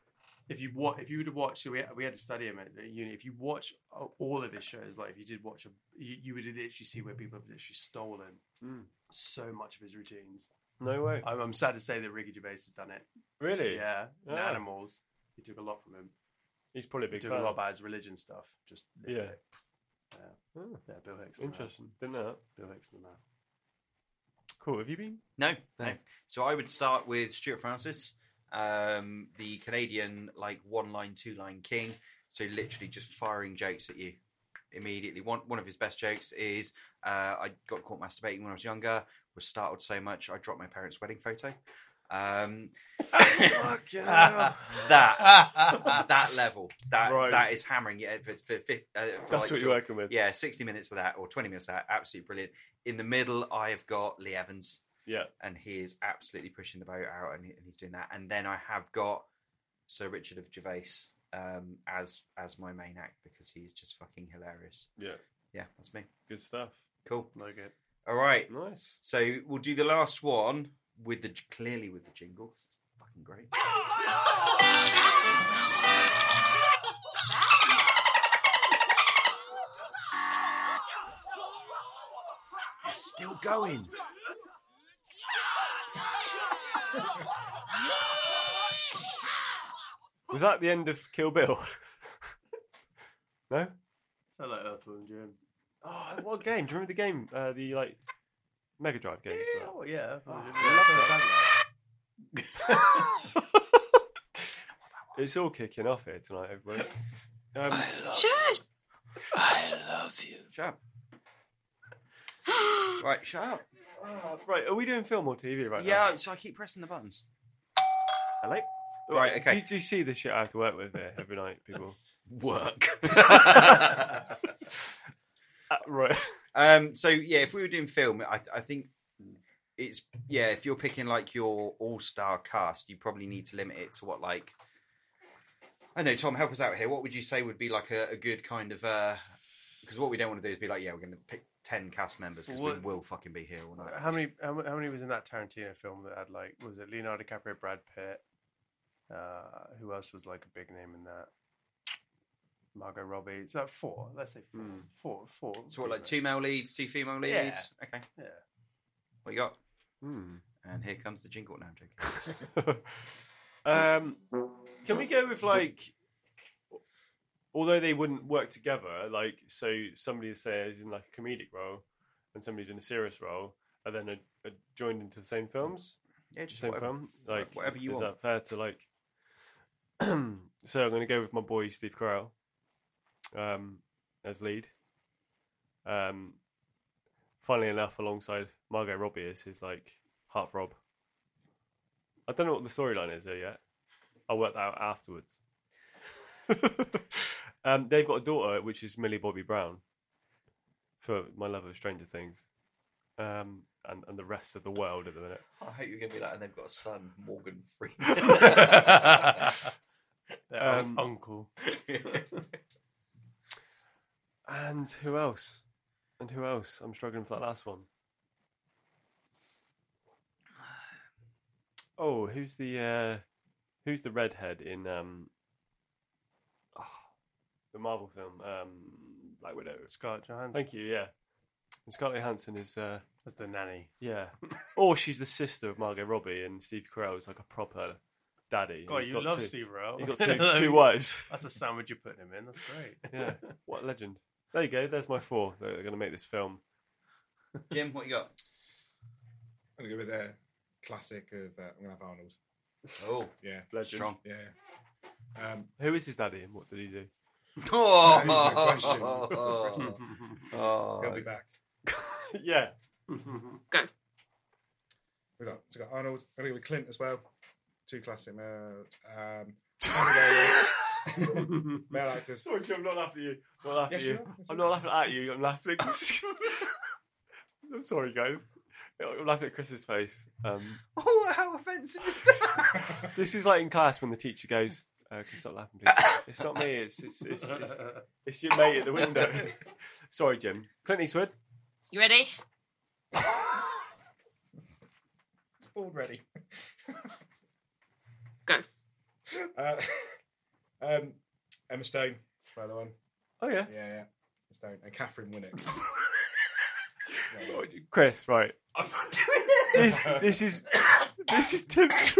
[SPEAKER 5] if you wa- if you would have watched we had, we had to study him at, at uni if you watch a- all of his shows like if you did watch a, you, you would literally see where people have literally stolen
[SPEAKER 2] Mm.
[SPEAKER 5] so much of his routines
[SPEAKER 2] No way.
[SPEAKER 5] I'm, I'm sad to say that Ricky Gervais has done it
[SPEAKER 2] Really?
[SPEAKER 5] yeah in
[SPEAKER 2] Ah.
[SPEAKER 5] animals he took a lot from him
[SPEAKER 2] He's probably a
[SPEAKER 5] he
[SPEAKER 2] big
[SPEAKER 5] took
[SPEAKER 2] fan.
[SPEAKER 5] a lot about his religion stuff just lifted
[SPEAKER 2] Yeah.
[SPEAKER 5] it.
[SPEAKER 2] Oh,
[SPEAKER 5] yeah Bill Hicks and that.
[SPEAKER 2] interesting. Didn't know that.
[SPEAKER 5] Bill Hicks and that
[SPEAKER 2] Cool. Have you been?
[SPEAKER 3] No, no.
[SPEAKER 2] No.
[SPEAKER 3] So I would start with Stuart Francis, um, the Canadian like one line, two line king. So literally just firing jokes at you immediately. One one of his best jokes is uh, I got caught masturbating when I was younger. Was startled so much I dropped my parents' wedding photo. Um, that
[SPEAKER 2] Ah.
[SPEAKER 3] that level that
[SPEAKER 2] Right.
[SPEAKER 3] that is hammering you for, for, fif- uh, for
[SPEAKER 2] That's
[SPEAKER 3] like
[SPEAKER 2] what
[SPEAKER 3] sort
[SPEAKER 2] you're
[SPEAKER 3] of-
[SPEAKER 2] working with.
[SPEAKER 3] yeah, 60 minutes of that or 20 minutes of that, absolutely brilliant. In the middle, I have got Lee Evans.
[SPEAKER 2] Yeah.
[SPEAKER 3] And he is absolutely pushing the boat out and, he- and he's doing that. And then I have got Sir Richard of Gervais um, as as my main act because he's just fucking hilarious.
[SPEAKER 2] Yeah.
[SPEAKER 3] Yeah, that's me.
[SPEAKER 2] Good stuff.
[SPEAKER 3] Cool.
[SPEAKER 2] Like it.
[SPEAKER 3] All right.
[SPEAKER 2] Nice.
[SPEAKER 3] So we'll do the last one with the clearly with the jingle. 'cause It's fucking great. It's still going.
[SPEAKER 2] Was that the end of Kill Bill? no.
[SPEAKER 5] So like Earthworm Jim.
[SPEAKER 2] Oh, what game? Do you remember the game? Uh, the like Mega Drive game.
[SPEAKER 5] Yeah, oh, yeah.
[SPEAKER 2] It's all kicking off here tonight, everybody. Um,
[SPEAKER 6] Shush!
[SPEAKER 3] Shut up. Right, shut up.
[SPEAKER 2] right, are we doing film or TV right uh, now?
[SPEAKER 3] Yeah, so I keep pressing the buttons. Hello? Right,
[SPEAKER 2] Do
[SPEAKER 3] okay.
[SPEAKER 2] you, do you see the shit I have to work with here every night, people?
[SPEAKER 3] Work.
[SPEAKER 2] Uh, right.
[SPEAKER 3] um, so, yeah, if we were doing film, I, I think it's, yeah, if you're picking like your all star cast, you probably need to limit it to what, like, I know, Tom, help us out here. What would you say would be like a, a good kind of, uh, because what we don't want to do is be like, yeah, we're going to pick 10 cast members because we
[SPEAKER 5] What-
[SPEAKER 3] will fucking be here all night.
[SPEAKER 5] How many? How, mu- how many was in that Tarantino film that had like? Was it Leonardo DiCaprio, Brad Pitt? Uh, who else was like a big name in that? Margot Robbie. So four. Let's say four.
[SPEAKER 2] Hmm.
[SPEAKER 5] Four. Four.
[SPEAKER 3] So, what, like two male leads, two female leads?
[SPEAKER 5] Yeah.
[SPEAKER 3] Okay.
[SPEAKER 5] Yeah.
[SPEAKER 3] What you got?
[SPEAKER 2] Hmm.
[SPEAKER 3] And here comes the jingle now, Jake.
[SPEAKER 2] um, can we go with like, although they wouldn't work together, like so somebody say is in like a comedic role and somebody's in a serious role, and then are, are joined into the same films,
[SPEAKER 3] Yeah, just
[SPEAKER 2] same
[SPEAKER 3] whatever.
[SPEAKER 2] film, like
[SPEAKER 3] whatever you
[SPEAKER 2] is that
[SPEAKER 3] want.
[SPEAKER 2] fair to like? so I'm going to go with my boy Steve Carell, um, as lead. Um, funnily enough, alongside Margot Robbie is his like heartthrob. I don't know what the storyline is there yet. I'll work that out afterwards. um, they've got a daughter, which is Millie Bobby Brown, for my love of Stranger Things, um, and and the rest of the world at the minute.
[SPEAKER 3] I hope you're gonna be like, and they've got a son, Morgan
[SPEAKER 2] Um,
[SPEAKER 5] Um, uncle.
[SPEAKER 3] Freeman.
[SPEAKER 2] And who else? And who else? I'm struggling for that last one. Oh, who's the uh, who's the redhead in um, ah, the Marvel film um, Black Widow?
[SPEAKER 5] Scarlett Johansson.
[SPEAKER 2] Thank you. Yeah, and Scarlett Johansson is uh,
[SPEAKER 5] That's the nanny.
[SPEAKER 2] yeah, or she's the sister of Margot Robbie, and Steve Carell is like a proper daddy.
[SPEAKER 5] God,
[SPEAKER 2] He's
[SPEAKER 5] you
[SPEAKER 2] got
[SPEAKER 5] love
[SPEAKER 2] two,
[SPEAKER 5] Steve Rowe.
[SPEAKER 2] He's got two, two wives.
[SPEAKER 5] That's a sandwich you're putting him in. That's great.
[SPEAKER 2] Yeah, what a legend. There you go. There's my four. that are going to make this film.
[SPEAKER 3] Jim, what you got?
[SPEAKER 4] I'm gonna go with a classic of uh, I'm gonna have Arnold.
[SPEAKER 3] Oh,
[SPEAKER 4] Yeah,
[SPEAKER 2] Legend.
[SPEAKER 3] strong.
[SPEAKER 4] yeah. Um,
[SPEAKER 2] Who is his daddy and what did he do?
[SPEAKER 4] That is the question. Hmm.
[SPEAKER 3] Oh.
[SPEAKER 4] he'll be back.
[SPEAKER 2] yeah.
[SPEAKER 4] We got, so we got Arnold. I'm gonna go with Clint as well. Two classic male. Um, I'm gonna go with male actors.
[SPEAKER 2] Sorry, Jim, I'm not laughing at you. I'm not laughing at
[SPEAKER 4] Yes,
[SPEAKER 2] you.
[SPEAKER 4] you are. Yes,
[SPEAKER 2] I'm
[SPEAKER 4] you
[SPEAKER 2] not laughing at you. I'm laughing. I'm sorry, guys. I'm laughing at Chris's face. Um,
[SPEAKER 3] Oh, how offensive is that?
[SPEAKER 2] this is like in class when the teacher goes, uh, "Can you stop laughing, please?" it's not me. It's it's, it's it's it's your mate at the window. sorry, Jim. Clint Eastwood.
[SPEAKER 6] You ready?
[SPEAKER 4] Already.
[SPEAKER 6] Go.
[SPEAKER 4] Uh, um, Emma Stone. For the one.
[SPEAKER 2] Oh yeah.
[SPEAKER 4] Yeah, yeah. Emma Stone and Catherine Winnick. Yeah,
[SPEAKER 2] Oh, Chris, right.
[SPEAKER 3] I'm not doing
[SPEAKER 2] This this is this is Tim's.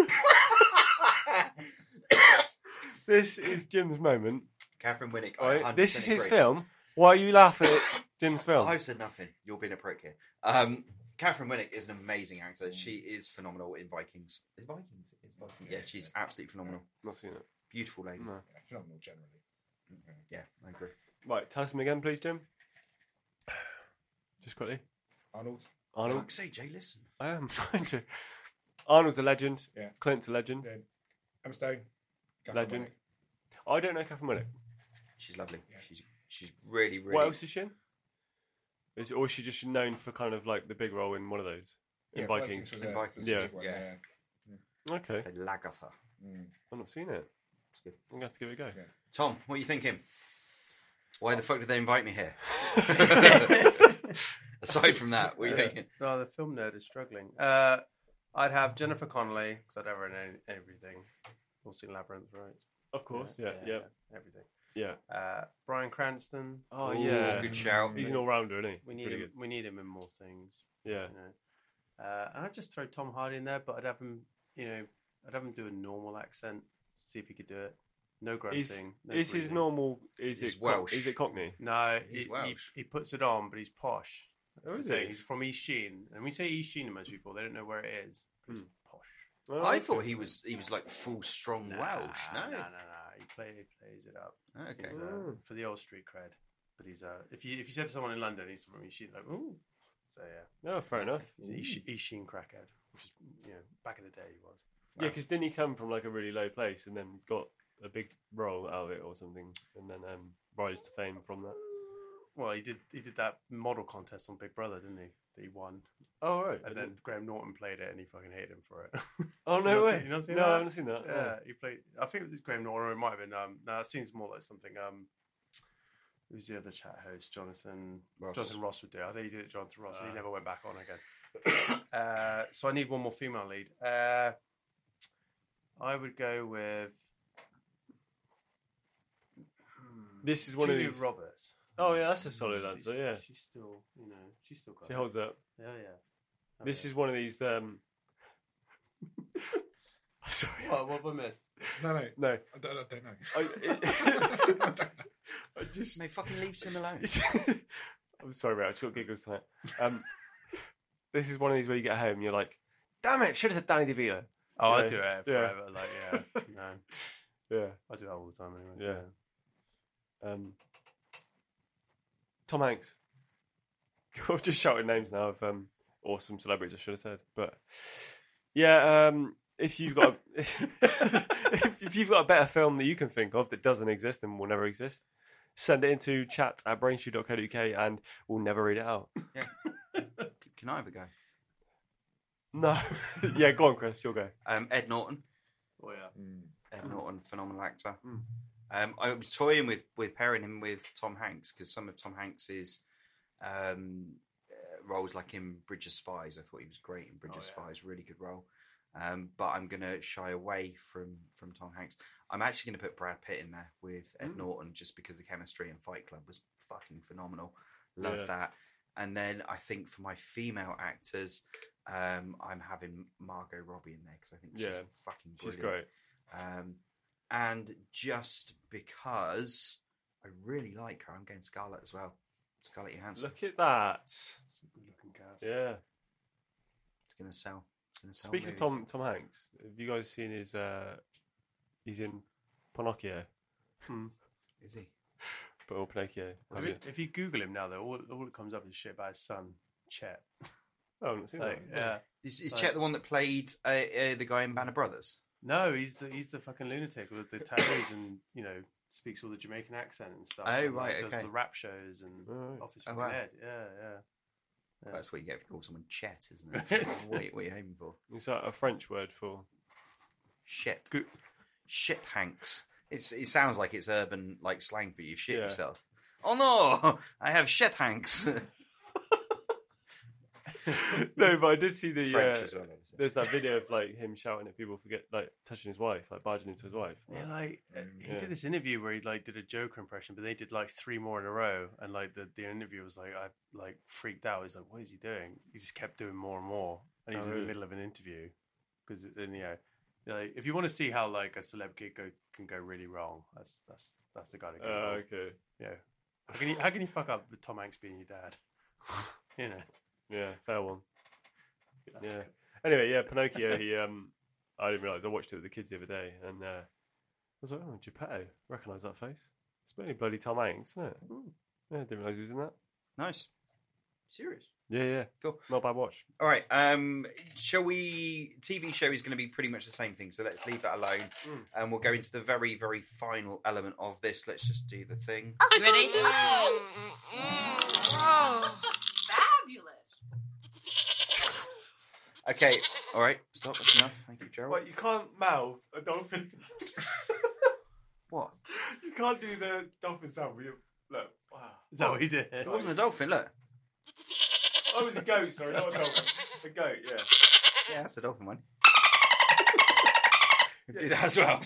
[SPEAKER 2] this is Jim's moment.
[SPEAKER 3] Catherine Winnick. I
[SPEAKER 2] Right?
[SPEAKER 3] 100%
[SPEAKER 2] This is his
[SPEAKER 3] agree.
[SPEAKER 2] film. Why are you laughing at Jim's film?
[SPEAKER 3] I've said nothing. You're being a prick here. Um, Catherine Winnick is an amazing actor. She is phenomenal in Vikings. Is it Vikings? It's Vikings. Yeah, she's absolutely phenomenal.
[SPEAKER 2] not seen it.
[SPEAKER 3] Beautiful lady.
[SPEAKER 2] No.
[SPEAKER 4] yeah, phenomenal generally. Mm-hmm.
[SPEAKER 3] Yeah, I agree.
[SPEAKER 2] Right, tell us him again, please, Jim. Just quickly.
[SPEAKER 4] Arnold.
[SPEAKER 3] Fuck
[SPEAKER 2] Arnold.
[SPEAKER 3] Fuck's sake, Jay, listen.
[SPEAKER 2] I am trying to. Arnold's a legend.
[SPEAKER 4] Yeah.
[SPEAKER 2] Clint's a legend.
[SPEAKER 4] Yeah. Emma Stone. Catherine
[SPEAKER 2] legend.
[SPEAKER 4] Winnick.
[SPEAKER 2] I don't know Catherine Winnick.
[SPEAKER 3] She's lovely.
[SPEAKER 4] Yeah.
[SPEAKER 3] She's she's really really.
[SPEAKER 2] What else is she in? Is, or is she just known for kind of like the big role in one of those? In
[SPEAKER 4] Yeah,
[SPEAKER 2] Vikings.
[SPEAKER 4] was
[SPEAKER 3] In
[SPEAKER 4] a-
[SPEAKER 3] Vikings,
[SPEAKER 4] was a
[SPEAKER 2] yeah.
[SPEAKER 4] big one,
[SPEAKER 3] yeah.
[SPEAKER 4] yeah.
[SPEAKER 2] Okay.
[SPEAKER 3] Lagatha.
[SPEAKER 4] Mm.
[SPEAKER 2] I've not seen it. I'm gonna have to give it a go.
[SPEAKER 3] Tom, what are you thinking? Why the fuck did they invite me here? Aside from that, what are you
[SPEAKER 5] Uh,
[SPEAKER 3] thinking?
[SPEAKER 5] No, the film nerd is struggling. Uh, I'd have Jennifer Connelly because I'd have her in any- everything. All seen Labyrinth, right?
[SPEAKER 2] Of course, yeah, yeah,
[SPEAKER 5] everything.
[SPEAKER 2] yeah.
[SPEAKER 5] Uh, Brian Cranston.
[SPEAKER 2] Oh
[SPEAKER 3] Ooh,
[SPEAKER 2] yeah,
[SPEAKER 3] good shout.
[SPEAKER 2] he's an all-rounder, isn't he?
[SPEAKER 5] We
[SPEAKER 2] He's
[SPEAKER 5] need
[SPEAKER 2] pretty
[SPEAKER 5] him. We need him in more things.
[SPEAKER 2] good. Yeah,
[SPEAKER 5] You know. Uh, and I'd just throw Tom Hardy in there, but I'd have him. You know, I'd have him do a normal accent. See if he could do it. No
[SPEAKER 2] is,
[SPEAKER 5] grunting. no
[SPEAKER 2] is his
[SPEAKER 5] breathing.
[SPEAKER 2] normal? Is
[SPEAKER 3] He's
[SPEAKER 2] it
[SPEAKER 3] Welsh.
[SPEAKER 2] Cock, is it Cockney?
[SPEAKER 5] No,
[SPEAKER 3] He's
[SPEAKER 5] he, he,
[SPEAKER 3] Welsh.
[SPEAKER 5] he puts it on, but he's posh. That's
[SPEAKER 2] Oh,
[SPEAKER 5] the
[SPEAKER 2] is
[SPEAKER 5] thing.
[SPEAKER 2] he?
[SPEAKER 5] He's from East Sheen, and we say East Sheen to most people. They don't know where it is. But
[SPEAKER 2] Hmm.
[SPEAKER 5] It's posh.
[SPEAKER 2] Well,
[SPEAKER 3] I thought he was he was like full strong Welsh.
[SPEAKER 5] Nah,
[SPEAKER 3] No,
[SPEAKER 5] nah, nah, nah. He, play, he plays it up.
[SPEAKER 3] okay.
[SPEAKER 5] He's, uh,
[SPEAKER 2] Mm.
[SPEAKER 5] for the old street cred. But he's uh, if you if you said to someone in London, he's from East Sheen, like ooh. So yeah,
[SPEAKER 2] No, fair enough.
[SPEAKER 5] he's an East, East Sheen crackhead, which is you know back in the day he was.
[SPEAKER 2] Yeah, because didn't he come from like a really low place and then got a big role out of it or something, and then um, rise to fame from that?
[SPEAKER 5] Well, he did he did that model contest on Big Brother, didn't he? That he won,
[SPEAKER 2] Oh right. I
[SPEAKER 5] and then
[SPEAKER 2] didn't-
[SPEAKER 5] Graham Norton played it, and he fucking hated him for it.
[SPEAKER 2] oh
[SPEAKER 5] Have you
[SPEAKER 2] no
[SPEAKER 5] not
[SPEAKER 2] way.
[SPEAKER 5] seen- you not seen
[SPEAKER 2] no, I
[SPEAKER 5] that?
[SPEAKER 2] haven't seen that. no.
[SPEAKER 5] Yeah, he played. I think it was Graham Norton. or It might have been. Um, no, it seems more like something. Um, who's the other chat host? Jonathan
[SPEAKER 3] Ross.
[SPEAKER 5] Jonathan Ross would do. it. I think he did it, Jonathan Ross. and
[SPEAKER 2] Uh.
[SPEAKER 5] he never went back on again. uh, so I need one more female lead. Uh, I would go with
[SPEAKER 2] Oh. This is one
[SPEAKER 5] Julia
[SPEAKER 2] of these.
[SPEAKER 5] Roberts.
[SPEAKER 2] Oh yeah, that's a solid
[SPEAKER 5] She's-
[SPEAKER 2] answer. Yeah,
[SPEAKER 5] she's still, you know, she's still got.
[SPEAKER 2] she
[SPEAKER 5] it.
[SPEAKER 2] holds up.
[SPEAKER 5] Yeah, yeah. Oh,
[SPEAKER 2] This
[SPEAKER 5] yeah.
[SPEAKER 2] is one of these. Um... Sorry.
[SPEAKER 5] what, what have I missed?
[SPEAKER 4] No, no, I
[SPEAKER 2] No.
[SPEAKER 4] don't, I don't know.
[SPEAKER 2] I,
[SPEAKER 4] I
[SPEAKER 2] it-
[SPEAKER 4] don't-
[SPEAKER 2] I just.
[SPEAKER 3] No, fucking leaves him alone.
[SPEAKER 2] I'm sorry, mate. I just got giggles tonight. Um, this is one of these where you get home and you're like, "Damn it! Should have said Danny DeVito."
[SPEAKER 5] Oh, I
[SPEAKER 2] Yeah,
[SPEAKER 5] do it forever. Like, yeah, no,
[SPEAKER 2] Yeah.
[SPEAKER 5] I do that all the time anyway.
[SPEAKER 2] Yeah. Um, Tom Hanks. I've just shouted names now of um, awesome celebrities. I should have said, but yeah. Um, if you've got a, if, if you've got a better film that you can think of that doesn't exist and will never exist, send it into chat at brainshoe.co.uk and we'll never read it out.
[SPEAKER 3] C- Can I have a go?
[SPEAKER 2] No, yeah, go on, Chris. You'll go.
[SPEAKER 3] Um, Ed Norton.
[SPEAKER 5] Oh yeah.
[SPEAKER 3] Ed Norton, phenomenal actor.
[SPEAKER 2] Mm.
[SPEAKER 3] Um, I was toying with with pairing him with Tom Hanks because some of Tom Hanks's um, uh, roles, like in Bridge of Spies, I thought he was great in Bridge
[SPEAKER 5] Oh,
[SPEAKER 3] of
[SPEAKER 5] yeah.
[SPEAKER 3] Spies, really good role. Um, but I'm gonna shy away from from Tom Hanks. I'm actually gonna put Brad Pitt in there with
[SPEAKER 2] Hmm.
[SPEAKER 3] Ed Norton just because the chemistry in Fight Club was fucking phenomenal. Love
[SPEAKER 2] Yeah.
[SPEAKER 3] that. And then I think for my female actors, um, I'm having Margot Robbie in there because I think she's
[SPEAKER 2] Yeah.
[SPEAKER 3] fucking
[SPEAKER 2] She's great.
[SPEAKER 3] brilliant um, and just because I really like her, I'm getting Scarlett as well. Scarlett Johansson.
[SPEAKER 2] Look at that.
[SPEAKER 5] Good looking guys.
[SPEAKER 2] Yeah.
[SPEAKER 3] It's gonna sell. It's gonna sell.
[SPEAKER 2] Speaking of
[SPEAKER 3] movies.
[SPEAKER 2] Tom Tom Hanks, have you guys seen his? Uh, he's in Pinocchio,
[SPEAKER 3] is he?
[SPEAKER 2] but all Pinocchio.
[SPEAKER 5] I
[SPEAKER 2] Is
[SPEAKER 5] mean,
[SPEAKER 2] it?
[SPEAKER 5] if you Google him now, though, all, all that comes up is shit about his son, Chet.
[SPEAKER 2] Oh, I've not seen that.
[SPEAKER 5] Like, uh, yeah.
[SPEAKER 3] Is, is
[SPEAKER 5] Right.
[SPEAKER 3] Chet the one that played uh, uh, the guy in Banner Brothers?
[SPEAKER 5] No, he's the he's the fucking lunatic with the tattoos and you know speaks all the Jamaican accent and stuff.
[SPEAKER 3] Oh,
[SPEAKER 5] and, like,
[SPEAKER 3] right,
[SPEAKER 5] Does
[SPEAKER 3] okay.
[SPEAKER 5] the rap shows and
[SPEAKER 2] Alright.
[SPEAKER 5] Office
[SPEAKER 3] Oh,
[SPEAKER 5] fucking
[SPEAKER 3] wow.
[SPEAKER 5] Ed. Yeah, yeah. Yeah.
[SPEAKER 3] That's what you get if you call someone Chet, isn't it? what, what are you aiming for?
[SPEAKER 2] Is that a French word for?
[SPEAKER 3] Shit.
[SPEAKER 5] Good.
[SPEAKER 3] Shit Hanks. It's, it sounds like it's urban like slang for you. Shit
[SPEAKER 2] Yeah.
[SPEAKER 3] yourself. Oh no! I have shit Hanks.
[SPEAKER 2] no, but I did see the.
[SPEAKER 3] French
[SPEAKER 2] uh,
[SPEAKER 3] as well. obviously.
[SPEAKER 2] There's that video of like him shouting at people for get like touching his wife, like barging into his wife.
[SPEAKER 5] Yeah, like uh, he
[SPEAKER 2] Yeah.
[SPEAKER 5] did this interview where he like did a Joker impression, but they did like three more in a row, and like the the interview was like I like freaked out. He's like, "What is he doing?" He just kept doing more and more, and
[SPEAKER 2] Oh,
[SPEAKER 5] he was in
[SPEAKER 2] really?
[SPEAKER 5] the middle of an interview because then you know, like, if you want to see how like a celeb kid go, can go really wrong, that's that's that's the guy to
[SPEAKER 2] Uh,
[SPEAKER 5] go.
[SPEAKER 2] okay.
[SPEAKER 5] yeah, how can you how can you fuck up with Tom Hanks being your dad? you know,
[SPEAKER 2] Yeah, fair one.
[SPEAKER 5] That's
[SPEAKER 2] Yeah. Anyway, yeah, Pinocchio. He, um, I didn't realize I watched it with the kids the other day, and uh, I was like, oh, Geppetto, recognize that face? It's bloody bloody Tom Hanks, isn't it?
[SPEAKER 5] Hmm.
[SPEAKER 2] Yeah, didn't realize he was in that.
[SPEAKER 3] nice. Serious.
[SPEAKER 2] Yeah, yeah.
[SPEAKER 3] Cool.
[SPEAKER 2] Not a bad watch.
[SPEAKER 3] All right. Um, shall we? TV show is going to be pretty much the same thing, so let's leave that alone,
[SPEAKER 2] Mm.
[SPEAKER 3] and we'll go into the very, very final element of this. Let's just do the thing.
[SPEAKER 6] Hi, Betty.
[SPEAKER 10] Fabulous.
[SPEAKER 3] Okay. All right. Stop. That's enough. Thank you, Gerald.
[SPEAKER 2] you can't mouth a dolphin.
[SPEAKER 3] What?
[SPEAKER 5] You can't do the dolphin sound. But you, look, wow. Is that what he did?
[SPEAKER 3] It wasn't a dolphin. Look.
[SPEAKER 5] Oh, it was a goat. Sorry, not a dolphin. A goat. Yeah.
[SPEAKER 3] Yeah, that's a dolphin one. Do that as well.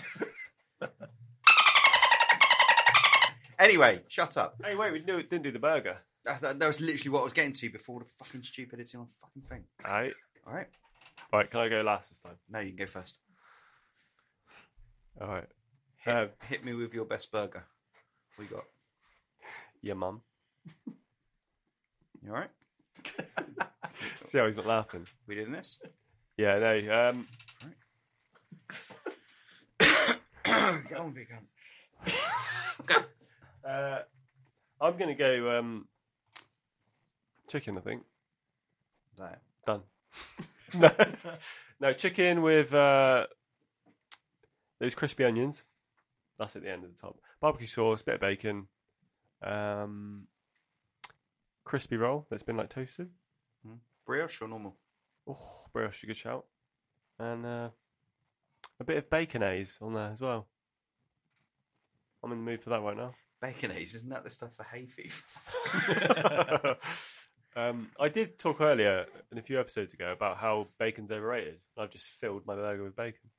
[SPEAKER 3] anyway, shut up.
[SPEAKER 2] Hey, wait, we knew it didn't do the burger.
[SPEAKER 3] That, that, that was literally what I was getting to before the fucking stupidity on the fucking thing.
[SPEAKER 2] All right.
[SPEAKER 3] All right.
[SPEAKER 2] All right, can I go last this time?
[SPEAKER 3] No, you can go first.
[SPEAKER 2] All right.
[SPEAKER 3] Hit,
[SPEAKER 2] Um,
[SPEAKER 3] hit me with your best burger. We got.
[SPEAKER 2] Your mum.
[SPEAKER 3] You all right?
[SPEAKER 2] See how he's not laughing?
[SPEAKER 3] We doing this?
[SPEAKER 2] Yeah, no. Um,
[SPEAKER 3] Get on, big cunt.
[SPEAKER 2] uh, I'm going to go um, chicken, I think.
[SPEAKER 3] That.
[SPEAKER 2] Done. no, no, chicken with uh, those crispy onions. That's at the end of the top. Barbecue sauce, bit of bacon, um, crispy roll that's been like toasted.
[SPEAKER 3] Brioche or normal?
[SPEAKER 2] Oh, brioche, a good shout. And uh, a bit of baconaise on there as well. I'm in the mood for that right now.
[SPEAKER 3] Baconaise, isn't that the stuff for hay fever?
[SPEAKER 2] um, I did talk earlier in a few episodes ago about how bacon's overrated. I've just filled my burger with bacon.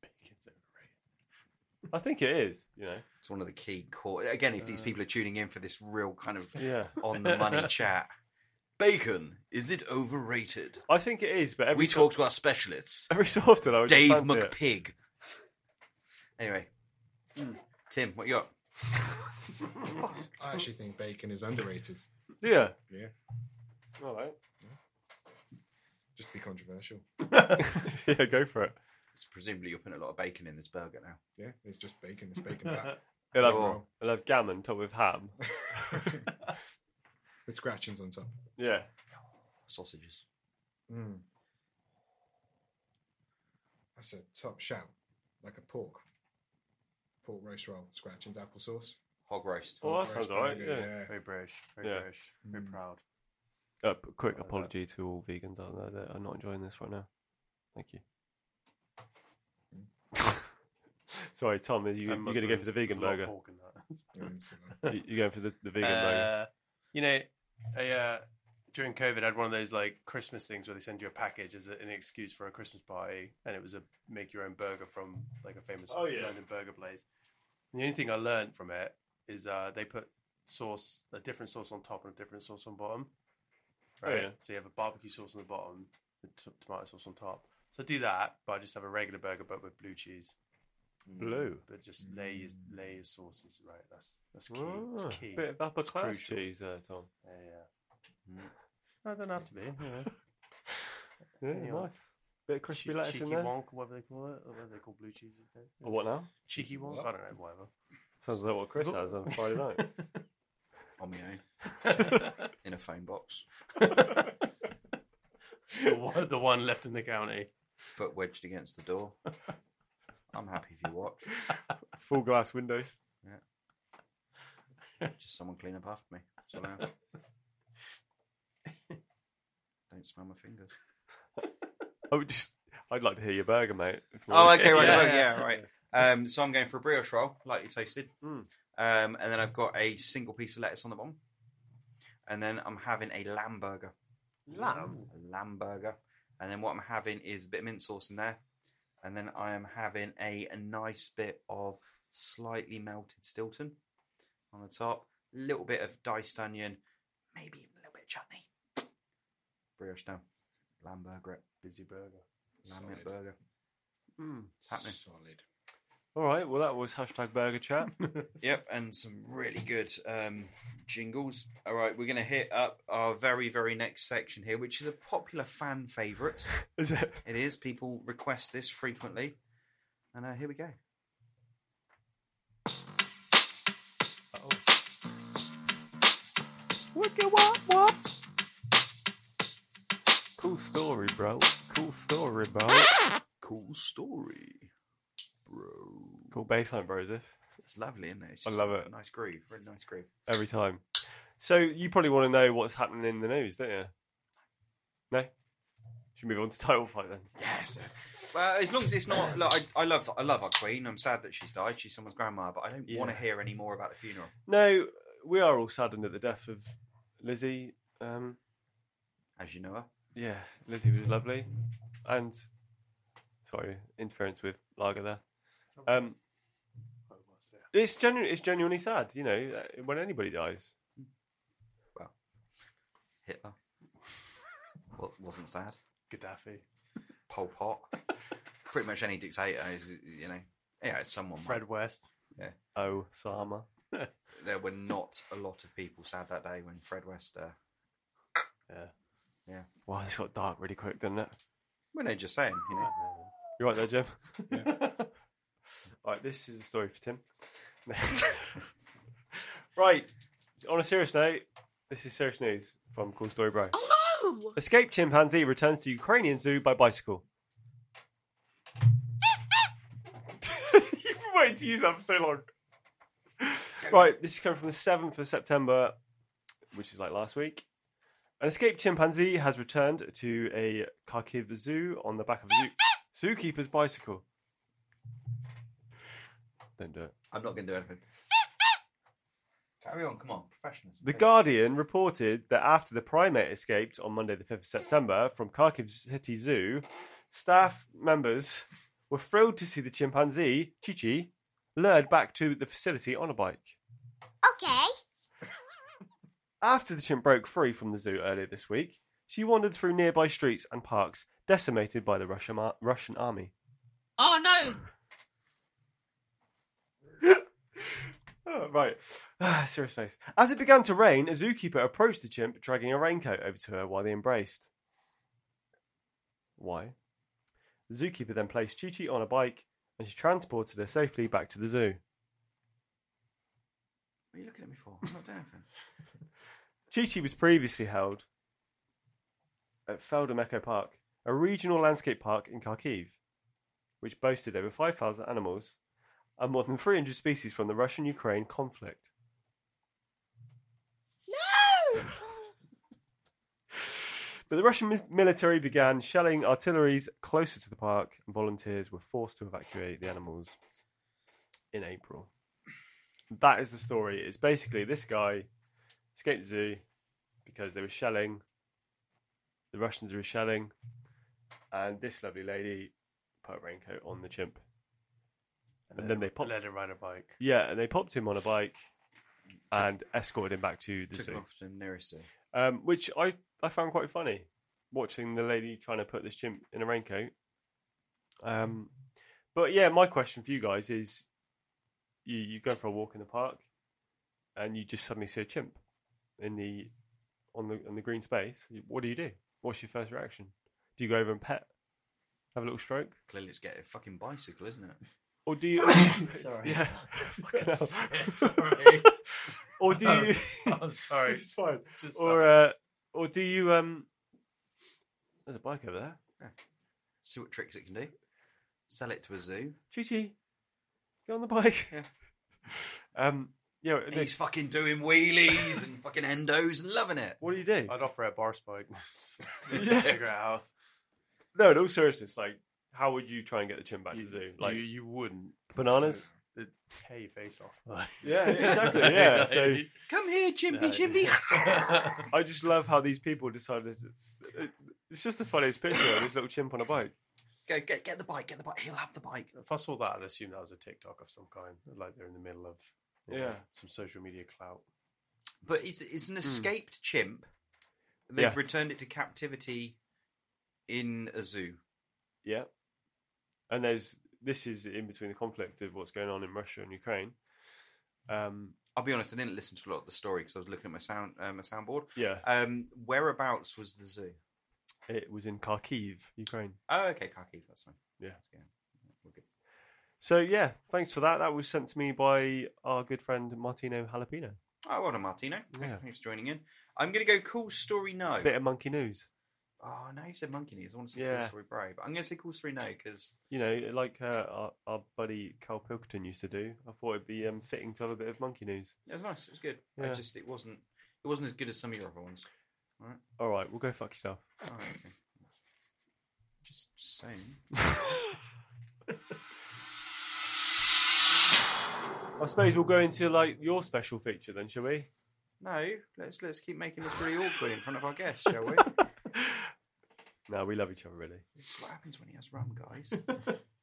[SPEAKER 5] Bacon's overrated.
[SPEAKER 2] I think it is, you know.
[SPEAKER 3] It's one of the key core. Again, if these people are tuning in for this real kind of
[SPEAKER 2] Yeah.
[SPEAKER 3] on the money chat, bacon is it overrated?
[SPEAKER 2] I think it is, but every
[SPEAKER 3] we
[SPEAKER 2] so,
[SPEAKER 3] talk to our specialists,
[SPEAKER 2] every so often I would just
[SPEAKER 3] Dave
[SPEAKER 2] fancy it.
[SPEAKER 3] McPig. Anyway, Mm. Tim, what you got?
[SPEAKER 4] I actually think bacon is underrated.
[SPEAKER 2] Yeah.
[SPEAKER 4] Yeah.
[SPEAKER 2] All right.
[SPEAKER 4] Just be controversial.
[SPEAKER 2] yeah, go for it.
[SPEAKER 3] It's presumably you're putting a lot of bacon in this burger now.
[SPEAKER 4] Yeah, it's just bacon. It's bacon back.
[SPEAKER 2] I'll have,
[SPEAKER 3] Oh.
[SPEAKER 2] I'll have gammon topped with ham.
[SPEAKER 4] With scratchings on top.
[SPEAKER 2] Yeah.
[SPEAKER 3] Sausages.
[SPEAKER 4] Mm. That's a top shout. Like a pork. Pork roast roll, scratchings, applesauce.
[SPEAKER 3] Hog roast.
[SPEAKER 2] Oh,
[SPEAKER 4] Pork
[SPEAKER 2] that
[SPEAKER 4] roast
[SPEAKER 2] sounds all right,
[SPEAKER 4] burger,
[SPEAKER 2] yeah.
[SPEAKER 5] Very British. Very
[SPEAKER 2] Yeah.
[SPEAKER 5] British. Very
[SPEAKER 4] Mm.
[SPEAKER 5] proud.
[SPEAKER 2] A Uh, p- quick
[SPEAKER 5] I like that.
[SPEAKER 2] apology to all vegans out there that are not enjoying this right now. Thank you. Sorry, Tom, are you, you're
[SPEAKER 5] That must
[SPEAKER 2] going to
[SPEAKER 5] have
[SPEAKER 2] go for the
[SPEAKER 5] been-
[SPEAKER 2] vegan
[SPEAKER 5] there's a lot of
[SPEAKER 2] burger?
[SPEAKER 5] pork in that.
[SPEAKER 4] Yeah, it's, uh,
[SPEAKER 2] You- You're going for the, the vegan burger?
[SPEAKER 5] Uh, You know, I, uh, during COVID, I had one of those like Christmas things where they send you a package as a, an excuse for a Christmas party, and it was a make your own burger from like a famous
[SPEAKER 2] Oh, yeah.
[SPEAKER 5] London burger place. And the only thing I learned from it is uh, they put sauce, a different sauce on top and a different sauce on bottom.
[SPEAKER 2] Oh,
[SPEAKER 5] Right.
[SPEAKER 2] yeah.
[SPEAKER 5] So you have a barbecue sauce on the bottom, the t- tomato sauce on top. So I do that, but I just have a regular burger, but with blue cheese. Um,
[SPEAKER 2] Blue.
[SPEAKER 5] But just layers, layers sauces. Right. That's that's key. It's
[SPEAKER 2] Ah,
[SPEAKER 5] key.
[SPEAKER 2] Bit of upper
[SPEAKER 5] It's
[SPEAKER 2] class
[SPEAKER 5] crucial.
[SPEAKER 2] cheese there, Tom.
[SPEAKER 5] Yeah, yeah.
[SPEAKER 2] Hmm.
[SPEAKER 5] I don't have to be. You know.
[SPEAKER 2] Yeah,
[SPEAKER 5] Yeah.
[SPEAKER 2] nice. Bit of crispy
[SPEAKER 5] Che-
[SPEAKER 2] lettuce
[SPEAKER 5] cheeky
[SPEAKER 2] in there.
[SPEAKER 5] wonk, whatever they call it, or whatever they call blue cheese these days.
[SPEAKER 2] Or what now?
[SPEAKER 5] Cheeky wonk, I don't know, whatever.
[SPEAKER 2] Sounds like what Chris has on Friday night.
[SPEAKER 3] On my own. in a phone box.
[SPEAKER 5] the, one, the one left in the county.
[SPEAKER 3] Foot wedged against the door. I'm happy if you watch.
[SPEAKER 2] Full glass windows.
[SPEAKER 3] Just someone clean up after me. It's allowed. Don't smell my fingers.
[SPEAKER 2] I would just, I'd like to hear your burger, mate. if you
[SPEAKER 3] Oh,
[SPEAKER 2] want.
[SPEAKER 3] okay, right,
[SPEAKER 5] Yeah.
[SPEAKER 3] yeah, yeah, right. Um, so I'm going for a brioche roll, lightly toasted,
[SPEAKER 2] Mm.
[SPEAKER 3] um, and then I've got a single piece of lettuce on the bottom, and then I'm having a lamb burger,
[SPEAKER 2] Lamb.
[SPEAKER 3] a lamb burger, and then what I'm having is a bit of mint sauce in there, and then I am having a, a nice bit of slightly melted Stilton on the top, a little bit of diced onion, maybe even a little bit of chutney. Brioche down, lamb burger,
[SPEAKER 5] Busy burger.
[SPEAKER 3] it, lamb mint
[SPEAKER 4] Solid.
[SPEAKER 3] burger.
[SPEAKER 2] Mm.
[SPEAKER 3] It's happening.
[SPEAKER 4] Solid.
[SPEAKER 2] All right, well, that was hashtag burger chat.
[SPEAKER 3] Yep, and some really good um, jingles. All right, we're going to hit up our very, very next section here, which is a popular fan favourite.
[SPEAKER 2] Is it?
[SPEAKER 3] It is. People request this frequently. And uh, here we go.
[SPEAKER 2] Cool story, bro. Cool story, bro.
[SPEAKER 3] Cool story, bro.
[SPEAKER 2] cool baseline, Broseph.
[SPEAKER 3] It's lovely, isn't it? It's
[SPEAKER 2] I
[SPEAKER 3] just
[SPEAKER 2] love
[SPEAKER 3] a
[SPEAKER 2] it.
[SPEAKER 3] Nice groove. Really nice groove.
[SPEAKER 2] Every time. So you probably want to know what's happening in the news, don't you? No. Should we move on to title fight then?
[SPEAKER 3] Yes. Well, as long as it's not, look, I, I love, I love our queen. I'm sad that she's died. She's someone's grandma, but I don't want to
[SPEAKER 2] Yeah.
[SPEAKER 3] hear any more about the funeral.
[SPEAKER 2] No, we are all saddened at the death of Lizzie. Um,
[SPEAKER 3] As you know her,
[SPEAKER 2] yeah, Lizzie was lovely, and sorry, interference with Lager there. Um, it's genu- it's genuinely sad, you know, uh, when anybody dies.
[SPEAKER 3] Hitler. well, wasn't sad.
[SPEAKER 5] Gaddafi,
[SPEAKER 3] Pol Pot. Pretty much any dictator is, you know. Yeah, it's someone.
[SPEAKER 5] Fred West.
[SPEAKER 2] Oh, Sama.
[SPEAKER 3] There were not a lot of people sad that day when Fred West. Uh,
[SPEAKER 2] Wow, this got dark really quick, didn't it?
[SPEAKER 3] well, no, just saying, you know.
[SPEAKER 2] You're right there, Jim. right, this is a story for Tim. right, on a serious note, this is serious news from Cool Story Bro.
[SPEAKER 6] Oh no!
[SPEAKER 2] Escaped chimpanzee returns to Ukrainian zoo by bicycle. You've been waiting to use that for so long. Right, this is coming from the 7th of September, which is like last week. An escaped chimpanzee has returned to a Kharkiv zoo on the back of a zoo- zookeeper's bicycle. Don't do it.
[SPEAKER 3] I'm not going to do anything. Carry on, come on, professionals.
[SPEAKER 2] The Guardian reported that after the primate escaped on Monday, the 5th of September, from Kharkiv City Zoo, staff members were thrilled to see the chimpanzee, Chichi, lured back to the facility on a bike.
[SPEAKER 7] Okay.
[SPEAKER 2] After the chimp broke free from the zoo earlier this week, she wandered through nearby streets and parks, decimated by the Russian, ar- Russian army.
[SPEAKER 6] Oh no!
[SPEAKER 2] Oh, right. Serious face. As it began to rain, a zookeeper approached the chimp, dragging a raincoat over to her while they embraced. Why? The zookeeper then placed Chi Chi on a bike and she transported her safely back to the zoo.
[SPEAKER 3] What are you looking at me for? I'm not doing anything.
[SPEAKER 2] Chi Chi was previously held at Feldham Echo Park, a regional landscape park in Kharkiv, which boasted over 5,000 animals and more than 300 species from the Russian Ukraine conflict.
[SPEAKER 6] No!
[SPEAKER 2] But the Russian mi- military began shelling artilleries closer to the park, and volunteers were forced to evacuate the animals in April. That is the story. It's basically this guy escaped the zoo because they were shelling, the Russians were shelling, and this lovely lady put a raincoat on the chimp. And then they popped-
[SPEAKER 5] Let her ride a bike.
[SPEAKER 2] Yeah, and they popped him on a bike and escorted him back to the
[SPEAKER 3] Took
[SPEAKER 2] zoo
[SPEAKER 3] him off to the nearest zoo.
[SPEAKER 2] um, which I, I found quite funny watching the lady trying to put this chimp in a raincoat. Um, but yeah, my question for you guys is: you you go for a walk in the park, and you just suddenly see a chimp in the on the on the green space. What do you do? What's your first reaction? Do you go over and pet, have a little stroke,
[SPEAKER 3] Clearly, it's getting a fucking bicycle, isn't it?
[SPEAKER 2] or do you?
[SPEAKER 5] Sorry.
[SPEAKER 2] yeah, Fucking hell.
[SPEAKER 5] Sorry. Um,
[SPEAKER 2] or do you?
[SPEAKER 5] I'm sorry.
[SPEAKER 2] it's fine.
[SPEAKER 5] Just
[SPEAKER 2] Or uh, or do you? Um, there's a bike over there.
[SPEAKER 3] See what tricks it can do. Sell it to a zoo.
[SPEAKER 2] Chi Chi, get on the bike.
[SPEAKER 3] Yeah.
[SPEAKER 2] Um, yeah.
[SPEAKER 3] And
[SPEAKER 2] Nick,
[SPEAKER 3] he's fucking doing wheelies and fucking endos and loving it.
[SPEAKER 2] what do you do?
[SPEAKER 5] I'd offer her a bar spike.
[SPEAKER 2] Yeah.
[SPEAKER 5] Figure out
[SPEAKER 2] No, in all seriousness, like, how would you try and get the chin back
[SPEAKER 5] how.
[SPEAKER 2] to the zoo? Like
[SPEAKER 5] you, you wouldn't
[SPEAKER 2] bananas?
[SPEAKER 5] It'd tear your face off.
[SPEAKER 2] Yeah, exactly, yeah, so-
[SPEAKER 3] Come here,
[SPEAKER 5] No.
[SPEAKER 3] Chimpy, Chimpy.
[SPEAKER 2] I just love how these people decided. To, it's just the funniest picture of this little chimp on a bike.
[SPEAKER 3] Go get get the bike, get the bike. He'll have the bike.
[SPEAKER 5] if I saw that, I'd assume that was a TikTok of some kind. Like they're in the middle of you know,
[SPEAKER 2] Yeah.
[SPEAKER 5] some social media clout.
[SPEAKER 3] But it's it's an escaped chimp. They've
[SPEAKER 2] Hmm. Yeah.
[SPEAKER 3] returned it to captivity in a zoo.
[SPEAKER 2] Yeah. And there's this is in between the conflict of what's going on in Russia and Ukraine. Um,
[SPEAKER 3] I'll be honest, I didn't listen to a lot of the story because I was looking at my sound uh, my soundboard.
[SPEAKER 2] yeah,
[SPEAKER 3] Um, whereabouts was the zoo?
[SPEAKER 2] it was in Kharkiv, Ukraine.
[SPEAKER 3] Oh, okay, Kharkiv. That's fine.
[SPEAKER 2] Yeah.
[SPEAKER 3] yeah. We're good.
[SPEAKER 2] So yeah, thanks for that. That was sent to me by our good friend Martino Jalapeno.
[SPEAKER 3] Oh, well done, Martino.
[SPEAKER 2] Yeah.
[SPEAKER 3] Thanks for joining in. I'm going to go cool story no.
[SPEAKER 2] Bit of monkey news.
[SPEAKER 3] Oh, no, you said monkey news. I want to say
[SPEAKER 2] Yeah.
[SPEAKER 3] cool story brave. I'm going to say cool story no because
[SPEAKER 2] you know, like uh, our, our buddy Carl Pilkington used to do. I thought it'd be um, fitting to have a bit of monkey news.
[SPEAKER 3] it was nice. It was good. I
[SPEAKER 2] Yeah.
[SPEAKER 3] just it wasn't it wasn't as good as some of your other ones.
[SPEAKER 2] All right, we'll go fuck yourself.
[SPEAKER 3] Oh, okay. Just saying.
[SPEAKER 2] I suppose we'll go into like your special feature then, shall we?
[SPEAKER 3] No, let's let's keep making this really awkward in front of our guests, shall we?
[SPEAKER 2] No, we love each other really.
[SPEAKER 3] this is what happens when he has rum, guys.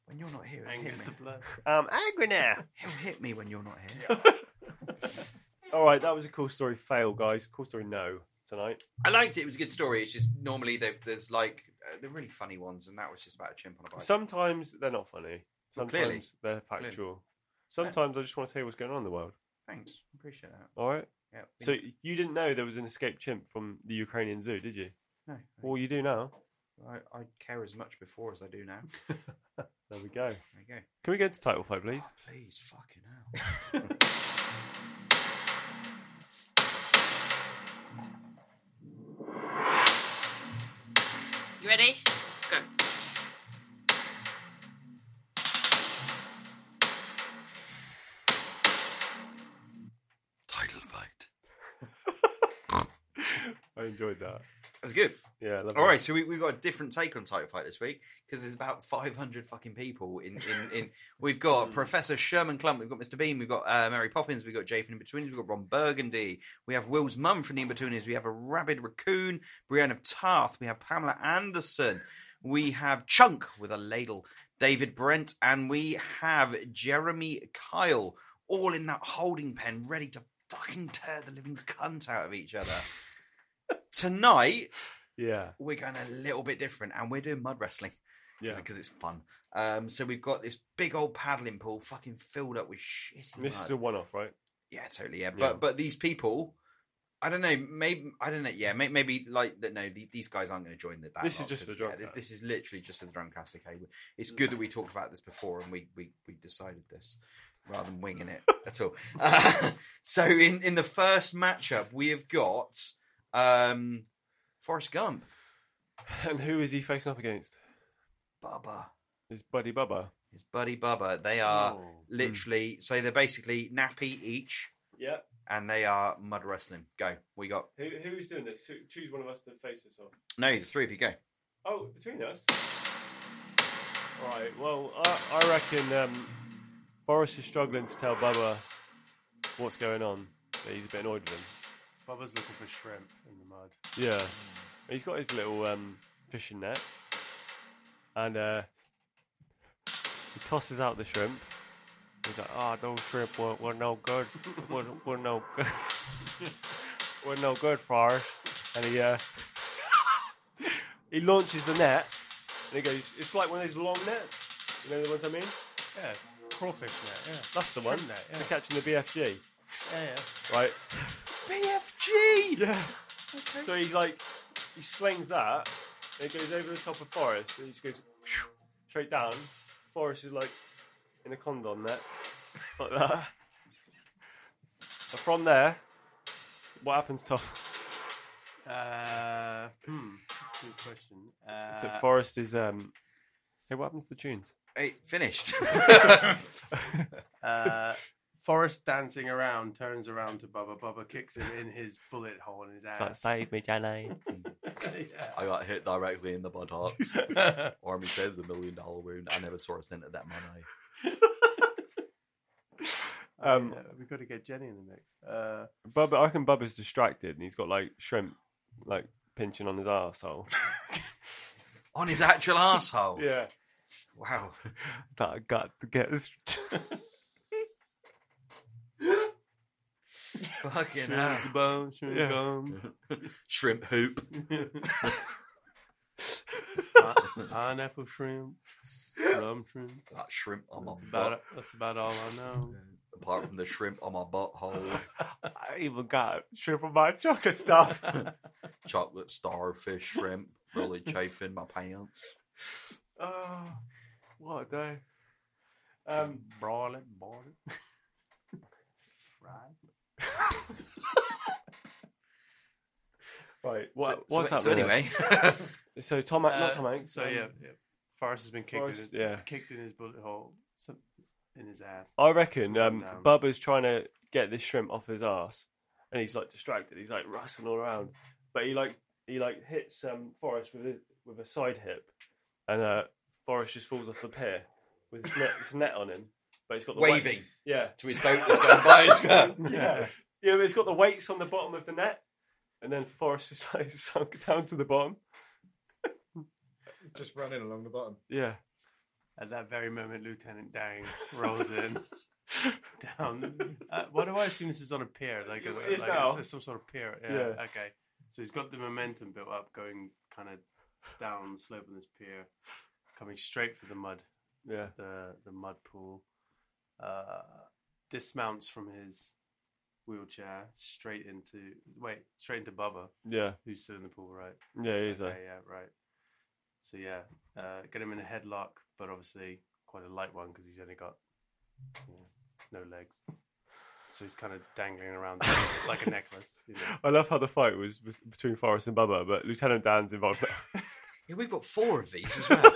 [SPEAKER 3] when you're not here, he'll
[SPEAKER 5] Angers
[SPEAKER 3] hit
[SPEAKER 5] the
[SPEAKER 3] me.
[SPEAKER 5] blood.
[SPEAKER 2] Um, angry now.
[SPEAKER 3] He'll hit me when you're not here.
[SPEAKER 2] All right, that was a cool story. Fail, guys. Cool story. No, tonight.
[SPEAKER 3] I liked it. It was a good story. It's just normally they've, there's like uh, the really funny ones, and that was just about a chimp on a bike.
[SPEAKER 2] Sometimes they're not funny.
[SPEAKER 3] Well,
[SPEAKER 2] Sometimes
[SPEAKER 3] clearly.
[SPEAKER 2] they're
[SPEAKER 3] Clearly.
[SPEAKER 2] factual. Sometimes I just want to tell you what's going on in the world.
[SPEAKER 3] Thanks, appreciate that.
[SPEAKER 2] All right.
[SPEAKER 3] Yeah. we-
[SPEAKER 2] So you didn't know there was an escaped chimp from the Ukrainian zoo, did you?
[SPEAKER 3] no,
[SPEAKER 2] Well, you do now.
[SPEAKER 3] I, I care as much before as I do now.
[SPEAKER 2] There we go.
[SPEAKER 3] There you go.
[SPEAKER 2] Can we get into title five, please?
[SPEAKER 3] Please, fucking hell.
[SPEAKER 6] You ready? Go.
[SPEAKER 1] Title fight.
[SPEAKER 2] I enjoyed that.
[SPEAKER 3] That was good.
[SPEAKER 2] Yeah, I love
[SPEAKER 3] All
[SPEAKER 2] that.
[SPEAKER 3] right, so we, we've got a different take on Title Fight this week because there's about 500 fucking people in. in, in we've got Professor Sherman Clump, we've got Mr. Bean, we've got uh, Mary Poppins, we've got Jay from the Inbetweenies, we've got Ron Burgundy, we have Will's mum from the Inbetweenies, we have a rabid raccoon, Brienne of Tarth, we have Pamela Anderson, we have Chunk with a ladle, David Brent, and we have Jeremy Kyle, all in that holding pen, ready to fucking tear the living cunt out of each other. Tonight,
[SPEAKER 2] Yeah,
[SPEAKER 3] we're going a little bit different and we're doing mud wrestling
[SPEAKER 2] yeah.
[SPEAKER 3] because it's fun. Um, so we've got this big old paddling pool fucking filled up with shit.
[SPEAKER 2] This is a one-off, right?
[SPEAKER 3] yeah, totally. Yeah,
[SPEAKER 2] Yeah.
[SPEAKER 3] but but these people, I don't know. Maybe I don't know. Yeah, maybe, maybe like that. No, the- these guys aren't going to join the. That
[SPEAKER 2] This is
[SPEAKER 3] lot
[SPEAKER 2] just for
[SPEAKER 3] 'cause,
[SPEAKER 2] the
[SPEAKER 3] yeah,
[SPEAKER 2] drunk
[SPEAKER 3] this,
[SPEAKER 2] guy.
[SPEAKER 3] this is literally just for the drumcast. Okay, it's good that we talked about this before and we we, we decided this rather than winging it at all. Uh, so in in the first matchup, we have got um, Forrest Gump,
[SPEAKER 2] And who is he facing off against?
[SPEAKER 3] Bubba.
[SPEAKER 2] It's Buddy Bubba.
[SPEAKER 3] It's Buddy Bubba. They are
[SPEAKER 2] Oh.
[SPEAKER 3] literally so they're basically nappy each,
[SPEAKER 2] Yeah.
[SPEAKER 3] and they are mud wrestling. Go, we got
[SPEAKER 2] Who, who is doing this? Who, choose one of us to face this off.
[SPEAKER 3] no. The three of you go.
[SPEAKER 2] Oh, between us. All right. Well, I, I reckon um, Boris is struggling to tell Bubba what's going on. that He's a bit annoyed with him.
[SPEAKER 5] Bubba's looking for shrimp in the mud.
[SPEAKER 2] Yeah. He's got his little um, fishing net, and uh, he tosses out the shrimp. He's like, "Ah, those shrimp were, were no good. were, were no good. were no good for us." And he uh, he launches the net, and he goes, "It's like one of those long nets. You know the ones I mean?
[SPEAKER 5] Yeah, crawfish net. Yeah,
[SPEAKER 2] That's the one.
[SPEAKER 5] Shrimp net, yeah.
[SPEAKER 2] They're catching the BFG,
[SPEAKER 5] yeah, yeah.
[SPEAKER 2] right?
[SPEAKER 3] BFG.
[SPEAKER 2] Yeah. So he like he slings that, and it goes over the top of Forrest, and he just goes phew, straight down. Forrest is like in a condom net, like that. But from there, what happens, Tom?
[SPEAKER 5] Uh, hmm. Good question. Uh,
[SPEAKER 2] so Forrest is um. Hey, what happens to the tunes?
[SPEAKER 3] Hey, finished.
[SPEAKER 5] uh, Forrest dancing around, turns around to Bubba. Bubba kicks him in his bullet hole in his
[SPEAKER 2] It's like
[SPEAKER 5] ass.
[SPEAKER 2] save me, Johnny.
[SPEAKER 5] yeah.
[SPEAKER 3] I got hit directly in the buttocks. Army says a million dollar wound. I never saw a cent of that money.
[SPEAKER 2] Um,
[SPEAKER 5] Yeah, we've got to get Jenny in the mix. Uh,
[SPEAKER 2] Bubba, I reckon Bubba's distracted, and he's got like shrimp, like pinching on his arsehole.
[SPEAKER 3] On his actual asshole.
[SPEAKER 2] yeah,
[SPEAKER 3] Wow.
[SPEAKER 2] that I got to get this.
[SPEAKER 3] Fucking hell.
[SPEAKER 5] shrimp to bone, shrimp
[SPEAKER 2] Yeah.
[SPEAKER 5] gum.
[SPEAKER 3] Shrimp hoop.
[SPEAKER 5] pineapple shrimp, rum shrimp.
[SPEAKER 3] That shrimp on my
[SPEAKER 5] That's about
[SPEAKER 3] butt.
[SPEAKER 5] it. That's about all I know.
[SPEAKER 3] Apart from the shrimp on my butthole,
[SPEAKER 2] I even got shrimp on my chocolate stuff.
[SPEAKER 3] chocolate starfish shrimp really chafing my pants.
[SPEAKER 2] Oh, what a day. Um,
[SPEAKER 5] Broil it, boil it, fried.
[SPEAKER 2] right. What,
[SPEAKER 3] so,
[SPEAKER 2] what's
[SPEAKER 3] so,
[SPEAKER 2] that?
[SPEAKER 3] so anyway,
[SPEAKER 2] so Tom, Hanks- not
[SPEAKER 5] Uh,
[SPEAKER 2] Tom Hanks.
[SPEAKER 5] So
[SPEAKER 2] um,
[SPEAKER 5] yeah, yeah, Forrest has been kicked,
[SPEAKER 2] Forrest,
[SPEAKER 5] in, his,
[SPEAKER 2] yeah.
[SPEAKER 5] kicked in his bullet hole, some, in his ass.
[SPEAKER 2] I reckon um,
[SPEAKER 5] Down.
[SPEAKER 2] Bubba's trying to get this shrimp off his ass, and he's like distracted. He's like rustling all around, but he like he like hits um, Forrest with his, with a side hip, and uh, Boris just falls off the pier with his net, his net on him, but it's got the weight-
[SPEAKER 3] Waving
[SPEAKER 2] yeah,
[SPEAKER 3] to his boat that's going by as well.
[SPEAKER 2] yeah, yeah. But it's got the weights on the bottom of the net, and then Forrest is like sunk down to the bottom.
[SPEAKER 4] Just running along the bottom.
[SPEAKER 2] Yeah,
[SPEAKER 5] At that very moment, Lieutenant Dang rolls in. down. Uh, why do I assume this is on a pier? Like, a,
[SPEAKER 2] It
[SPEAKER 5] like
[SPEAKER 2] is
[SPEAKER 5] it's,
[SPEAKER 2] now.
[SPEAKER 5] it's some sort of pier. Yeah,
[SPEAKER 2] Yeah.
[SPEAKER 5] Okay. So he's got the momentum built up, going kind of down the slope on this pier, coming straight for the mud,
[SPEAKER 2] yeah.
[SPEAKER 5] the the mud pool. Uh, dismounts from his wheelchair straight into wait straight into Bubba,
[SPEAKER 2] Yeah,
[SPEAKER 5] who's still in the pool, right?
[SPEAKER 2] yeah, he is.
[SPEAKER 5] Yeah,
[SPEAKER 2] though.
[SPEAKER 5] yeah, right. So yeah, uh, get him in a headlock, but obviously quite a light one because he's only got you know, no legs, so he's kind of dangling around like a necklace. You know.
[SPEAKER 2] I love how the fight was be- between Forrest and Bubba, but Lieutenant Dan's involved.
[SPEAKER 3] Yeah, we've got four of these as well.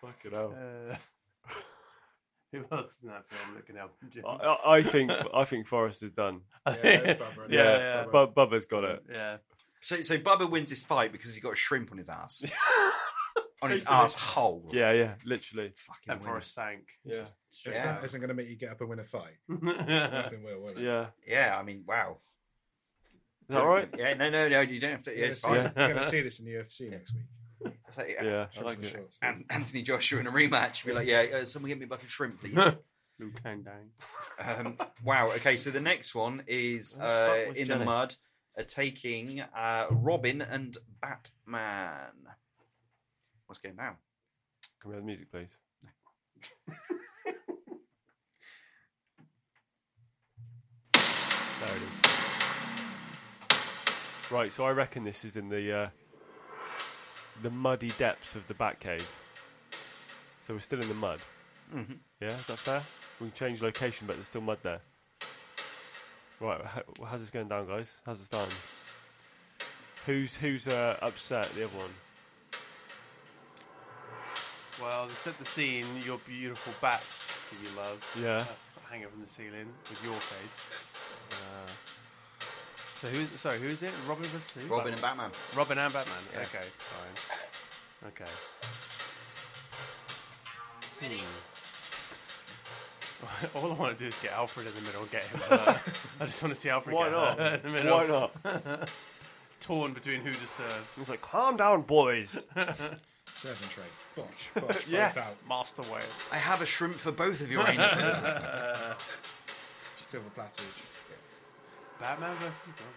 [SPEAKER 2] Fucking hell.
[SPEAKER 5] Uh, who else is in that film looking up? Jim?
[SPEAKER 2] I- I, I think I think Forrest is done.
[SPEAKER 4] Yeah, Bubba,
[SPEAKER 5] Yeah, yeah.
[SPEAKER 4] Bubba.
[SPEAKER 2] Bub, Bubba's got it.
[SPEAKER 5] yeah.
[SPEAKER 3] so, so Bubba wins his fight because he's got a shrimp on his ass, on his
[SPEAKER 5] Basically.
[SPEAKER 3] asshole.
[SPEAKER 2] Yeah, yeah, literally.
[SPEAKER 3] fucking
[SPEAKER 5] And
[SPEAKER 3] winner.
[SPEAKER 5] Forrest sank.
[SPEAKER 2] Yeah,
[SPEAKER 4] If
[SPEAKER 3] Yeah.
[SPEAKER 4] that isn't going to make you get up and win a fight,
[SPEAKER 5] yeah.
[SPEAKER 4] nothing will, will it?
[SPEAKER 2] yeah. Is
[SPEAKER 3] Yeah, I mean, wow.
[SPEAKER 2] that all right?
[SPEAKER 3] Yeah, no, no, no. You don't have to. Yeah,
[SPEAKER 4] You're
[SPEAKER 3] it's fine.
[SPEAKER 4] going to see this in the UFC next week.
[SPEAKER 3] It's like, yeah.
[SPEAKER 2] Yeah, I
[SPEAKER 4] Shorts
[SPEAKER 2] like
[SPEAKER 4] and
[SPEAKER 2] it.
[SPEAKER 4] shorts.
[SPEAKER 3] An- Anthony Joshua in a rematch. Be like, yeah, uh, someone get me a bucket of shrimp, please.
[SPEAKER 5] Lieutenant Dang.
[SPEAKER 3] um, wow. Okay, so the next one is
[SPEAKER 2] Where the
[SPEAKER 3] uh,
[SPEAKER 2] fuck was
[SPEAKER 3] in
[SPEAKER 2] Jenny?
[SPEAKER 3] the mud, uh, taking uh, Robin and Batman. What's going down?
[SPEAKER 2] Can we have the music, please? there it is. Right, so I reckon this is in the uh, the muddy depths of the Batcave. So we're still in the mud. Yeah, is that fair? We can change location, but there's still mud there. Right, how, how's this going down, guys? How's it starting? Who's who's uh, upset? The other one.
[SPEAKER 5] Well, they set the scene. Your beautiful bats that you love.
[SPEAKER 2] Yeah.
[SPEAKER 5] uh, hanging from the ceiling with your face. Uh, so who is sorry? Who is it? Robin versus who?
[SPEAKER 3] Robin and Batman.
[SPEAKER 5] Robin and Batman. Okay, fine. Okay.
[SPEAKER 6] Ready?
[SPEAKER 5] All I want to do is get Alfred in the middle and get him. hurt. I just want to see Alfred
[SPEAKER 2] Why
[SPEAKER 5] get
[SPEAKER 2] not?
[SPEAKER 5] hurt in the middle.
[SPEAKER 2] Why not?
[SPEAKER 5] Torn between who to serve.
[SPEAKER 2] He was like, calm down, boys.
[SPEAKER 4] Serving tray. Botch, botch,
[SPEAKER 5] Yes,
[SPEAKER 4] both out.
[SPEAKER 5] Master Wave.
[SPEAKER 3] I have a shrimp for both of your anuses.
[SPEAKER 4] Silver platter each.
[SPEAKER 5] Batman versus Robin.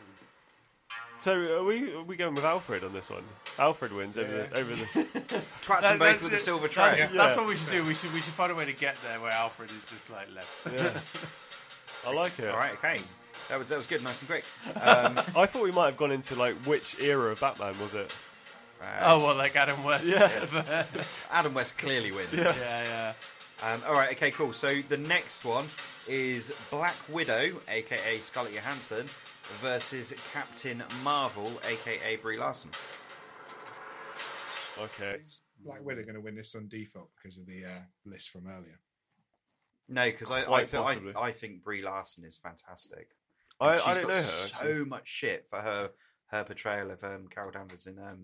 [SPEAKER 2] so are we are we going with Alfred on this one? Alfred wins over the over the
[SPEAKER 3] Twats them both with a silver tray.
[SPEAKER 5] That's what we should do. We should we should find a way to get there where Alfred is just like left.
[SPEAKER 2] yeah. I like it.
[SPEAKER 3] All right, okay. That was that was good, nice and quick.
[SPEAKER 2] Oh, I thought we might have gone into like which era of Batman was it?
[SPEAKER 3] Uh,
[SPEAKER 5] Oh well, like Adam West.
[SPEAKER 2] Yeah.
[SPEAKER 3] Adam West clearly wins.
[SPEAKER 5] yeah, yeah.
[SPEAKER 3] Um, all right, okay, cool. So the next one is Black Widow, aka Scarlett Johansson, versus Captain Marvel, aka Brie Larson.
[SPEAKER 2] Okay.
[SPEAKER 4] Black Widow going to win this on default because of the uh, list from earlier.
[SPEAKER 3] No, because I I,
[SPEAKER 2] Quite
[SPEAKER 3] feel, I
[SPEAKER 2] possibly.
[SPEAKER 3] I think Brie Larson is fantastic.
[SPEAKER 2] I,
[SPEAKER 3] She's
[SPEAKER 2] I don't
[SPEAKER 3] got
[SPEAKER 2] know her. actually.
[SPEAKER 3] so much shit for her her portrayal of um, Carol Danvers in um,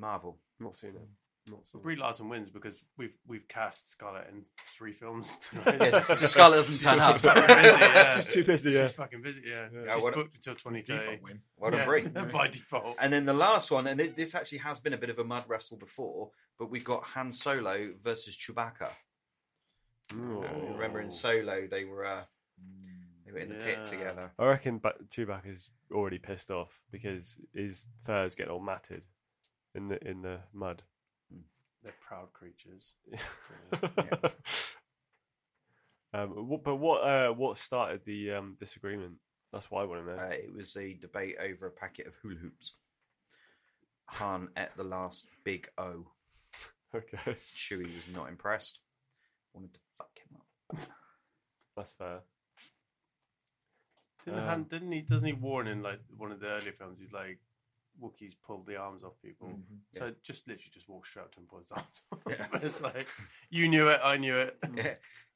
[SPEAKER 3] Marvel.
[SPEAKER 2] Not seen it. Not seen.
[SPEAKER 5] Brie Larson wins because we've we've cast Scarlett in three films.
[SPEAKER 3] Yeah, so Scarlett doesn't turn up.
[SPEAKER 5] yeah.
[SPEAKER 2] She's too busy. Yeah.
[SPEAKER 5] She's fucking busy. Yeah,
[SPEAKER 3] Yeah,
[SPEAKER 5] she's
[SPEAKER 3] what-
[SPEAKER 5] booked until twenty thirty.
[SPEAKER 4] Default win.
[SPEAKER 3] Well done,
[SPEAKER 5] Yeah,
[SPEAKER 3] Brie.
[SPEAKER 5] by default.
[SPEAKER 3] And then the last one, and thi- this actually has been a bit of a mud wrestle before, but we've got Han Solo versus Chewbacca. You know,
[SPEAKER 2] Ooh.
[SPEAKER 3] Remember in Solo, they were uh, they were in the
[SPEAKER 5] Oh. Mm, Yeah.
[SPEAKER 3] pit together.
[SPEAKER 2] I reckon ba- Chewbacca's already pissed off because his fur's getting all matted in the in the mud.
[SPEAKER 5] They're proud creatures.
[SPEAKER 2] um, wh- but what uh, what started the um, disagreement? That's what I want to know.
[SPEAKER 3] Uh, it was a debate over a packet of hula hoops. Han at the last big O.
[SPEAKER 2] okay,
[SPEAKER 3] Chewie was not impressed. Wanted to fuck him up.
[SPEAKER 2] that's fair.
[SPEAKER 5] Didn't,
[SPEAKER 2] Um,
[SPEAKER 5] Han, didn't he? Doesn't he warn in like one of the earlier films? He's like, Wookiees pulled the arms off people.
[SPEAKER 3] Mhm.
[SPEAKER 5] So just literally just walked straight up to him and pulled his arms. off.
[SPEAKER 3] Yeah.
[SPEAKER 5] it's like you knew it, I knew it.
[SPEAKER 3] Yeah,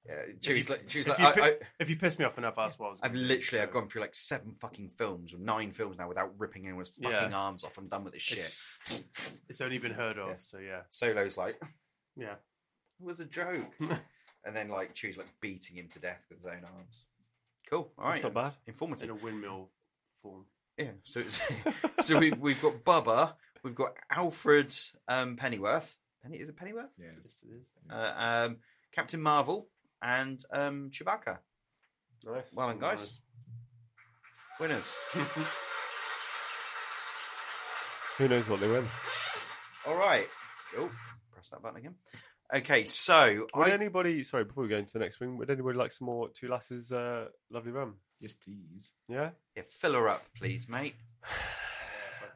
[SPEAKER 3] yeah. Chewie's like, Chewie's
[SPEAKER 5] if
[SPEAKER 3] like,
[SPEAKER 5] you
[SPEAKER 3] I,
[SPEAKER 5] pi-
[SPEAKER 3] I,
[SPEAKER 5] If you piss me off enough, that's what I was.
[SPEAKER 3] I've
[SPEAKER 5] gonna do,
[SPEAKER 3] literally, I've
[SPEAKER 5] so-
[SPEAKER 3] gone through like seven fucking films or nine films now without ripping anyone's fucking
[SPEAKER 5] Yeah.
[SPEAKER 3] arms off. I'm done with this shit.
[SPEAKER 5] It's only been heard of,
[SPEAKER 3] Yeah.
[SPEAKER 5] so yeah,
[SPEAKER 3] Solo's like,
[SPEAKER 5] yeah.
[SPEAKER 3] it was a joke, and then like Chewie's like beating him to death with his own arms. Cool. All right.
[SPEAKER 2] That's not bad.
[SPEAKER 5] In
[SPEAKER 3] Informative.
[SPEAKER 5] a windmill form.
[SPEAKER 3] Yeah. So it's, so we, we've got Bubba, we've got Alfred um, Pennyworth. Penny is it Pennyworth?
[SPEAKER 4] Yeah.
[SPEAKER 5] Yes, it is.
[SPEAKER 3] Uh, um, Captain Marvel and um, Chewbacca.
[SPEAKER 5] Nice.
[SPEAKER 3] Well done, guys. Winners.
[SPEAKER 2] Who knows what they win?
[SPEAKER 3] All right. Oh, press that button again. Okay, so
[SPEAKER 2] Would
[SPEAKER 3] I,
[SPEAKER 2] anybody? Sorry, before we go into the next one, would anybody like some more Two Lasses? Uh, lovely rum.
[SPEAKER 4] Yes, please.
[SPEAKER 2] Yeah.
[SPEAKER 3] yeah, fill her up, please, mate.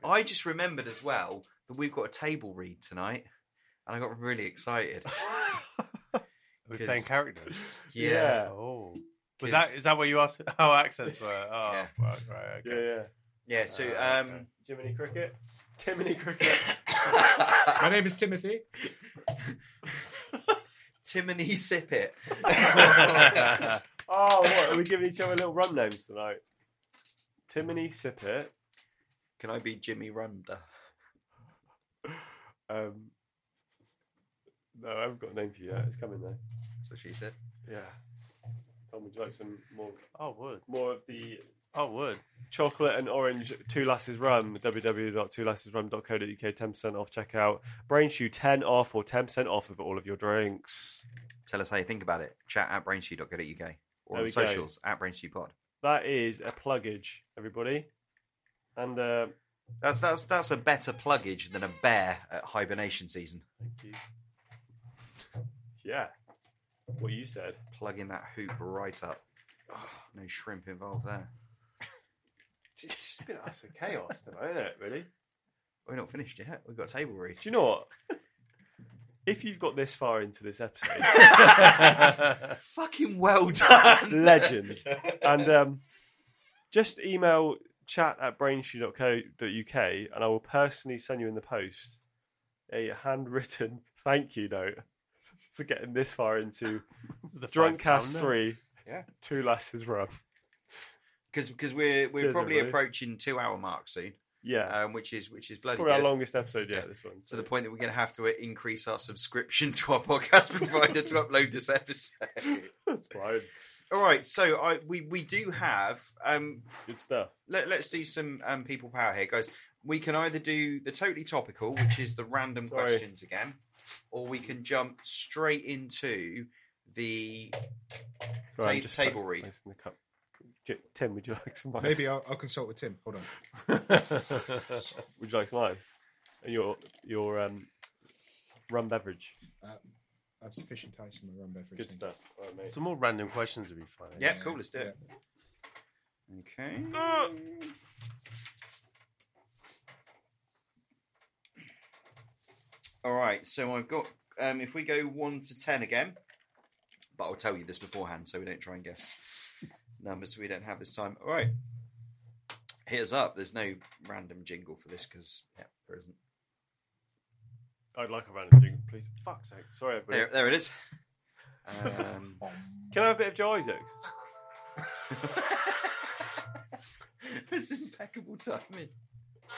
[SPEAKER 3] I just remembered as well that we've got a table read tonight, and I got really excited.
[SPEAKER 5] We're
[SPEAKER 3] 'Cause-
[SPEAKER 5] playing characters.
[SPEAKER 3] Yeah,
[SPEAKER 2] Yeah.
[SPEAKER 5] Oh. Was
[SPEAKER 3] 'Cause-
[SPEAKER 5] that is that what you asked? How accents were? Oh,
[SPEAKER 3] Yeah.
[SPEAKER 5] fuck, right, okay.
[SPEAKER 2] yeah. Uh,
[SPEAKER 3] yeah. So,
[SPEAKER 5] Ah,
[SPEAKER 3] um,
[SPEAKER 5] okay. Jiminy Cricket, Timiny Cricket.
[SPEAKER 4] My name is Timothy.
[SPEAKER 3] Timony sip it.
[SPEAKER 2] Oh, what are we giving each other little rum names tonight? Timony Sippet.
[SPEAKER 3] Can I be Jimmy Rumder?
[SPEAKER 2] Um, no, I haven't got a name for you yet. It's coming though.
[SPEAKER 3] That's what she said.
[SPEAKER 2] Yeah. Tom, would you like some more
[SPEAKER 5] oh, wood.
[SPEAKER 2] more of the
[SPEAKER 5] Oh, wood.
[SPEAKER 2] chocolate and orange two lasses rum? www.twolassesrum.co.uk. Ten percent off checkout. Brain shoe ten off or ten percent off of all of your drinks.
[SPEAKER 3] Tell us how you think about it. Chat at brainshoe.co.uk or
[SPEAKER 2] There
[SPEAKER 3] on
[SPEAKER 2] we go.
[SPEAKER 3] socials at brainshoepod.
[SPEAKER 2] That is a pluggage, everybody. And uh,
[SPEAKER 3] That's that's that's a better pluggage than a bear at hibernation season.
[SPEAKER 2] thank you. Yeah. What you said.
[SPEAKER 3] Plugging that hoop right up. Ah, No shrimp involved there.
[SPEAKER 2] It's just been that's a chaos tonight, isn't it? Really.
[SPEAKER 3] We're not finished yet. We've got a table read.
[SPEAKER 2] Do you know what? If you've got this far into this episode,
[SPEAKER 3] Fucking well done.
[SPEAKER 2] legend. And um, just email chat at brainshoe.co.uk and I will personally send you in the post a handwritten thank you note for getting this far into
[SPEAKER 5] The
[SPEAKER 2] Drunk Cast
[SPEAKER 5] five-pounder.
[SPEAKER 2] 3,
[SPEAKER 3] Yeah.
[SPEAKER 2] Two Lasses Rub.
[SPEAKER 3] Because because we're we're
[SPEAKER 2] Cheers,
[SPEAKER 3] probably
[SPEAKER 2] everybody.
[SPEAKER 3] approaching two hour mark soon,
[SPEAKER 2] Yeah.
[SPEAKER 3] um, which is which is bloody
[SPEAKER 2] Probably our
[SPEAKER 3] good.
[SPEAKER 2] longest episode yet, this one.
[SPEAKER 3] to the point that we're going to have to uh, increase our subscription to our podcast provider to upload this episode.
[SPEAKER 2] That's fine.
[SPEAKER 3] All right, so I we we do have um
[SPEAKER 2] Good stuff.
[SPEAKER 3] let, let's do some um people power here, guys. We can either do the totally topical, which is the random
[SPEAKER 2] Sorry.
[SPEAKER 3] questions again, or we can jump straight into the
[SPEAKER 2] Sorry, I'm
[SPEAKER 3] Ta-
[SPEAKER 2] just
[SPEAKER 3] table
[SPEAKER 2] pla-
[SPEAKER 3] read.
[SPEAKER 2] placing The cup. J- Tim, would you like some ice?
[SPEAKER 4] Maybe I'll, I'll consult with Tim. Hold on.
[SPEAKER 2] would you like some ice? And your your um, rum beverage.
[SPEAKER 4] I Uh, have sufficient ice in my rum beverage.
[SPEAKER 2] Good
[SPEAKER 4] thank
[SPEAKER 2] stuff. All right, mate.
[SPEAKER 5] Some more random questions would be fun.
[SPEAKER 3] yeah,
[SPEAKER 4] you.
[SPEAKER 3] cool. Let's do it. Okay. All right, so I've got. Um, if we go one to ten again, but I'll tell you this beforehand so we don't try and guess numbers we don't have this time. All right, here's up. There's no random jingle for this because yeah, there isn't.
[SPEAKER 2] I'd like a random jingle, please. Fuck's sake. Sorry, everybody.
[SPEAKER 3] There, there it is. Um,
[SPEAKER 2] Can I have a bit of Joe Isaacs?
[SPEAKER 3] it's impeccable timing.
[SPEAKER 9] Who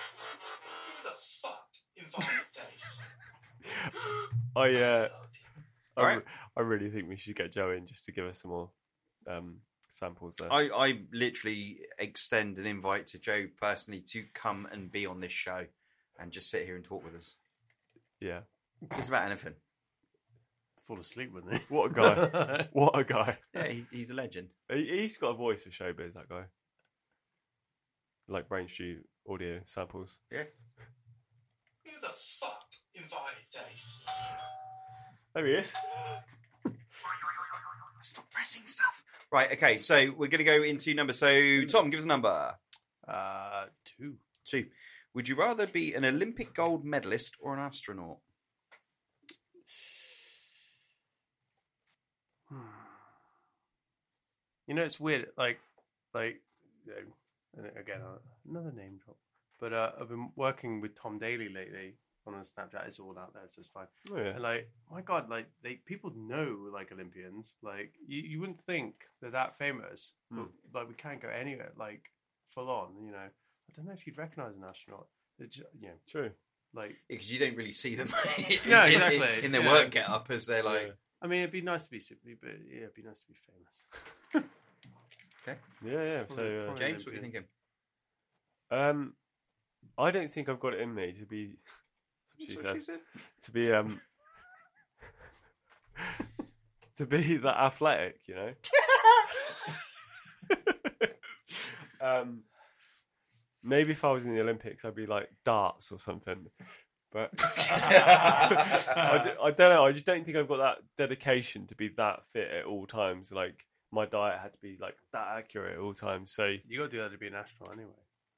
[SPEAKER 9] the fuck invited Dave?
[SPEAKER 2] I, uh, I,
[SPEAKER 3] Alright.
[SPEAKER 2] re- I really think we should get Joe in just to give us some more um, samples there.
[SPEAKER 3] I, I literally extend an invite to Joe personally to come and be on this show and just sit here and talk with us.
[SPEAKER 2] Yeah.
[SPEAKER 3] Just about anything.
[SPEAKER 5] Fall asleep, wouldn't they?
[SPEAKER 2] What a guy. what a guy.
[SPEAKER 3] Yeah, he's, he's a legend.
[SPEAKER 2] He, he's got a voice for showbiz, that guy. Like Braintree audio samples.
[SPEAKER 9] Who the fuck invited Dave?
[SPEAKER 2] There he is.
[SPEAKER 3] Stop pressing stuff. Right, okay, so we're going to go into number. So, Tom, give us a number.
[SPEAKER 5] uh, two.
[SPEAKER 3] Two. Would you rather be an Olympic gold medalist or an astronaut?
[SPEAKER 5] You know, it's weird. Like, like you know, and again, uh, another name drop. But uh, I've been working with Tom Daly lately on his Snapchat. It's all out there, so it's fine.
[SPEAKER 2] Oh, yeah.
[SPEAKER 5] And like, my God, like they people know like Olympians. Like you, you wouldn't think they're that famous, but like we can't go anywhere like full on. You know, I don't know if you'd recognize an astronaut. It's ju- you know,
[SPEAKER 2] True.
[SPEAKER 5] like
[SPEAKER 3] Because you don't really see them in,
[SPEAKER 5] No,
[SPEAKER 3] in- in-
[SPEAKER 5] exactly,
[SPEAKER 3] in their
[SPEAKER 5] yeah.
[SPEAKER 3] work get up as they're like,
[SPEAKER 5] I mean, it'd be nice to be simply, but yeah, it'd be nice to be famous.
[SPEAKER 2] Yeah, yeah. So,
[SPEAKER 5] Probably-
[SPEAKER 3] James, what are you thinking?
[SPEAKER 2] uh, um, I don't think I've got it in me to be. She said, to be um, to be that athletic, you know. um, maybe if I was in the Olympics, I'd be like darts or something. But I, d- I don't know. I just don't think I've got that dedication to be that fit at all times. Like my diet had to be like that accurate at all times. So
[SPEAKER 5] You gotta do that to be an astronaut anyway,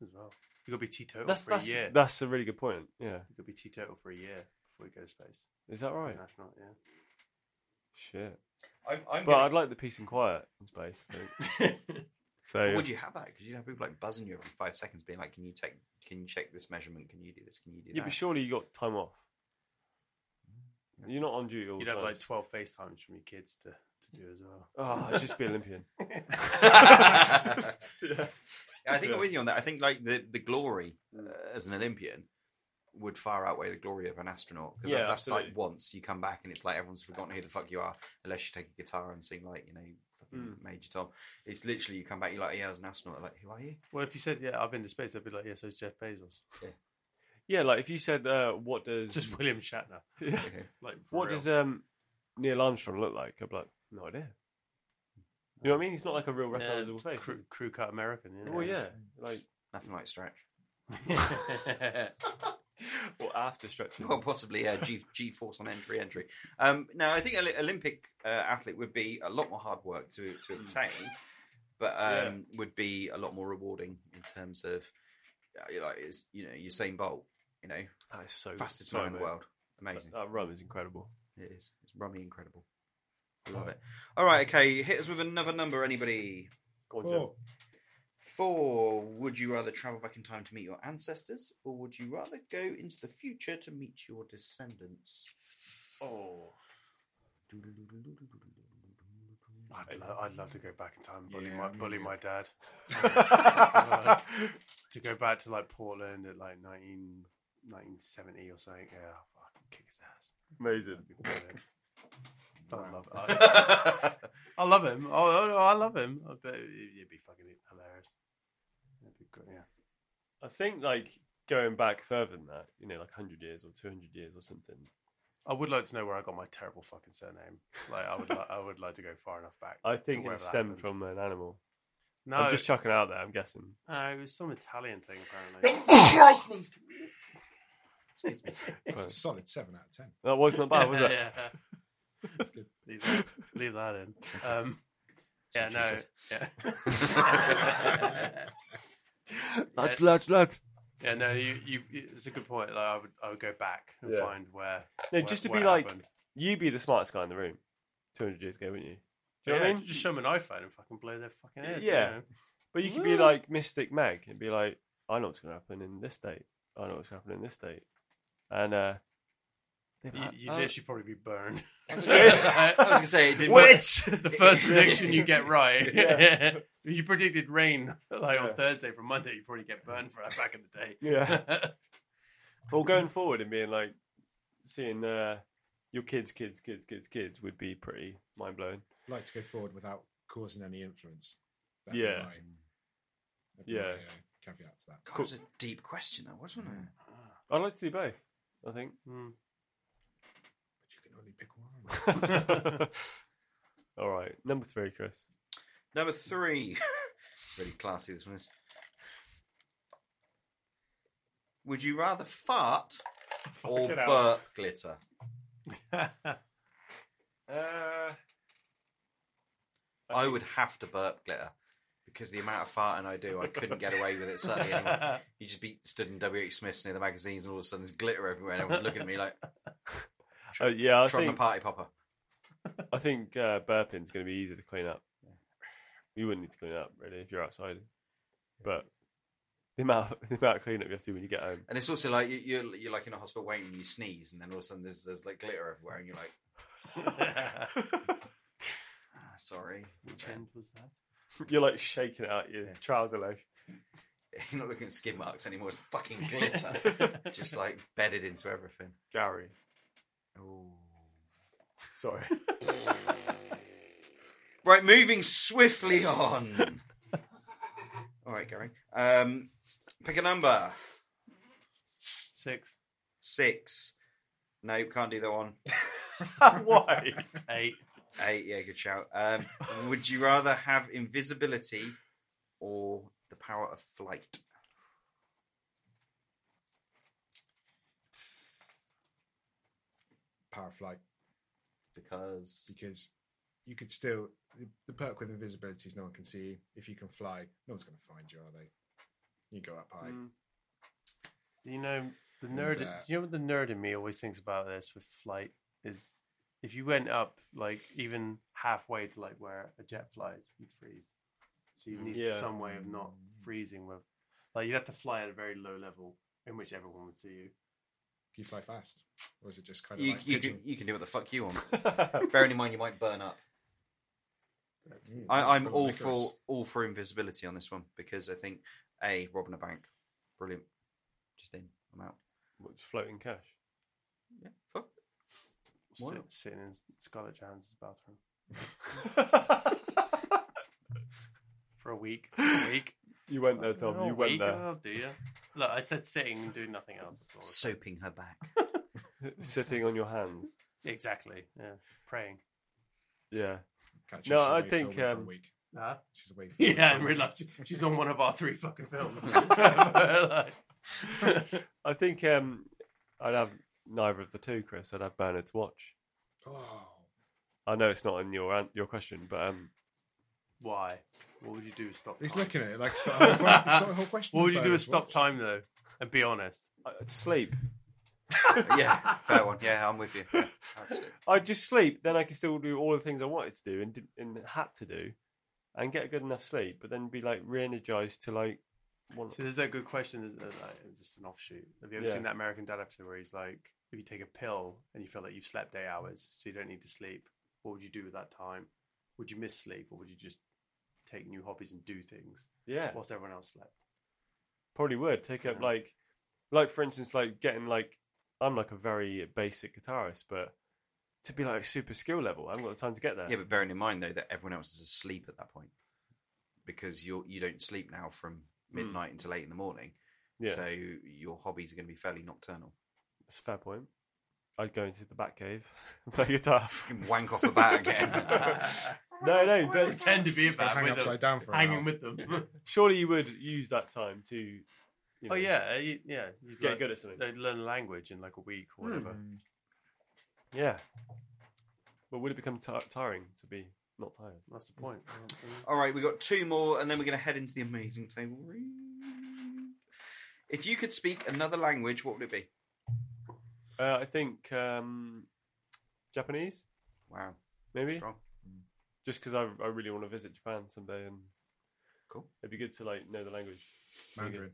[SPEAKER 5] as well. You gotta be teetotal
[SPEAKER 2] that's
[SPEAKER 5] for
[SPEAKER 2] that's
[SPEAKER 5] a year.
[SPEAKER 2] that's a really good point. Yeah,
[SPEAKER 5] You gotta be teetotal for a year before you go to space.
[SPEAKER 2] is that
[SPEAKER 5] Be
[SPEAKER 2] right?
[SPEAKER 5] An astronaut, yeah.
[SPEAKER 2] Shit.
[SPEAKER 3] I'm, I'm
[SPEAKER 2] But
[SPEAKER 3] gonna-
[SPEAKER 2] I'd like the peace and quiet in space. I think. so
[SPEAKER 3] Or would you have that? Because you'd have people like buzzing you every five seconds, being like, "Can you take? Can you check this measurement? Can you do this? Can you do that?"
[SPEAKER 2] yeah, but surely you got time off. You're not on duty all
[SPEAKER 5] You'd
[SPEAKER 2] the
[SPEAKER 5] have
[SPEAKER 2] time.
[SPEAKER 5] like twelve FaceTimes from your kids to, to do as well.
[SPEAKER 2] oh, I'd just be Olympian.
[SPEAKER 3] yeah. I think I'm with you on that. I think like the the glory uh, as an Olympian would far outweigh the glory of an astronaut because
[SPEAKER 2] Yeah,
[SPEAKER 3] that's
[SPEAKER 2] absolutely.
[SPEAKER 3] like once you come back and it's like everyone's forgotten who the fuck you are unless you take a guitar and sing like you know fucking
[SPEAKER 2] Hmm.
[SPEAKER 3] Major Tom. It's literally you come back, you're like, "Yeah, I was an astronaut." They're like, who are you?
[SPEAKER 5] Well, if you said, "Yeah, I've been to space," I'd be like, "Yeah, so it's Jeff Bezos,
[SPEAKER 2] Yeah, like if you said, uh, "What does
[SPEAKER 5] it's just William Shatner."
[SPEAKER 2] Yeah.
[SPEAKER 5] Like, for
[SPEAKER 2] what
[SPEAKER 5] real.
[SPEAKER 2] does um, Neil Armstrong look like?" I'd be like, "No idea." You know what I mean? He's not like a real
[SPEAKER 5] Yeah,
[SPEAKER 2] recognizable face.
[SPEAKER 5] crew, crew cut American? Yeah.
[SPEAKER 2] Well, yeah, like
[SPEAKER 3] Nothing like stretch.
[SPEAKER 2] or after stretching.
[SPEAKER 3] Well, possibly, yeah. G, G force on entry, entry. Um, no, I think Oli- Olympic uh, athlete would be a lot more hard work to, to obtain, but um, would be a lot more rewarding in terms of, uh, you know, like, it's, you know, Usain Bolt, you know,
[SPEAKER 2] That is
[SPEAKER 5] Oh,
[SPEAKER 2] so
[SPEAKER 3] fastest
[SPEAKER 2] so
[SPEAKER 3] man in the
[SPEAKER 2] amazing.
[SPEAKER 3] world. Amazing.
[SPEAKER 2] That, that rum is incredible.
[SPEAKER 3] It is. It's rummy incredible. I love it. All right, okay. Hit us with another number, anybody.
[SPEAKER 2] Go on,
[SPEAKER 4] Four.
[SPEAKER 3] Four. Would you rather travel back in time to meet your ancestors, or would you rather go into the future to meet your descendants?
[SPEAKER 5] Oh, I'd, lo- I'd love to go back in time, and bully
[SPEAKER 4] Yeah,
[SPEAKER 5] my
[SPEAKER 4] me
[SPEAKER 5] bully
[SPEAKER 4] too.
[SPEAKER 5] my dad.
[SPEAKER 2] Jim.
[SPEAKER 5] to go back to like Portland at like 19, 1970 or something. Yeah, I'll fucking kick his ass.
[SPEAKER 2] amazing.
[SPEAKER 5] Be brilliant. I love I, I love him. Oh, oh, no, I love him. I bet it- it'd be fucking hilarious. It'd be great. Yeah.
[SPEAKER 2] I think like going back further than that, you know, like hundred years or two hundred years or something.
[SPEAKER 5] I would like to know where I got my terrible fucking surname. Like I would, li- I would like to go far enough back.
[SPEAKER 2] I
[SPEAKER 5] to
[SPEAKER 2] think
[SPEAKER 5] wherever
[SPEAKER 2] it
[SPEAKER 5] that
[SPEAKER 2] stemmed
[SPEAKER 5] happened.
[SPEAKER 2] from an animal.
[SPEAKER 5] No,
[SPEAKER 2] I'm just chucking it out there. I'm guessing.
[SPEAKER 5] no, it was some Italian thing apparently.
[SPEAKER 4] That's a
[SPEAKER 2] Right.
[SPEAKER 4] solid seven out of ten.
[SPEAKER 2] That was not bad, was it?
[SPEAKER 5] Yeah.
[SPEAKER 4] good.
[SPEAKER 5] Leave that, leave that in. Um, yeah,
[SPEAKER 3] That's
[SPEAKER 5] no,
[SPEAKER 3] what
[SPEAKER 5] yeah.
[SPEAKER 2] Lads, lads, lads.
[SPEAKER 5] yeah, no. You, you, it's a good point. Like, I would, I would go back and
[SPEAKER 2] Yeah.
[SPEAKER 5] find where.
[SPEAKER 2] No,
[SPEAKER 5] where-
[SPEAKER 2] just to
[SPEAKER 5] where
[SPEAKER 2] be
[SPEAKER 5] it
[SPEAKER 2] like,
[SPEAKER 5] happened.
[SPEAKER 2] you'd be the smartest guy in the room. Two hundred years ago, wouldn't you? Do you know
[SPEAKER 5] yeah,
[SPEAKER 2] what I mean?
[SPEAKER 5] Just show them an iPhone and fucking blow their fucking heads.
[SPEAKER 2] Yeah.
[SPEAKER 5] you know?
[SPEAKER 2] But you could be
[SPEAKER 5] Woo.
[SPEAKER 2] like Mystic Meg and be like, I know what's going to happen in this date. I know what's going to happen in this date. And uh, they've had-
[SPEAKER 5] you, you'd
[SPEAKER 2] oh,
[SPEAKER 5] literally probably be burned.
[SPEAKER 3] I was going to say, it didn't
[SPEAKER 5] Which the first prediction you get right.
[SPEAKER 2] Yeah.
[SPEAKER 5] If you predicted rain like
[SPEAKER 2] Yeah.
[SPEAKER 5] on Thursday from Monday, you probably get burned for that back in the day.
[SPEAKER 2] yeah. or going forward and being like, seeing uh, your kids, kids, kids, kids, kids would be pretty mind blowing.
[SPEAKER 4] Like to go forward without causing any influence. That'd be
[SPEAKER 2] Yeah.
[SPEAKER 4] my- that'd be
[SPEAKER 2] Yeah.
[SPEAKER 4] my, uh, caveat to that.
[SPEAKER 3] God, it was a deep question, though, wasn't it?
[SPEAKER 2] I'd like to do both, I think. Hmm.
[SPEAKER 4] But you can only pick one.
[SPEAKER 2] All right. Number three, Chris.
[SPEAKER 3] Number three. really classy, this one is. Would you rather fart or
[SPEAKER 5] Fucking hell.
[SPEAKER 3] burp glitter?
[SPEAKER 5] uh,
[SPEAKER 3] I would have to burp glitter because the amount of farting I do, I couldn't get away with it. Certainly, anymore. you just be stood in WH Smith's near the magazines, and all of a sudden there's glitter everywhere, and everyone's looking at me like
[SPEAKER 2] Uh, yeah, I
[SPEAKER 3] trying a
[SPEAKER 2] think,
[SPEAKER 3] party popper.
[SPEAKER 2] I think uh, burping's going to be easier to clean up. You wouldn't need to clean up, really, if you're outside. But The amount, the amount of cleanup you have to do when you get home.
[SPEAKER 3] And it's also like you- you're you're like in a hospital waiting, and you sneeze, and then all of a sudden there's there's like glitter everywhere, and you're like, "Ah, sorry,
[SPEAKER 5] Which end was that?
[SPEAKER 2] You're like shaking out your trouser leg.
[SPEAKER 3] you're not looking at skid marks anymore. It's fucking glitter, just like bedded into everything.
[SPEAKER 2] Gary.
[SPEAKER 3] Ooh.
[SPEAKER 2] Sorry.
[SPEAKER 3] Right, moving swiftly on. all right, Gary. Um, pick a number.
[SPEAKER 5] Six,
[SPEAKER 3] Six. Nope, can't do that one.
[SPEAKER 2] Why?
[SPEAKER 5] eight.
[SPEAKER 3] Eight. Yeah, good shout. Um, would you rather have invisibility or the power of flight?
[SPEAKER 4] Power of flight
[SPEAKER 3] Because
[SPEAKER 4] because you could still the, the perk with invisibility is no one can see you. If you can fly, no one's going to find you, are they? You go up high.
[SPEAKER 5] Mm. Do You know the nerd.
[SPEAKER 4] uh,
[SPEAKER 5] do you know what the nerd in me always thinks about this with flight is if you went up like even halfway to like where a jet flies, you'd freeze. So you need
[SPEAKER 2] Yeah.
[SPEAKER 5] some way of not freezing with, like you'd have to fly at a very low level in which everyone would see you.
[SPEAKER 4] Can you fly fast, or is it just kind of
[SPEAKER 3] you,
[SPEAKER 4] like
[SPEAKER 3] you,
[SPEAKER 4] pigeon?
[SPEAKER 3] can, you can do what the fuck you want.
[SPEAKER 2] I
[SPEAKER 3] Bearing in mind, you might burn up.
[SPEAKER 4] Mm,
[SPEAKER 3] I, I'm
[SPEAKER 4] full of
[SPEAKER 3] all
[SPEAKER 4] licorice.
[SPEAKER 3] for all for invisibility on this one because I think a robbing a bank, brilliant. Just in, I'm out.
[SPEAKER 2] What's floating cash?
[SPEAKER 3] Yeah, fuck. Why
[SPEAKER 5] Sit,
[SPEAKER 3] not?
[SPEAKER 5] sitting in Scarlett Johansson's bathroom for a week. A week.
[SPEAKER 2] You went there, Tom.
[SPEAKER 5] Oh,
[SPEAKER 2] you
[SPEAKER 5] a
[SPEAKER 2] went
[SPEAKER 5] week?
[SPEAKER 2] there.
[SPEAKER 5] Oh, do you? Look, I said sitting and doing nothing else. That's all I said.
[SPEAKER 3] Soaping her back.
[SPEAKER 2] Sitting on your hands.
[SPEAKER 5] Exactly. Yeah. Praying.
[SPEAKER 2] Yeah.
[SPEAKER 4] Catch
[SPEAKER 2] No,
[SPEAKER 4] she's
[SPEAKER 2] I
[SPEAKER 4] away
[SPEAKER 2] think,
[SPEAKER 4] filming for a
[SPEAKER 2] um,
[SPEAKER 4] week.
[SPEAKER 5] Huh?
[SPEAKER 4] she's away. filming
[SPEAKER 5] Yeah,
[SPEAKER 4] for a
[SPEAKER 5] in
[SPEAKER 4] week.
[SPEAKER 5] real life, she- she's on one of our three fucking films. Like,
[SPEAKER 2] I think um, I'd have neither of the two, Chris. I'd have Bernard's watch.
[SPEAKER 4] Oh,
[SPEAKER 2] I know it's not in your an- your question, but um,
[SPEAKER 5] Why? What would you do with stop time?
[SPEAKER 4] he's looking at it like it's got a whole, que- it's got a whole question.
[SPEAKER 5] What would you
[SPEAKER 4] about
[SPEAKER 5] do with
[SPEAKER 4] his
[SPEAKER 5] stop
[SPEAKER 4] watch.
[SPEAKER 5] time though? And be honest.
[SPEAKER 2] I- I'd sleep.
[SPEAKER 3] yeah, fair one. Yeah, I'm with you. Yeah, absolutely.
[SPEAKER 2] I'd just sleep. Then I could still do all the things I wanted to do and did, and had to do, and get good enough sleep. But then be like re-energized to like. Want-
[SPEAKER 5] So there's a good question. There's uh, like, just an offshoot. Have you ever
[SPEAKER 2] Yeah.
[SPEAKER 5] seen that American Dad episode where he's like, if you take a pill and you feel like you've slept eight hours, so you don't need to sleep, what would you do with that time? Would you miss sleep or would you just take new hobbies and do things
[SPEAKER 2] yeah,
[SPEAKER 5] whilst everyone else slept?
[SPEAKER 2] probably would take up
[SPEAKER 5] Yeah.
[SPEAKER 2] like, like for instance, like getting like I'm like a very basic guitarist, but to be like super skill level, I haven't got the time to get there.
[SPEAKER 3] yeah, but bearing in mind though that everyone else is asleep at that point because you you don't sleep now from midnight until eight in the morning.
[SPEAKER 2] Yeah.
[SPEAKER 3] So your hobbies are going to be fairly nocturnal.
[SPEAKER 2] That's a fair point. I'd go into the back cave and play guitar.
[SPEAKER 3] You can wank off a bat again.
[SPEAKER 2] no, no, but
[SPEAKER 5] Pretend to be a
[SPEAKER 4] He's gonna
[SPEAKER 5] bat
[SPEAKER 4] hang
[SPEAKER 5] with
[SPEAKER 4] upside
[SPEAKER 5] them,
[SPEAKER 4] down for
[SPEAKER 5] hanging
[SPEAKER 4] an
[SPEAKER 5] with them.
[SPEAKER 2] surely you would use that time to. You know,
[SPEAKER 5] oh yeah, uh, you, yeah. You'd
[SPEAKER 2] get
[SPEAKER 5] learn-
[SPEAKER 2] good at something.
[SPEAKER 5] they'd learn a language in like a week or
[SPEAKER 4] hour.
[SPEAKER 5] whatever.
[SPEAKER 2] Yeah. But would it become ti tiring to be not tired?
[SPEAKER 5] That's the point.
[SPEAKER 2] Oh,
[SPEAKER 3] All right, we got two more, and then we're going to head into the amazing table read. If you could speak another language, what would it be?
[SPEAKER 2] Uh, I think um, Japanese,
[SPEAKER 3] Wow,
[SPEAKER 2] maybe.
[SPEAKER 3] strong.
[SPEAKER 2] Just because I, I really want to visit Japan someday, and
[SPEAKER 3] Cool.
[SPEAKER 2] it'd be good to like know the language. Really good.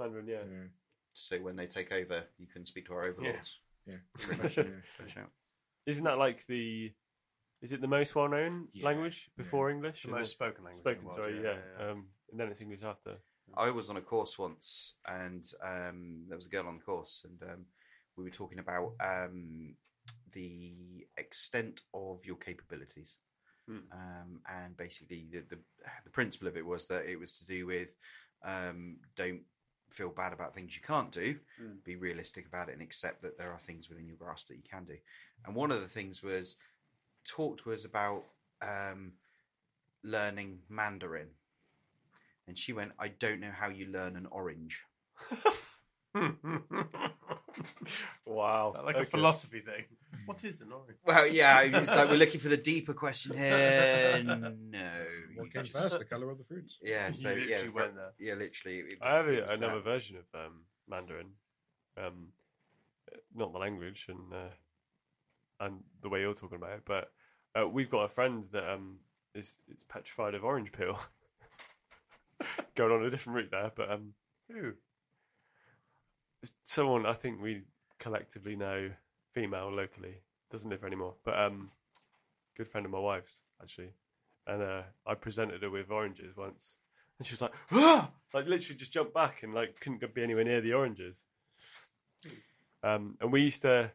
[SPEAKER 4] Mandarin.
[SPEAKER 2] Mandarin, yeah.
[SPEAKER 4] Yeah.
[SPEAKER 3] So when they take over, you can speak to our overlords.
[SPEAKER 4] French, yeah.
[SPEAKER 3] Fresh out.
[SPEAKER 2] Isn't that like the? Is it the most well-known
[SPEAKER 4] Yeah,
[SPEAKER 2] language
[SPEAKER 4] yeah.
[SPEAKER 2] before English?
[SPEAKER 5] It's the
[SPEAKER 2] And
[SPEAKER 5] most spoken
[SPEAKER 2] then-
[SPEAKER 5] language. in the
[SPEAKER 2] spoken,
[SPEAKER 5] world,
[SPEAKER 2] sorry, yeah. Um, and then it's English after.
[SPEAKER 3] I was on a course once, and um, there was a girl on the course, and um, we were talking about um, the extent of your capabilities.
[SPEAKER 2] Hmm.
[SPEAKER 3] Um, and basically, the, the the principle of it was that it was to do with um, don't feel bad about things you can't do,
[SPEAKER 2] Mm.
[SPEAKER 3] be realistic about it, and accept that there are things within your grasp that you can do. And one of the things was talk to us about um, learning Mandarin. And she went, I don't know how you learn an orange.
[SPEAKER 2] Wow.
[SPEAKER 5] Is that like a
[SPEAKER 2] okay.
[SPEAKER 5] philosophy thing?
[SPEAKER 2] Mm.
[SPEAKER 5] What is an orange?
[SPEAKER 3] Well, yeah, it's like we're looking for the deeper question here. No. you
[SPEAKER 4] What came
[SPEAKER 3] just-
[SPEAKER 4] first? The color of the fruit.
[SPEAKER 3] yeah, so
[SPEAKER 5] you
[SPEAKER 3] yeah,
[SPEAKER 5] literally
[SPEAKER 3] fr-
[SPEAKER 5] went there.
[SPEAKER 3] yeah, literally. it
[SPEAKER 2] I have
[SPEAKER 3] was- it
[SPEAKER 2] a,
[SPEAKER 3] was
[SPEAKER 2] another
[SPEAKER 3] that.
[SPEAKER 2] version of um, Mandarin, um, not the language and uh, and the way you're talking about it. But uh, we've got a friend that um, is is petrified of orange peel. Going on a different route there, but um,
[SPEAKER 5] Who?
[SPEAKER 2] someone I think we collectively know, female locally, doesn't live here anymore, but um, good friend of my wife's actually, and uh, I presented her with oranges once, and she was like, "Ah!" like literally just jumped back and like couldn't go- be anywhere near the oranges. Um, and we used to,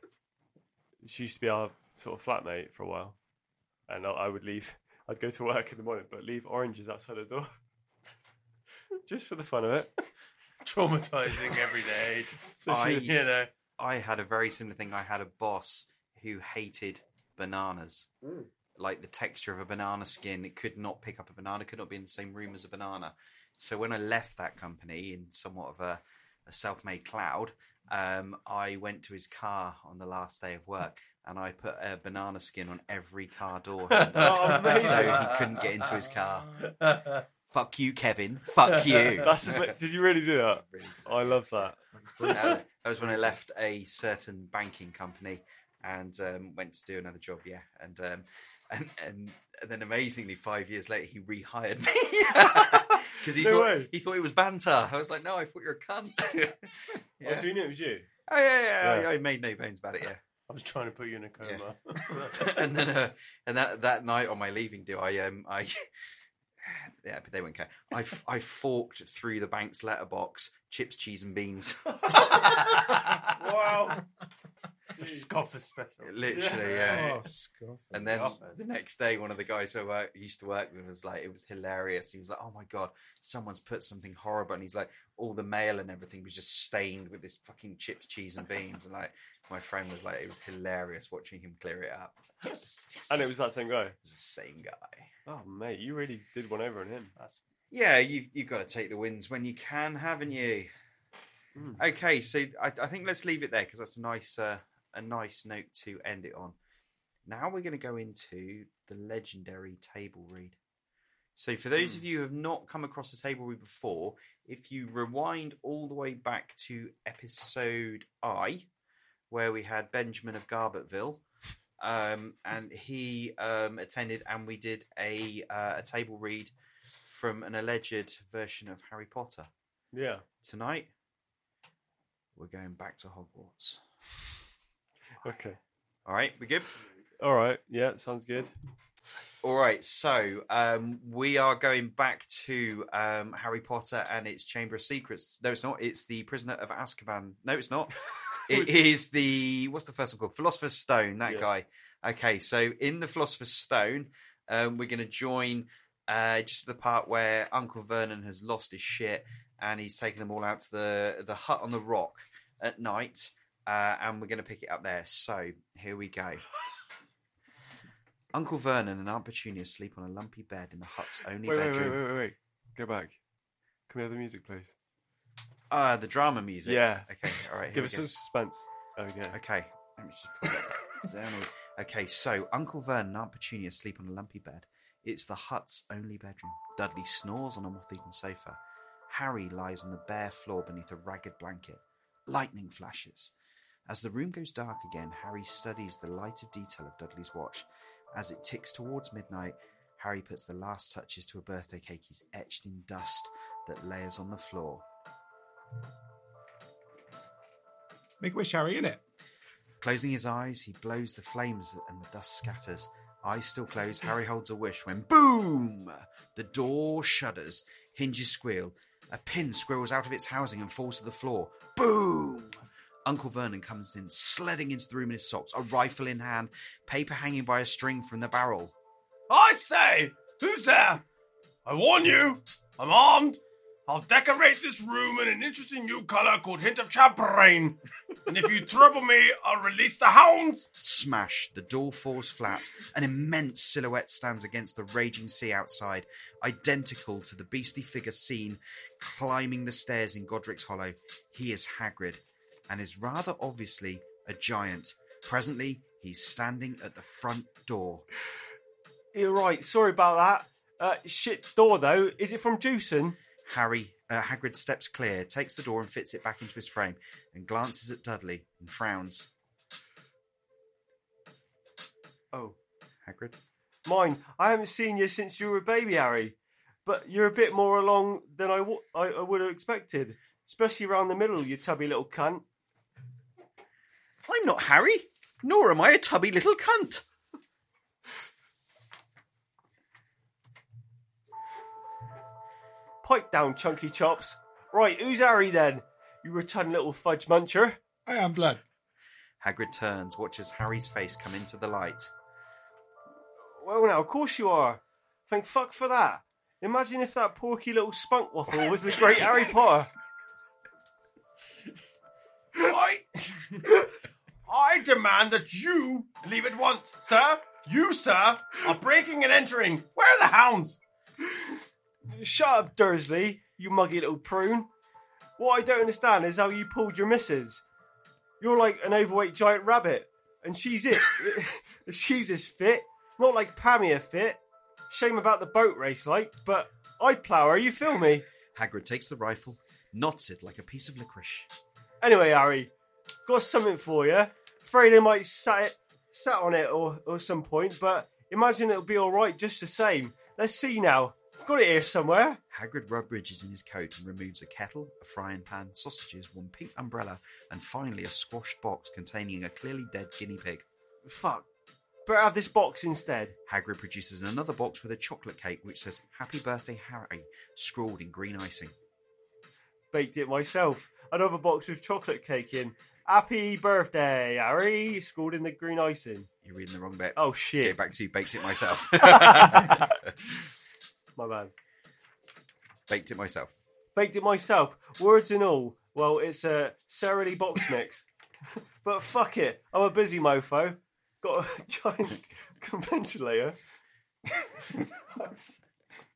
[SPEAKER 2] she used to be our sort of flatmate for a while, and I, I would leave. I'd go to work in the morning, but leave oranges outside the door, just for the fun of it.
[SPEAKER 5] Traumatizing every day. Just,
[SPEAKER 3] I-
[SPEAKER 5] you know.
[SPEAKER 3] I had a very similar thing. I had a boss who hated bananas. Like the texture of a banana skin, it could not pick up a banana, could not be in the same room as a banana. So when I left that company in somewhat of a, a self made cloud, um, I went to his car on the last day of work and I put a banana skin on every car door handle
[SPEAKER 5] Oh,
[SPEAKER 3] so
[SPEAKER 5] amazing.
[SPEAKER 3] he couldn't get into his car. Fuck you, Kevin. Fuck you.
[SPEAKER 2] That's ama- did you really do that? I love that.
[SPEAKER 3] that that was when I left a certain banking company and um, went to do another job. Yeah, and um, and, and and then amazingly, five years later, he rehired me because he
[SPEAKER 2] No
[SPEAKER 3] thought
[SPEAKER 2] way.
[SPEAKER 3] he thought it was banter. I was like, no, I thought you were a cunt.
[SPEAKER 2] Oh,
[SPEAKER 3] yeah.
[SPEAKER 2] so you knew it was you.
[SPEAKER 3] Oh yeah, yeah,
[SPEAKER 2] Yeah.
[SPEAKER 3] I, I made no bones about it. Yeah,
[SPEAKER 5] I was trying to put you in a coma.
[SPEAKER 3] and then uh, and that that night on my leaving do I um I. Yeah, but they won't care. I, f- I forked through the bank's letterbox chips, cheese, and beans.
[SPEAKER 2] Wow.
[SPEAKER 5] A scoffer special.
[SPEAKER 3] Literally, yeah.
[SPEAKER 4] Oh, scoff. Oh.
[SPEAKER 3] And then
[SPEAKER 5] Scoff.
[SPEAKER 3] the next day, one of the guys who I work, used to work with was like, it was hilarious. He was like, oh my God, someone's put something horrible. And he's like, all the mail and everything was just stained with this fucking chips, cheese, and beans. And like, my friend was like, it was hilarious watching him clear it up. Yes, yes.
[SPEAKER 2] And it was that same guy.
[SPEAKER 3] It was the same guy.
[SPEAKER 2] Oh, mate, you really did one over on him.
[SPEAKER 5] That's
[SPEAKER 3] Yeah, you, you've got to take the wins when you can, haven't you?
[SPEAKER 2] Mm.
[SPEAKER 3] Okay, so I, I think let's leave it there because that's a nice uh, a nice note to end it on. Now we're going to go into the legendary table read. So for those of you who have not come across the table read before, if you rewind all the way back to episode I, where we had Benjamin of Garbertville, um, and he um, attended, and we did a uh, a table read from an alleged version of Harry Potter
[SPEAKER 2] Yeah.
[SPEAKER 3] tonight we're going back to Hogwarts.
[SPEAKER 2] Okay.
[SPEAKER 3] All right, we good?
[SPEAKER 2] All right. Yeah, sounds good.
[SPEAKER 3] All right, so um, we are going back to um, Harry Potter and its Chamber of Secrets. No, it's not. It's the Prisoner of Azkaban. No, it's not. it is the what's the first one called? Philosopher's Stone. That
[SPEAKER 2] Yes.
[SPEAKER 3] guy. Okay, so in the Philosopher's Stone, um, we're going to join uh, just the part where Uncle Vernon has lost his shit and he's taken them all out to the the hut on the rock at night, uh, and we're going to pick it up there. So here we go. Uncle Vernon and Aunt Petunia sleep on a lumpy bed in the hut's only
[SPEAKER 2] Wait, wait, wait,
[SPEAKER 3] bedroom.
[SPEAKER 2] wait, wait, wait. Go back. Can we have the music, please?
[SPEAKER 3] Ah, the drama music.
[SPEAKER 2] Yeah.
[SPEAKER 3] Okay. All right. here
[SPEAKER 2] Give
[SPEAKER 3] we
[SPEAKER 2] us
[SPEAKER 3] go.
[SPEAKER 2] some suspense. Okay.
[SPEAKER 3] Okay, let me just pull that down. Okay, so Uncle Vernon and Aunt Petunia sleep on a lumpy bed. It's the hut's only bedroom. Dudley snores on a moth-eaten sofa. Harry lies on the bare floor beneath a ragged blanket. Lightning flashes. As the room goes dark again, Harry studies the lighter detail of Dudley's watch. As it ticks towards midnight, Harry puts the last touches to a birthday cake he's etched in dust that layers on the floor.
[SPEAKER 4] Make a wish, Harry, in it.
[SPEAKER 3] Closing his eyes, he blows the flames and the dust scatters. Eyes still closed, Harry holds a wish when boom! The door shudders, hinges squeal, a pin squirrels out of its housing and falls to the floor. Boom! Uncle Vernon comes in, sledding into the room in his socks, a rifle in hand, paper hanging by a string from the barrel.
[SPEAKER 5] I say, who's there? I warn you, I'm armed. I'll decorate this room in an interesting new color called Hint of Champagne. and if you trouble me, I'll release the hounds.
[SPEAKER 3] Smash! The door falls flat. An immense silhouette stands against the raging sea outside, identical to the beastly figure seen climbing the stairs in Godric's Hollow. He is Hagrid, and is rather obviously a giant. Presently, he's standing at the front door.
[SPEAKER 2] You're right. Sorry about that. Uh, shit door, though. Is it from Juicin?
[SPEAKER 3] Harry uh, Hagrid steps clear, takes the door and fits it back into his frame, and glances at Dudley and frowns.
[SPEAKER 2] Oh,
[SPEAKER 3] Hagrid.
[SPEAKER 2] mine. I haven't seen you since you were a baby, Harry. But you're a bit more along than I, w- I, I would have expected.
[SPEAKER 5] Especially round the middle, you tubby little cunt.
[SPEAKER 3] I'm not Harry, nor am I a tubby little cunt.
[SPEAKER 5] Pipe down, chunky chops. Right, who's Harry then? You return little fudge muncher.
[SPEAKER 4] I am blood.
[SPEAKER 3] Hagrid turns, watches Harry's face come into the light.
[SPEAKER 5] Well, now, of course you are. Thank fuck for that. Imagine if that porky little spunk waffle was the great Harry Potter.
[SPEAKER 11] I, I demand that you leave at once, sir. You, sir, are breaking and entering. Where are the hounds?
[SPEAKER 5] Shut up, Dursley, you muggy little prune. What I don't understand is how you pulled your missus. You're like an overweight giant rabbit, and she's it. she's as fit, not like Pammy are fit. Shame about the boat race, like, but I'd plough her, you feel me?
[SPEAKER 3] Hagrid takes the rifle, knots it like a piece of licorice.
[SPEAKER 5] Anyway, Harry, got something for you. Afraid I might sat it, sat on it or, or some point, but imagine it'll be all right just the same. Let's see now. Got it here somewhere.
[SPEAKER 3] Hagrid rubberages in his coat and removes a kettle, a frying pan, sausages, one pink umbrella, and finally a squashed box containing a clearly dead guinea pig.
[SPEAKER 5] Fuck. Better have this box instead.
[SPEAKER 3] Hagrid produces another box with a chocolate cake which says Happy Birthday Harry, scrawled in green icing.
[SPEAKER 5] Baked it myself. Another box with chocolate cake in. Happy birthday, Harry. Scrawled in the green icing.
[SPEAKER 3] You're reading the wrong bit.
[SPEAKER 5] Oh
[SPEAKER 3] Go
[SPEAKER 5] shit,
[SPEAKER 3] back to baked it myself.
[SPEAKER 5] my man.
[SPEAKER 3] baked it myself.
[SPEAKER 5] Baked it myself. Words and all. Well, it's a Sara Lee box mix. but fuck it. I'm a busy mofo. Got a giant convention later.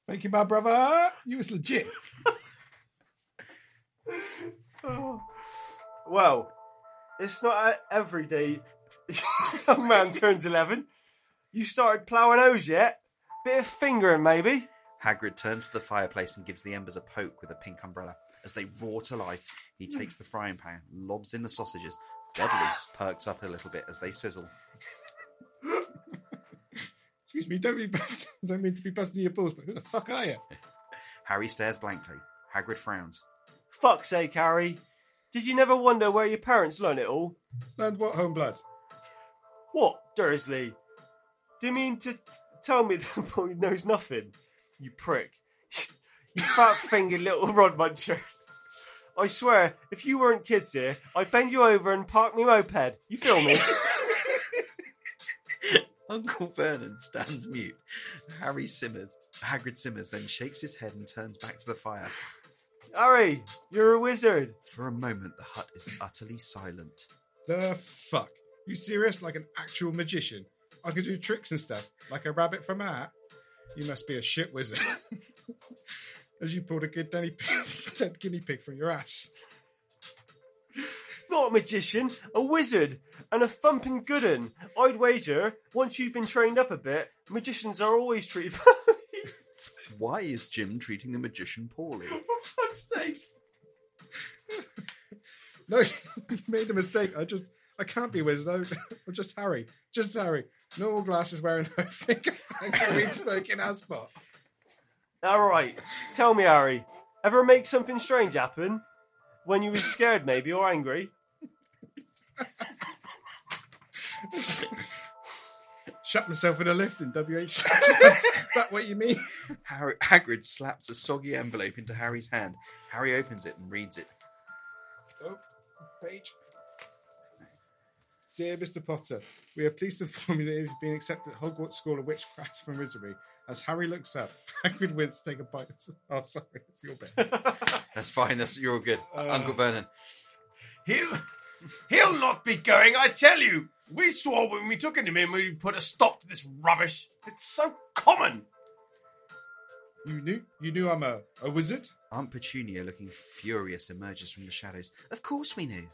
[SPEAKER 4] Thank you, my brother. You was legit.
[SPEAKER 5] Oh. Well, it's not a- every day young man turns 11. You started ploughing O's yet? Bit of fingering, maybe?
[SPEAKER 3] Hagrid turns to the fireplace and gives the embers a poke with a pink umbrella. As they roar to life, he takes the frying pan, lobs in the sausages. Dudley perks up a little bit as they sizzle.
[SPEAKER 4] Excuse me, don't be bust- don't mean to be busting your balls, but who the fuck are you?
[SPEAKER 3] Harry stares blankly. Hagrid frowns.
[SPEAKER 5] Fuck's sake, Harry. Did you never wonder where your parents learn it all?
[SPEAKER 4] Learned what home blood?
[SPEAKER 5] What, Dursley? Do you mean to tell me that
[SPEAKER 2] Oh,
[SPEAKER 5] boy knows nothing? You prick. you fat fingered little rod muncher. I swear, if you weren't kids here, I'd bend you over and park me moped. You feel me?
[SPEAKER 3] Uncle Vernon stands mute. Harry simmers. Hagrid simmers, then shakes his head and turns back to the fire.
[SPEAKER 5] Harry, you're a wizard.
[SPEAKER 3] For a moment, the hut is utterly silent.
[SPEAKER 4] The fuck? You serious? Like an actual magician? I can do tricks and stuff, like a rabbit from a hat. You must be a shit wizard. As you pulled a good Danny dead guinea pig from your ass.
[SPEAKER 5] Not a magician, a wizard, and a thumping good un. I'd wager, once you've been trained up a bit, magicians are always treated. For
[SPEAKER 3] Why is Jim treating the magician poorly?
[SPEAKER 5] fuck's sake.
[SPEAKER 4] No, you made a mistake. I just, I can't be a wizard. I- I'm just Harry. Just Harry. Normal glasses wearing no finger and weed smoking ass pot.
[SPEAKER 5] Alright, tell me, Harry, ever make something strange happen? When you was scared, maybe, or angry?
[SPEAKER 4] Shut myself in a lift in WH. that what you mean?
[SPEAKER 3] Harry, Hagrid slaps a soggy envelope into Harry's hand. Harry opens it and reads it.
[SPEAKER 4] Oh, page. Dear Mr. Potter, we are pleased to inform you that you've been accepted at Hogwarts School of Witchcraft and Wizardry. As Harry looks up, Hagrid wins to take a bite. Oh, sorry, it's your bit.
[SPEAKER 3] That's fine. That's you're all good, Uncle Vernon.
[SPEAKER 11] He'll, he'll not be going, I tell you. We swore when we took him in, we put a stop to this rubbish. It's so common.
[SPEAKER 4] You knew, you knew I'm a, a wizard.
[SPEAKER 3] Aunt Petunia, looking furious, emerges from the shadows. Of course we knew.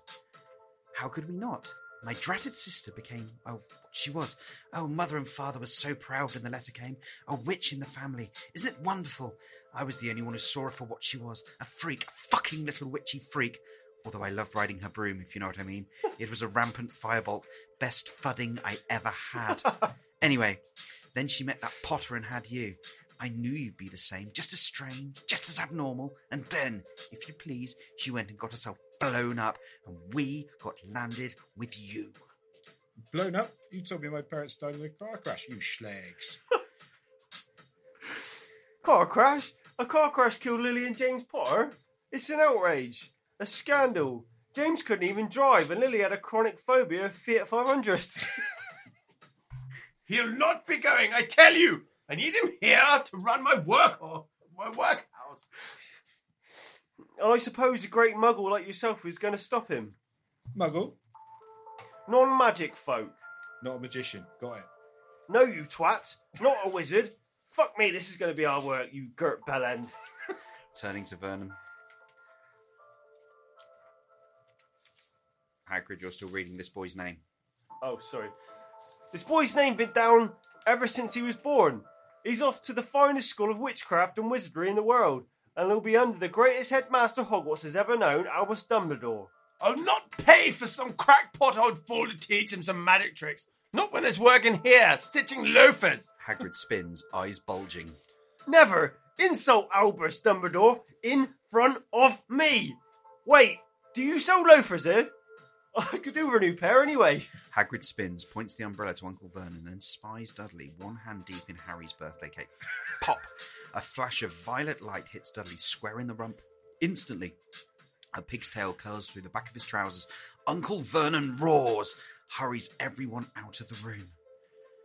[SPEAKER 3] How could we not? My dratted sister became oh, what she was. Oh, mother and father were so proud when the letter came. A witch in the family. Isn't it wonderful? I was the only one who saw her for what she was. A freak, a fucking little witchy freak. Although I loved riding her broom, if you know what I mean. It was a rampant firebolt, best fudding I ever had. anyway, then she met that Potter and had you. I knew you'd be the same, just as strange, just as abnormal. And then, if you please, she went and got herself blown up, and we got landed with you.
[SPEAKER 4] Blown up? You told me my parents died in a car crash, you schlags.
[SPEAKER 2] Car crash? A car crash killed Lily and James Potter? It's an outrage. A scandal. James couldn't even drive, and Lily had a chronic phobia of Fiat 500s.
[SPEAKER 5] He'll not be going, I tell you. I need him here to run my work or my workhouse.
[SPEAKER 2] and I suppose a great muggle like yourself was going to stop him.
[SPEAKER 4] Muggle,
[SPEAKER 2] Non magic folk.
[SPEAKER 4] not a magician. Got it.
[SPEAKER 2] No, you twat. Not a wizard. Fuck me, this is going to be our work, you Gert Bellend.
[SPEAKER 3] Turning to Vernon. Hagrid, you're still reading this boy's name.
[SPEAKER 2] Oh, sorry. This boy's name been down ever since he was born. He's off to the finest school of witchcraft and wizardry in the world, and he'll be under the greatest headmaster Hogwarts has ever known, Albus Dumbledore.
[SPEAKER 5] I'll not pay for some crackpot old fool to teach him some magic tricks. Not when there's work in here, stitching loafers.
[SPEAKER 3] Hagrid spins, eyes bulging.
[SPEAKER 2] Never insult Albus Dumbledore in front of me. Wait, do you sell loafers eh? here? I could do with a new pair anyway.
[SPEAKER 3] Hagrid spins, points the umbrella to Uncle Vernon, and spies Dudley one hand deep in Harry's birthday cake. Pop! A flash of violet light hits Dudley square in the rump. Instantly, a pig's tail curls through the back of his trousers. Uncle Vernon roars, hurries everyone out of the room.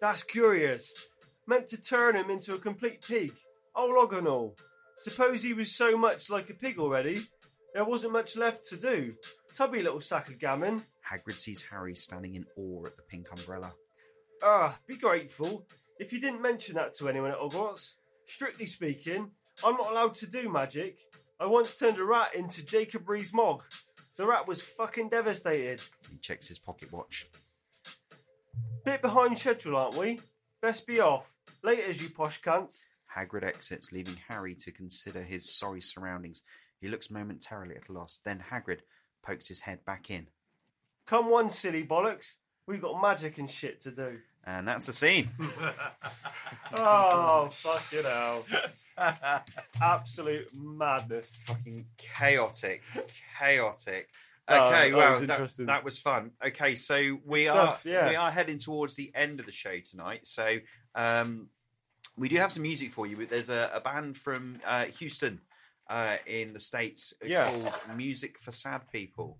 [SPEAKER 2] That's curious. Meant to turn him into a complete pig. Oh, Logonal. Suppose he was so much like a pig already, there wasn't much left to do. Tubby little sack of gammon.
[SPEAKER 3] Hagrid sees Harry standing in awe at the pink umbrella.
[SPEAKER 2] Ah, be grateful. If you didn't mention that to anyone at Hogwarts, strictly speaking, I'm not allowed to do magic. I once turned a rat into Jacob Rees-Mogg. The rat was fucking devastated.
[SPEAKER 3] He checks his pocket watch.
[SPEAKER 2] Bit behind schedule, aren't we? Best be off. Later, you posh cunts.
[SPEAKER 3] Hagrid exits, leaving Harry to consider his sorry surroundings. He looks momentarily at a loss. Then Hagrid pokes his head back in.
[SPEAKER 2] Come on, silly bollocks. We've got magic and shit to do.
[SPEAKER 3] And that's the scene.
[SPEAKER 2] Oh, fuck you know. Absolute madness.
[SPEAKER 3] fucking chaotic, chaotic.
[SPEAKER 2] No,
[SPEAKER 3] Okay,
[SPEAKER 2] Oh, Uh, that
[SPEAKER 3] wow,
[SPEAKER 2] was
[SPEAKER 3] that,
[SPEAKER 2] interesting.
[SPEAKER 3] that was fun. Okay, so we
[SPEAKER 2] stuff,
[SPEAKER 3] are
[SPEAKER 2] yeah.
[SPEAKER 3] we are heading towards the end of the show tonight. So um, we do have some music for you, but there's a, a band from uh, Houston uh, in the states uh,
[SPEAKER 2] Yeah.
[SPEAKER 3] called Music for Sad People.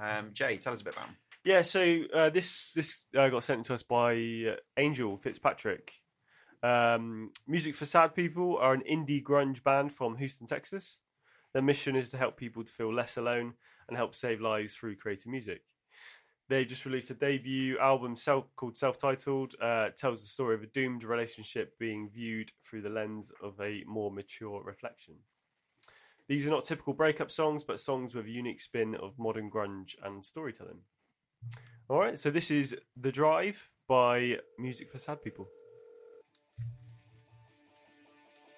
[SPEAKER 3] Um, Jay, tell us a bit about them.
[SPEAKER 2] Yeah, so uh, this this uh, got sent to us by uh, Angel Fitzpatrick. Um, Music for Sad People are an indie grunge band from Houston, Texas. Their mission is to help people to feel less alone and help save lives through creating music. They just released a debut album self, called Self Titled. Uh, it tells the story of a doomed relationship being viewed through the lens of a more mature reflection. These are not typical breakup songs, but songs with a unique spin of modern grunge and storytelling. All right, so this is The Drive by Music for Sad People.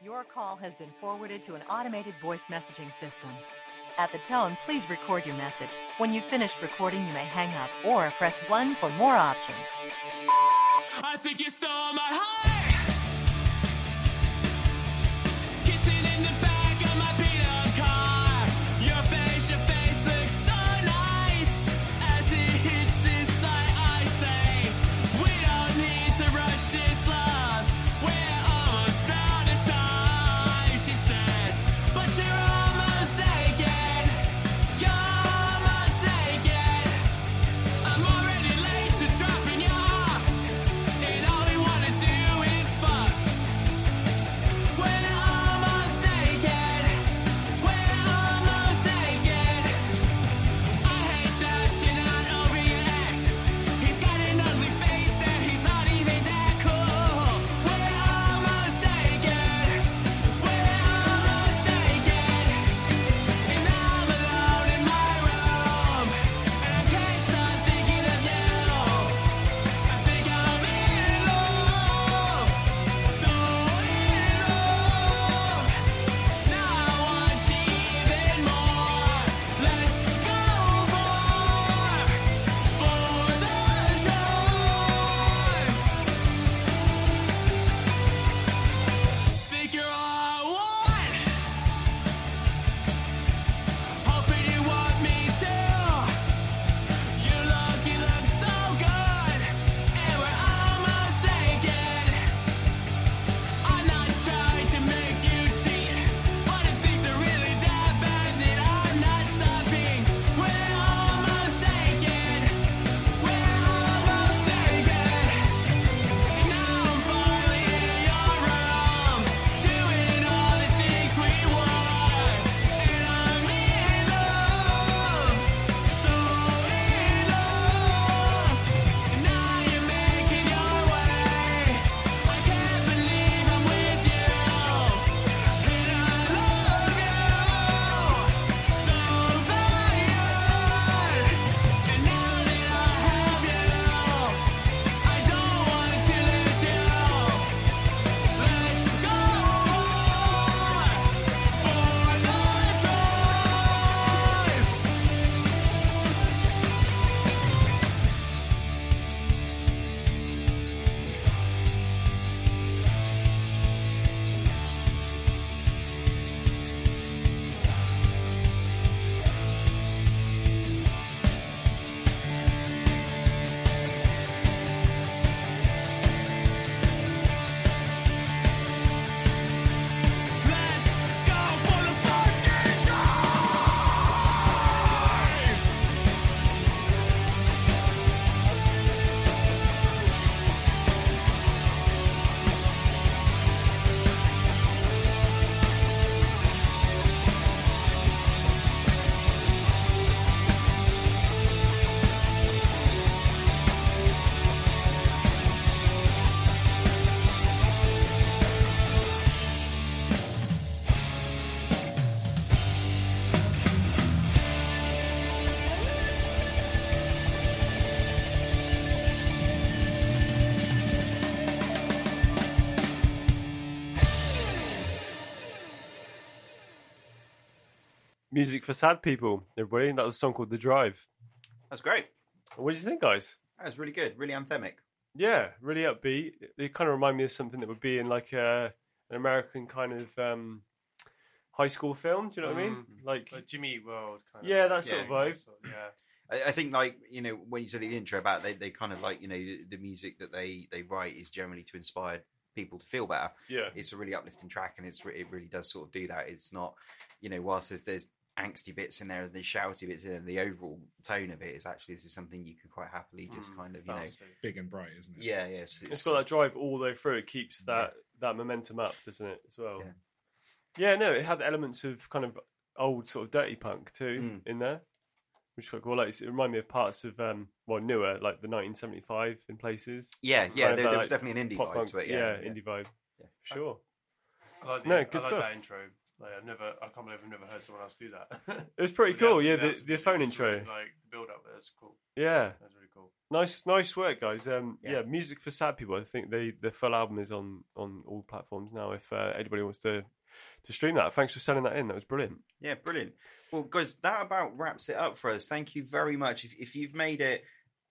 [SPEAKER 10] Your call has been forwarded to an automated voice messaging system. At the tone, please record your message. When you've finished recording, you may hang up or press 1 for more options.
[SPEAKER 12] I think you stole my heart. Kissing in the back of my beat up car. Your face, your face looks so nice. As it hits this light, I say, We don't need to rush this love. We're almost out of time, she said. But you're almost naked. You're almost naked. I'm already late to dropping you off. And all we wanna do is
[SPEAKER 2] Music for sad people, everybody. That was a song called The Drive.
[SPEAKER 3] That's great.
[SPEAKER 2] What do you think, guys?
[SPEAKER 3] That was really good, really anthemic.
[SPEAKER 2] Yeah, really upbeat. It, it kind of remind me of something that would be in like a, an American kind of um, high school film. Do you know what I mean? Like,
[SPEAKER 5] Jimmy Eat World kind of.
[SPEAKER 2] Yeah,
[SPEAKER 5] vibe.
[SPEAKER 2] that sort of vibe.
[SPEAKER 5] sort of- yeah.
[SPEAKER 3] I, I think like you know when you said in the intro about they, they kind of like you know the, the music that they they write is generally to inspire people to feel better
[SPEAKER 2] Yeah.
[SPEAKER 3] it's a really uplifting track and it's re- it really does sort of do that it's not you know whilst there's, there's angsty bits in there and the shouty bits in there the overall tone of it is actually this is something you can quite happily just
[SPEAKER 4] Mm,
[SPEAKER 3] kind of you know
[SPEAKER 4] bouncy. Big and bright, isn't it?
[SPEAKER 3] yeah yes
[SPEAKER 2] it's got that drive all the way through. It keeps that that momentum up, doesn't it? As well. Yeah. no, it had elements of kind of old sort of dirty punk too
[SPEAKER 3] Hmm.
[SPEAKER 2] in there, which like well, like it reminded me of parts of um well newer like the 1975 in places.
[SPEAKER 3] Yeah, yeah,
[SPEAKER 2] Kind of
[SPEAKER 3] there- there
[SPEAKER 2] that,
[SPEAKER 3] was
[SPEAKER 2] like,
[SPEAKER 3] definitely an indie
[SPEAKER 2] pop
[SPEAKER 3] vibe
[SPEAKER 2] punk-
[SPEAKER 3] to it, yeah, yeah.
[SPEAKER 2] indie vibe.
[SPEAKER 3] Yeah,
[SPEAKER 2] sure.
[SPEAKER 5] I like, the,
[SPEAKER 2] No,
[SPEAKER 5] I
[SPEAKER 2] good
[SPEAKER 5] like
[SPEAKER 2] stuff.
[SPEAKER 5] that intro. Like, I've never, I can't believe I've never heard someone else do that.
[SPEAKER 2] It was pretty
[SPEAKER 5] Without
[SPEAKER 2] cool. Yeah,
[SPEAKER 5] something
[SPEAKER 2] the,
[SPEAKER 5] else
[SPEAKER 2] the phone
[SPEAKER 5] doing,
[SPEAKER 2] intro.
[SPEAKER 5] Like the build up, that's cool.
[SPEAKER 2] Yeah,
[SPEAKER 5] that's really cool.
[SPEAKER 2] Nice, nice work, guys. Um, yeah. music for sad people. I think they the full album is on on all platforms now. If uh, anybody wants to to stream that, thanks for sending that in. That was brilliant.
[SPEAKER 3] Yeah, brilliant. Well, guys, that about wraps it up for us. Thank you very much. If, if you've made it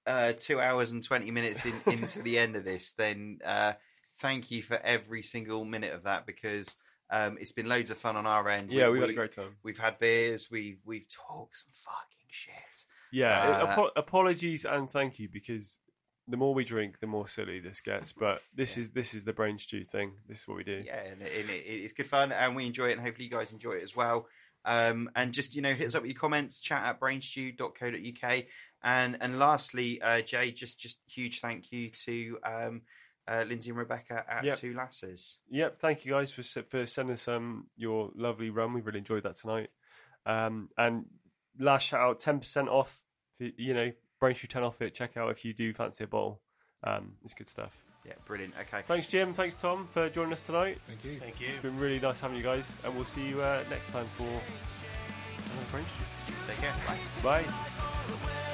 [SPEAKER 3] uh, two hours and 20 minutes in, into the end of this, then uh, thank you for every single minute of that because um, it's been loads of fun on our end.
[SPEAKER 2] Yeah, we've had a great time.
[SPEAKER 3] We've had beers, we've, we've talked some fucking shit.
[SPEAKER 2] Yeah,
[SPEAKER 3] Uh,
[SPEAKER 2] apo- apologies and thank you because the more we drink, the more silly this gets. But this is this is the brain stew thing. This is what we do.
[SPEAKER 3] yeah, and, it, and it, it's good fun, and we enjoy it, and hopefully you guys enjoy it as well. Um, and just you know, hit us up with your comments, chat at brainstew.co.uk, and and lastly, uh, Jay, just just huge thank you to um, uh, Lindsay and Rebecca at
[SPEAKER 2] Yep.
[SPEAKER 3] Two Lasses.
[SPEAKER 2] Yep, thank you guys for s- for sending us um your lovely rum. We really enjoyed that tonight. Um, and last shout out, ten percent off. For, you know, Braintree ten off it. Check out if you do fancy a bottle. Um, it's good stuff.
[SPEAKER 3] Yeah, brilliant. Okay,
[SPEAKER 2] Thanks, Jim. Thanks, Tom, for joining us tonight.
[SPEAKER 4] Thank you.
[SPEAKER 5] Thank you.
[SPEAKER 2] It's been really nice having you guys, and we'll see you uh, next time for another Braintree.
[SPEAKER 3] Take care.
[SPEAKER 2] Bye.
[SPEAKER 12] Far away.